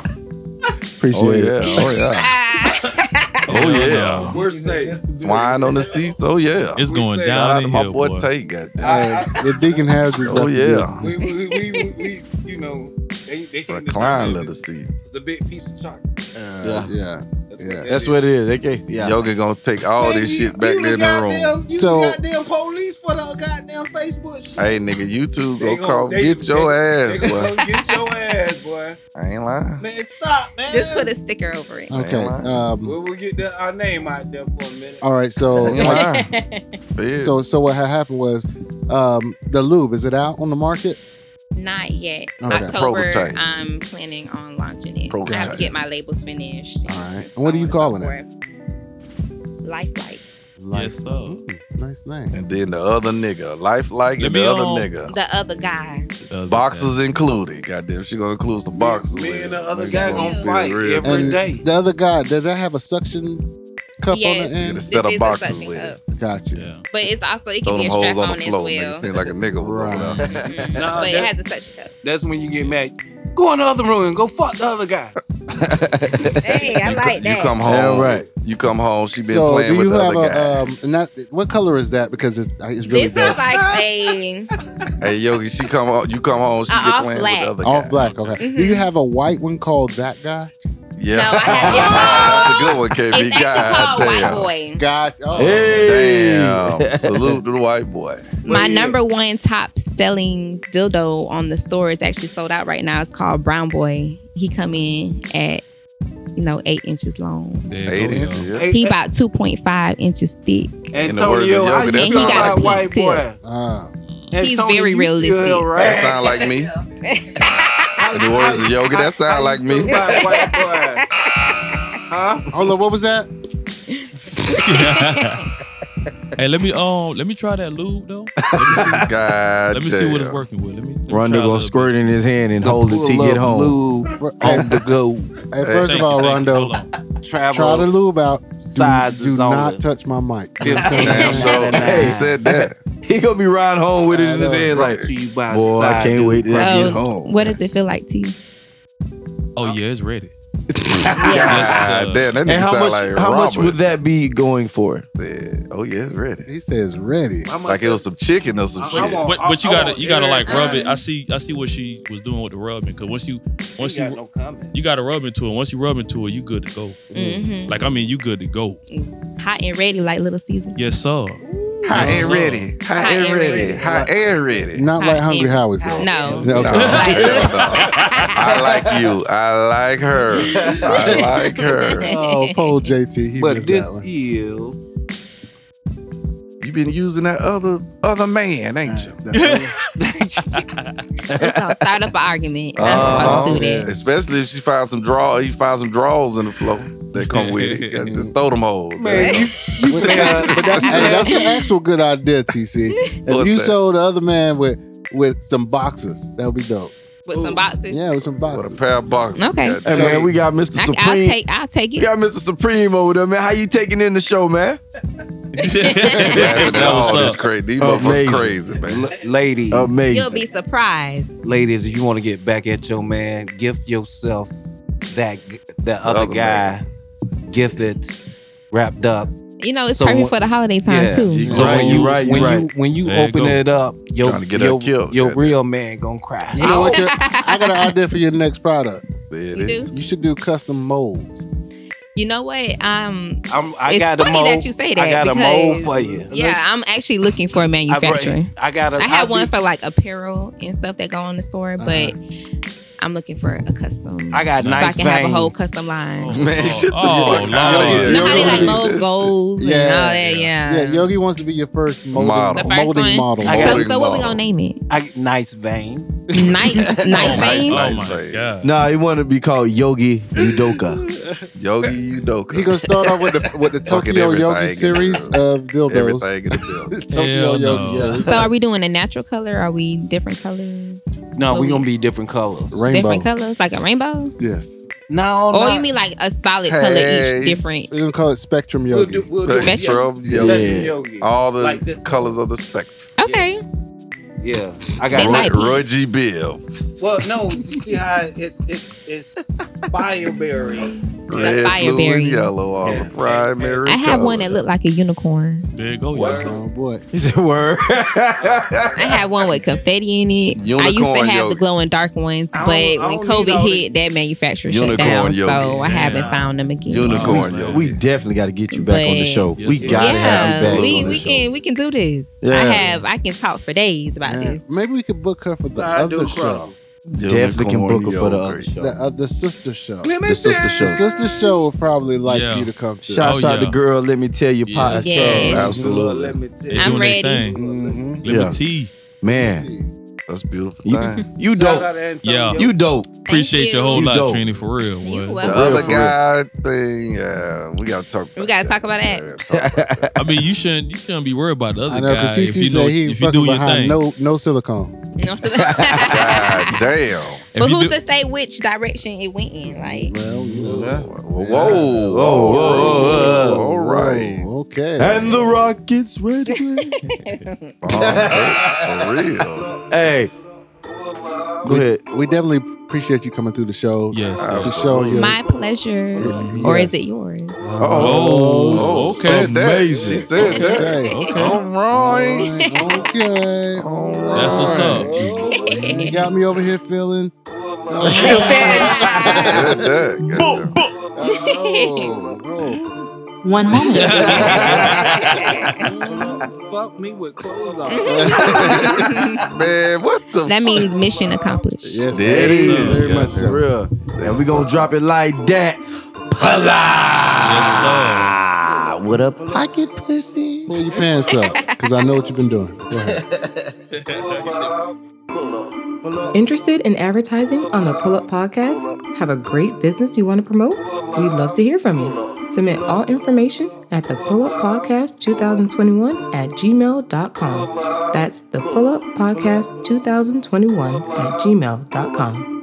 [SPEAKER 2] Appreciate
[SPEAKER 4] oh,
[SPEAKER 2] it.
[SPEAKER 4] yeah. Oh yeah.
[SPEAKER 13] Ah,
[SPEAKER 4] oh yeah.
[SPEAKER 11] We're safe.
[SPEAKER 4] Wine on the seats. Oh yeah.
[SPEAKER 10] It's going
[SPEAKER 4] Shout
[SPEAKER 10] down
[SPEAKER 4] out
[SPEAKER 10] in
[SPEAKER 4] to my
[SPEAKER 10] here,
[SPEAKER 4] boy,
[SPEAKER 10] boy.
[SPEAKER 4] Tate. Got that.
[SPEAKER 2] Uh, the deacon has it.
[SPEAKER 4] Oh yeah.
[SPEAKER 11] We, we, we, we, we, you know, they, they came to
[SPEAKER 4] Recline
[SPEAKER 11] China.
[SPEAKER 4] leather seats.
[SPEAKER 11] It's a big piece of chocolate.
[SPEAKER 2] Yeah. Uh, Yeah.
[SPEAKER 4] Yeah.
[SPEAKER 1] That's what it is. They can't, yeah.
[SPEAKER 4] Yoga gonna take all this shit back in the room.
[SPEAKER 11] You
[SPEAKER 4] So-
[SPEAKER 11] the goddamn police for the goddamn Facebook shit.
[SPEAKER 4] Hey nigga, you two
[SPEAKER 11] They
[SPEAKER 4] go
[SPEAKER 11] gonna-
[SPEAKER 4] call
[SPEAKER 11] they-
[SPEAKER 4] get your
[SPEAKER 11] they-
[SPEAKER 4] ass,
[SPEAKER 11] they
[SPEAKER 4] boy.
[SPEAKER 11] gonna Get your ass, boy.
[SPEAKER 4] I ain't lying.
[SPEAKER 11] Man, stop, man.
[SPEAKER 13] Just put a sticker over it.
[SPEAKER 2] Okay. Um,
[SPEAKER 11] We will get the, our name out there for a minute.
[SPEAKER 2] all right. So, so, so what had happened was, um, the lube is it out on the market?
[SPEAKER 13] Not yet.
[SPEAKER 2] Okay.
[SPEAKER 13] October,
[SPEAKER 2] Prototype.
[SPEAKER 13] I'm planning on launching it. I have
[SPEAKER 2] Prototype.
[SPEAKER 13] to get my labels finished.
[SPEAKER 2] All right. And what are you calling it?
[SPEAKER 13] Lifelike.
[SPEAKER 4] Yes,
[SPEAKER 10] sir.
[SPEAKER 2] Nice name.
[SPEAKER 4] And then the other nigga, lifelike, and
[SPEAKER 10] Let me,
[SPEAKER 4] the other
[SPEAKER 10] um,
[SPEAKER 4] nigga.
[SPEAKER 13] The other guy.
[SPEAKER 4] Boxes included. Goddamn, she gonna include some boxes.
[SPEAKER 11] Me and the other
[SPEAKER 4] Nigga
[SPEAKER 11] guy
[SPEAKER 4] gonna
[SPEAKER 11] gonna
[SPEAKER 4] feel
[SPEAKER 11] fight
[SPEAKER 4] real.
[SPEAKER 11] every
[SPEAKER 2] And
[SPEAKER 11] day.
[SPEAKER 2] The other guy, does that have a suction cup
[SPEAKER 13] Yes,
[SPEAKER 2] on the end?
[SPEAKER 4] Get a set of
[SPEAKER 13] is a
[SPEAKER 4] boxes
[SPEAKER 13] suction
[SPEAKER 4] with
[SPEAKER 13] cup.
[SPEAKER 4] it.
[SPEAKER 2] Gotcha.
[SPEAKER 13] But it's also it
[SPEAKER 4] Throw
[SPEAKER 13] can be
[SPEAKER 4] them
[SPEAKER 13] a
[SPEAKER 4] holes
[SPEAKER 13] strap
[SPEAKER 4] on
[SPEAKER 13] on,
[SPEAKER 4] the
[SPEAKER 13] as
[SPEAKER 4] floor.
[SPEAKER 13] well.
[SPEAKER 4] Nigga seem like a nigga was over there.
[SPEAKER 11] Nah,
[SPEAKER 13] but it
[SPEAKER 11] that-
[SPEAKER 13] has a suction cup.
[SPEAKER 11] That's when you get mad. Go in the other room and go fuck the other guy.
[SPEAKER 13] hey, I like
[SPEAKER 4] You come home.
[SPEAKER 2] Yeah, right.
[SPEAKER 4] You come home. She been
[SPEAKER 2] So
[SPEAKER 4] playing
[SPEAKER 2] do
[SPEAKER 4] with
[SPEAKER 2] you
[SPEAKER 4] the
[SPEAKER 2] have
[SPEAKER 4] other guy.
[SPEAKER 2] a um? And that what color is that? Because it's uh, it's really
[SPEAKER 13] This is like a
[SPEAKER 4] Hey Yogi, she come home. You come home. She
[SPEAKER 13] Uh,
[SPEAKER 4] been
[SPEAKER 13] off
[SPEAKER 4] playing
[SPEAKER 13] black.
[SPEAKER 4] with the other guy.
[SPEAKER 2] All black. Okay.
[SPEAKER 13] Mm-hmm.
[SPEAKER 2] Do you have a white one called that guy?
[SPEAKER 4] Yeah.
[SPEAKER 13] No, I have-
[SPEAKER 4] That's
[SPEAKER 13] it's
[SPEAKER 4] a good one, KB.
[SPEAKER 13] it's actually
[SPEAKER 4] God
[SPEAKER 13] called
[SPEAKER 4] damn.
[SPEAKER 13] White Boy.
[SPEAKER 2] Gotcha. Oh.
[SPEAKER 4] Damn. Salute to the white boy.
[SPEAKER 13] My number one top selling dildo on the store is actually sold out right now. It's called Brown Boy. He come in at you know eight inches long.
[SPEAKER 4] Eight inches. Yeah.
[SPEAKER 13] He about two point five inches thick.
[SPEAKER 4] In the words of
[SPEAKER 11] Antonio, how
[SPEAKER 4] Yogi,
[SPEAKER 11] you
[SPEAKER 4] that
[SPEAKER 13] And he
[SPEAKER 4] sound
[SPEAKER 13] got a
[SPEAKER 4] like
[SPEAKER 13] pink
[SPEAKER 11] white
[SPEAKER 13] tip.
[SPEAKER 11] boy.
[SPEAKER 2] Uh,
[SPEAKER 13] He's
[SPEAKER 11] Antonio,
[SPEAKER 13] very
[SPEAKER 11] you
[SPEAKER 13] realistic.
[SPEAKER 11] still right.
[SPEAKER 4] That sound like me. In the words of Yogi, that sound like me.
[SPEAKER 11] Huh?
[SPEAKER 2] Hold on. What was that?
[SPEAKER 10] hey, let me um, let me try that lube though.
[SPEAKER 4] God
[SPEAKER 10] Let me see what it's
[SPEAKER 4] damn.
[SPEAKER 10] working with. Let me.
[SPEAKER 1] Rondo
[SPEAKER 10] try a
[SPEAKER 1] gonna
[SPEAKER 10] little
[SPEAKER 1] squirt in his hand and hold it till he get home.
[SPEAKER 2] on
[SPEAKER 5] the go.
[SPEAKER 2] Hey, oh, first of all, Rondo,
[SPEAKER 11] travel.
[SPEAKER 2] try to lube out. Do,
[SPEAKER 11] Sizes
[SPEAKER 2] do
[SPEAKER 11] only.
[SPEAKER 2] not touch my mic. You know what I'm saying?
[SPEAKER 4] Damn, bro. He said that.
[SPEAKER 1] He gonna be riding home with it in his hand like, boy, I can't wait till I get
[SPEAKER 13] So,
[SPEAKER 1] home.
[SPEAKER 13] What does it feel like to you?
[SPEAKER 10] Oh yeah, it's ready.
[SPEAKER 4] God damn, that
[SPEAKER 1] and
[SPEAKER 4] nigga
[SPEAKER 1] how
[SPEAKER 4] sound
[SPEAKER 1] much,
[SPEAKER 4] like
[SPEAKER 1] how much
[SPEAKER 4] Robert.
[SPEAKER 1] would that be going for?
[SPEAKER 4] Oh yeah, it's ready.
[SPEAKER 2] He says ready.
[SPEAKER 4] Like it was some chicken or some shit.
[SPEAKER 10] But, but you gotta you gotta like rub it. I see I see what she was doing with the rubbing because once you once you you gotta rub into it. Once you rub into it, you good to go.
[SPEAKER 13] Mhm.
[SPEAKER 10] Like I mean, you good to go.
[SPEAKER 13] Mm-hmm. Hot and ready like Little Caesar.
[SPEAKER 10] Yes sir.
[SPEAKER 4] Hot
[SPEAKER 10] Yes,
[SPEAKER 4] and
[SPEAKER 10] sir.
[SPEAKER 4] ready. Hot and ready. Hot and ready.
[SPEAKER 2] Not like Hungry
[SPEAKER 13] and-
[SPEAKER 2] Howard's though.
[SPEAKER 13] No.
[SPEAKER 2] Okay.
[SPEAKER 4] I like you. I like her. I like her.
[SPEAKER 2] Oh, poor JT. He
[SPEAKER 4] But
[SPEAKER 2] missed
[SPEAKER 4] this
[SPEAKER 2] that one.
[SPEAKER 4] is. You been using that other other man, ain't you?
[SPEAKER 13] That's how start up an argument.
[SPEAKER 4] Uh-huh.
[SPEAKER 13] Not
[SPEAKER 1] Oh,
[SPEAKER 13] supposed to do that.
[SPEAKER 4] Especially if she finds some draw, he finds some draws in the flow that come with it. Got to throw them holes.
[SPEAKER 2] Man, But that- but that- hey, that's an actual good idea, TC. If
[SPEAKER 4] What's
[SPEAKER 2] you
[SPEAKER 4] that?
[SPEAKER 2] sold the other man with with some boxes, that would be dope.
[SPEAKER 13] With some boxes.
[SPEAKER 2] Yeah, with some boxes.
[SPEAKER 4] With a pair of boxes.
[SPEAKER 13] Okay.
[SPEAKER 1] Hey man, we got Mr.
[SPEAKER 13] I,
[SPEAKER 1] Supreme.
[SPEAKER 13] I'll take I'll take
[SPEAKER 1] we
[SPEAKER 13] it.
[SPEAKER 1] got Mr. Supreme over there, man. How you taking in the show, man?
[SPEAKER 4] that
[SPEAKER 5] That was
[SPEAKER 4] all
[SPEAKER 5] up.
[SPEAKER 4] this crazy. These
[SPEAKER 2] Oh,
[SPEAKER 4] motherfuckers
[SPEAKER 5] Amazing.
[SPEAKER 4] crazy, Oh, man.
[SPEAKER 5] L- ladies,
[SPEAKER 13] You'll be surprised.
[SPEAKER 5] ladies, if you want to get back at your man, gift yourself that g- that other,
[SPEAKER 4] Other
[SPEAKER 5] guy, gift it wrapped up.
[SPEAKER 13] You know, it's
[SPEAKER 5] So
[SPEAKER 13] perfect
[SPEAKER 5] when-
[SPEAKER 13] for the holiday time
[SPEAKER 5] Yeah.
[SPEAKER 13] too.
[SPEAKER 5] So
[SPEAKER 1] right,
[SPEAKER 5] when
[SPEAKER 1] you
[SPEAKER 5] you
[SPEAKER 1] right, you
[SPEAKER 5] when you
[SPEAKER 1] right.
[SPEAKER 5] when you
[SPEAKER 1] There you
[SPEAKER 5] open
[SPEAKER 1] go.
[SPEAKER 5] it up, your
[SPEAKER 4] Trying to get
[SPEAKER 5] your,
[SPEAKER 4] her killed.
[SPEAKER 5] your real man gonna cry.
[SPEAKER 2] You know what? your- I got an idea for your next product.
[SPEAKER 13] You do?
[SPEAKER 2] You should do custom molds.
[SPEAKER 13] You know what? Um
[SPEAKER 5] I'm, I
[SPEAKER 13] it's
[SPEAKER 5] got
[SPEAKER 13] funny
[SPEAKER 5] a mold.
[SPEAKER 13] that you say that
[SPEAKER 5] I got
[SPEAKER 13] because,
[SPEAKER 5] a mold for you.
[SPEAKER 13] Yeah, I'm actually looking for a
[SPEAKER 5] I brought-
[SPEAKER 13] manufacturer.
[SPEAKER 5] I, got. A,
[SPEAKER 13] I had
[SPEAKER 5] be- Uh-huh.
[SPEAKER 13] one for like apparel and stuff that go on the store, but I'm looking for a custom.
[SPEAKER 5] I got
[SPEAKER 13] so
[SPEAKER 5] nice
[SPEAKER 13] I can have a whole
[SPEAKER 5] veins.
[SPEAKER 13] custom line.
[SPEAKER 4] Man, get the
[SPEAKER 10] Oh,
[SPEAKER 4] fuck
[SPEAKER 10] Lord.
[SPEAKER 4] out of here.
[SPEAKER 13] No, I
[SPEAKER 2] Yogi
[SPEAKER 13] like
[SPEAKER 2] be-
[SPEAKER 13] mold goals and all that. Yeah.
[SPEAKER 2] Yeah, Yogi wants to be your first molding
[SPEAKER 4] Model.
[SPEAKER 13] Um, The
[SPEAKER 2] model.
[SPEAKER 13] first
[SPEAKER 2] Molding
[SPEAKER 13] one.
[SPEAKER 2] model.
[SPEAKER 5] I got
[SPEAKER 13] So,
[SPEAKER 5] a
[SPEAKER 13] so what we
[SPEAKER 5] model.
[SPEAKER 13] gonna name it?
[SPEAKER 5] I got nice veins.
[SPEAKER 13] Nice, nice veins.
[SPEAKER 10] Oh my god.
[SPEAKER 1] Nah, it wanted to be called Yogi Udoka.
[SPEAKER 4] Yogi Udoka.
[SPEAKER 2] He gonna start off with the with the
[SPEAKER 4] Fucking
[SPEAKER 2] Tokyo Yogi
[SPEAKER 4] everything.
[SPEAKER 2] series of dildos.
[SPEAKER 4] Everything in the building.
[SPEAKER 2] Tokyo
[SPEAKER 10] Hell
[SPEAKER 2] Yogi
[SPEAKER 10] no.
[SPEAKER 2] series.
[SPEAKER 13] So are we doing a natural color? Are we different colors?
[SPEAKER 5] No,
[SPEAKER 13] What
[SPEAKER 5] we gonna be different colors.
[SPEAKER 2] Rainbow.
[SPEAKER 13] different colors like a rainbow.
[SPEAKER 2] Yes.
[SPEAKER 5] No,
[SPEAKER 13] Or Oh, you mean like a solid color
[SPEAKER 4] Hey.
[SPEAKER 13] each different?
[SPEAKER 2] We're gonna call it Spectrum Yogi.
[SPEAKER 4] Spectrum,
[SPEAKER 2] Yeah.
[SPEAKER 4] Yogi. All the
[SPEAKER 11] Like this.
[SPEAKER 4] colors of the spectrum.
[SPEAKER 13] Okay.
[SPEAKER 5] Yeah, I
[SPEAKER 13] They
[SPEAKER 5] got.
[SPEAKER 4] Roy,
[SPEAKER 13] like- Might be.
[SPEAKER 4] Roy G. Bill.
[SPEAKER 11] Well, no, you see how it's it's it's fireberry.
[SPEAKER 4] Red, blue, and
[SPEAKER 13] fireberry.
[SPEAKER 4] yellow are the primary
[SPEAKER 13] I have one that
[SPEAKER 4] colors.
[SPEAKER 13] looked like a unicorn.
[SPEAKER 10] There you go.
[SPEAKER 4] What?
[SPEAKER 10] y'all.
[SPEAKER 2] Oh boy.
[SPEAKER 1] He said, "Word."
[SPEAKER 13] I had one with confetti in it. I used to
[SPEAKER 4] Unicorn
[SPEAKER 13] have
[SPEAKER 4] yogurt.
[SPEAKER 13] the glow in dark ones,
[SPEAKER 11] I
[SPEAKER 13] but
[SPEAKER 11] don't- I don't
[SPEAKER 13] when
[SPEAKER 11] need
[SPEAKER 13] COVID
[SPEAKER 11] all
[SPEAKER 13] hit, that manufacturer shut
[SPEAKER 4] Unicorn
[SPEAKER 13] down. So
[SPEAKER 4] yogurt.
[SPEAKER 13] I haven't
[SPEAKER 10] Yeah.
[SPEAKER 13] found them again.
[SPEAKER 4] Unicorn Yogi.
[SPEAKER 1] we definitely got to get you back on the
[SPEAKER 13] But-
[SPEAKER 1] show.
[SPEAKER 10] Yes,
[SPEAKER 1] we
[SPEAKER 10] sir.
[SPEAKER 1] gotta have you
[SPEAKER 13] yeah,
[SPEAKER 1] back.
[SPEAKER 13] we,
[SPEAKER 1] on the
[SPEAKER 13] we
[SPEAKER 1] show.
[SPEAKER 13] can we can do this. I
[SPEAKER 1] Yeah.
[SPEAKER 13] have I can talk for days about
[SPEAKER 2] Man,
[SPEAKER 13] this.
[SPEAKER 2] maybe we could book her for the
[SPEAKER 11] I do
[SPEAKER 2] other
[SPEAKER 11] crow.
[SPEAKER 2] show.
[SPEAKER 1] Definitely can book her for the other show.
[SPEAKER 2] The other sister show.
[SPEAKER 1] The sister show.
[SPEAKER 2] The sister show would probably like
[SPEAKER 10] Yeah.
[SPEAKER 2] you to come to.
[SPEAKER 1] Shouts
[SPEAKER 10] Oh,
[SPEAKER 1] out
[SPEAKER 10] yeah.
[SPEAKER 1] to girl. Let me tell you,
[SPEAKER 10] Yeah.
[SPEAKER 1] podcast.
[SPEAKER 13] Yes.
[SPEAKER 4] Absolutely.
[SPEAKER 11] Let me tell
[SPEAKER 10] They
[SPEAKER 11] you.
[SPEAKER 13] I'm
[SPEAKER 10] doing
[SPEAKER 13] ready.
[SPEAKER 10] their thing.
[SPEAKER 2] Mhm.
[SPEAKER 10] Lemon
[SPEAKER 1] Yeah.
[SPEAKER 10] tea.
[SPEAKER 1] Man,
[SPEAKER 4] That's a beautiful
[SPEAKER 1] You-
[SPEAKER 4] thing.
[SPEAKER 1] you
[SPEAKER 11] Shout
[SPEAKER 1] dope.
[SPEAKER 11] out to Antonio.
[SPEAKER 10] Yeah.
[SPEAKER 1] You dope.
[SPEAKER 10] Appreciate
[SPEAKER 13] you.
[SPEAKER 10] your whole
[SPEAKER 1] You
[SPEAKER 10] lot,
[SPEAKER 1] dope.
[SPEAKER 10] Trini, for real.
[SPEAKER 13] You
[SPEAKER 10] boy.
[SPEAKER 13] welcome.
[SPEAKER 4] The
[SPEAKER 1] For
[SPEAKER 4] other
[SPEAKER 1] real, for
[SPEAKER 4] guy thing, yeah, we gotta talk.
[SPEAKER 13] We gotta talk about that.
[SPEAKER 4] Yeah, talk about that.
[SPEAKER 10] I mean, you shouldn't you shouldn't be worried about the other
[SPEAKER 2] I know
[SPEAKER 10] guy
[SPEAKER 2] because
[SPEAKER 10] if
[SPEAKER 2] TC
[SPEAKER 10] you
[SPEAKER 2] said
[SPEAKER 10] know
[SPEAKER 2] he
[SPEAKER 10] if you do
[SPEAKER 2] fucking
[SPEAKER 10] your
[SPEAKER 2] behind
[SPEAKER 10] thing.
[SPEAKER 2] no no silicone.
[SPEAKER 13] You know what I'm saying?
[SPEAKER 4] God damn.
[SPEAKER 10] If
[SPEAKER 13] but
[SPEAKER 10] you
[SPEAKER 13] who's
[SPEAKER 10] do-
[SPEAKER 13] to say which direction it went in? Like
[SPEAKER 2] Well, you know.
[SPEAKER 4] Whoa, whoa, whoa, All right.
[SPEAKER 2] Whoa, Okay.
[SPEAKER 1] And the Rockets ready.
[SPEAKER 4] Oh, for real.
[SPEAKER 1] hey, go ahead.
[SPEAKER 2] we definitely appreciate you coming through the show.
[SPEAKER 10] Yes,
[SPEAKER 2] To
[SPEAKER 4] sir.
[SPEAKER 2] show your
[SPEAKER 13] my pleasure, or is it yours?
[SPEAKER 10] Oh, okay.
[SPEAKER 4] Said that. She said that.
[SPEAKER 2] Okay.
[SPEAKER 4] All right.
[SPEAKER 2] Okay.
[SPEAKER 10] That's what's up.
[SPEAKER 2] You got me over here feeling.
[SPEAKER 4] Said that. Goddamn.
[SPEAKER 2] Oh, bro.
[SPEAKER 12] One moment.
[SPEAKER 11] Fuck me with clothes on.
[SPEAKER 4] Man, what the?
[SPEAKER 13] That means mission accomplished.
[SPEAKER 2] Yes,
[SPEAKER 4] There it is.
[SPEAKER 2] Very much
[SPEAKER 1] For
[SPEAKER 2] so.
[SPEAKER 1] real. And we gonna drop it like that.
[SPEAKER 10] Yes, sir.
[SPEAKER 1] Ah, what up, pocket pussy?
[SPEAKER 2] Pull your pants up, because I know what you've been doing. Go ahead.
[SPEAKER 12] Interested in advertising on the Pull Up Podcast? Have a great business you want to promote? We'd love to hear from you. Submit all information at the Pull Up Podcast 2021 at gmail.com. That's the Pull Up Podcast 2021 at gmail.com.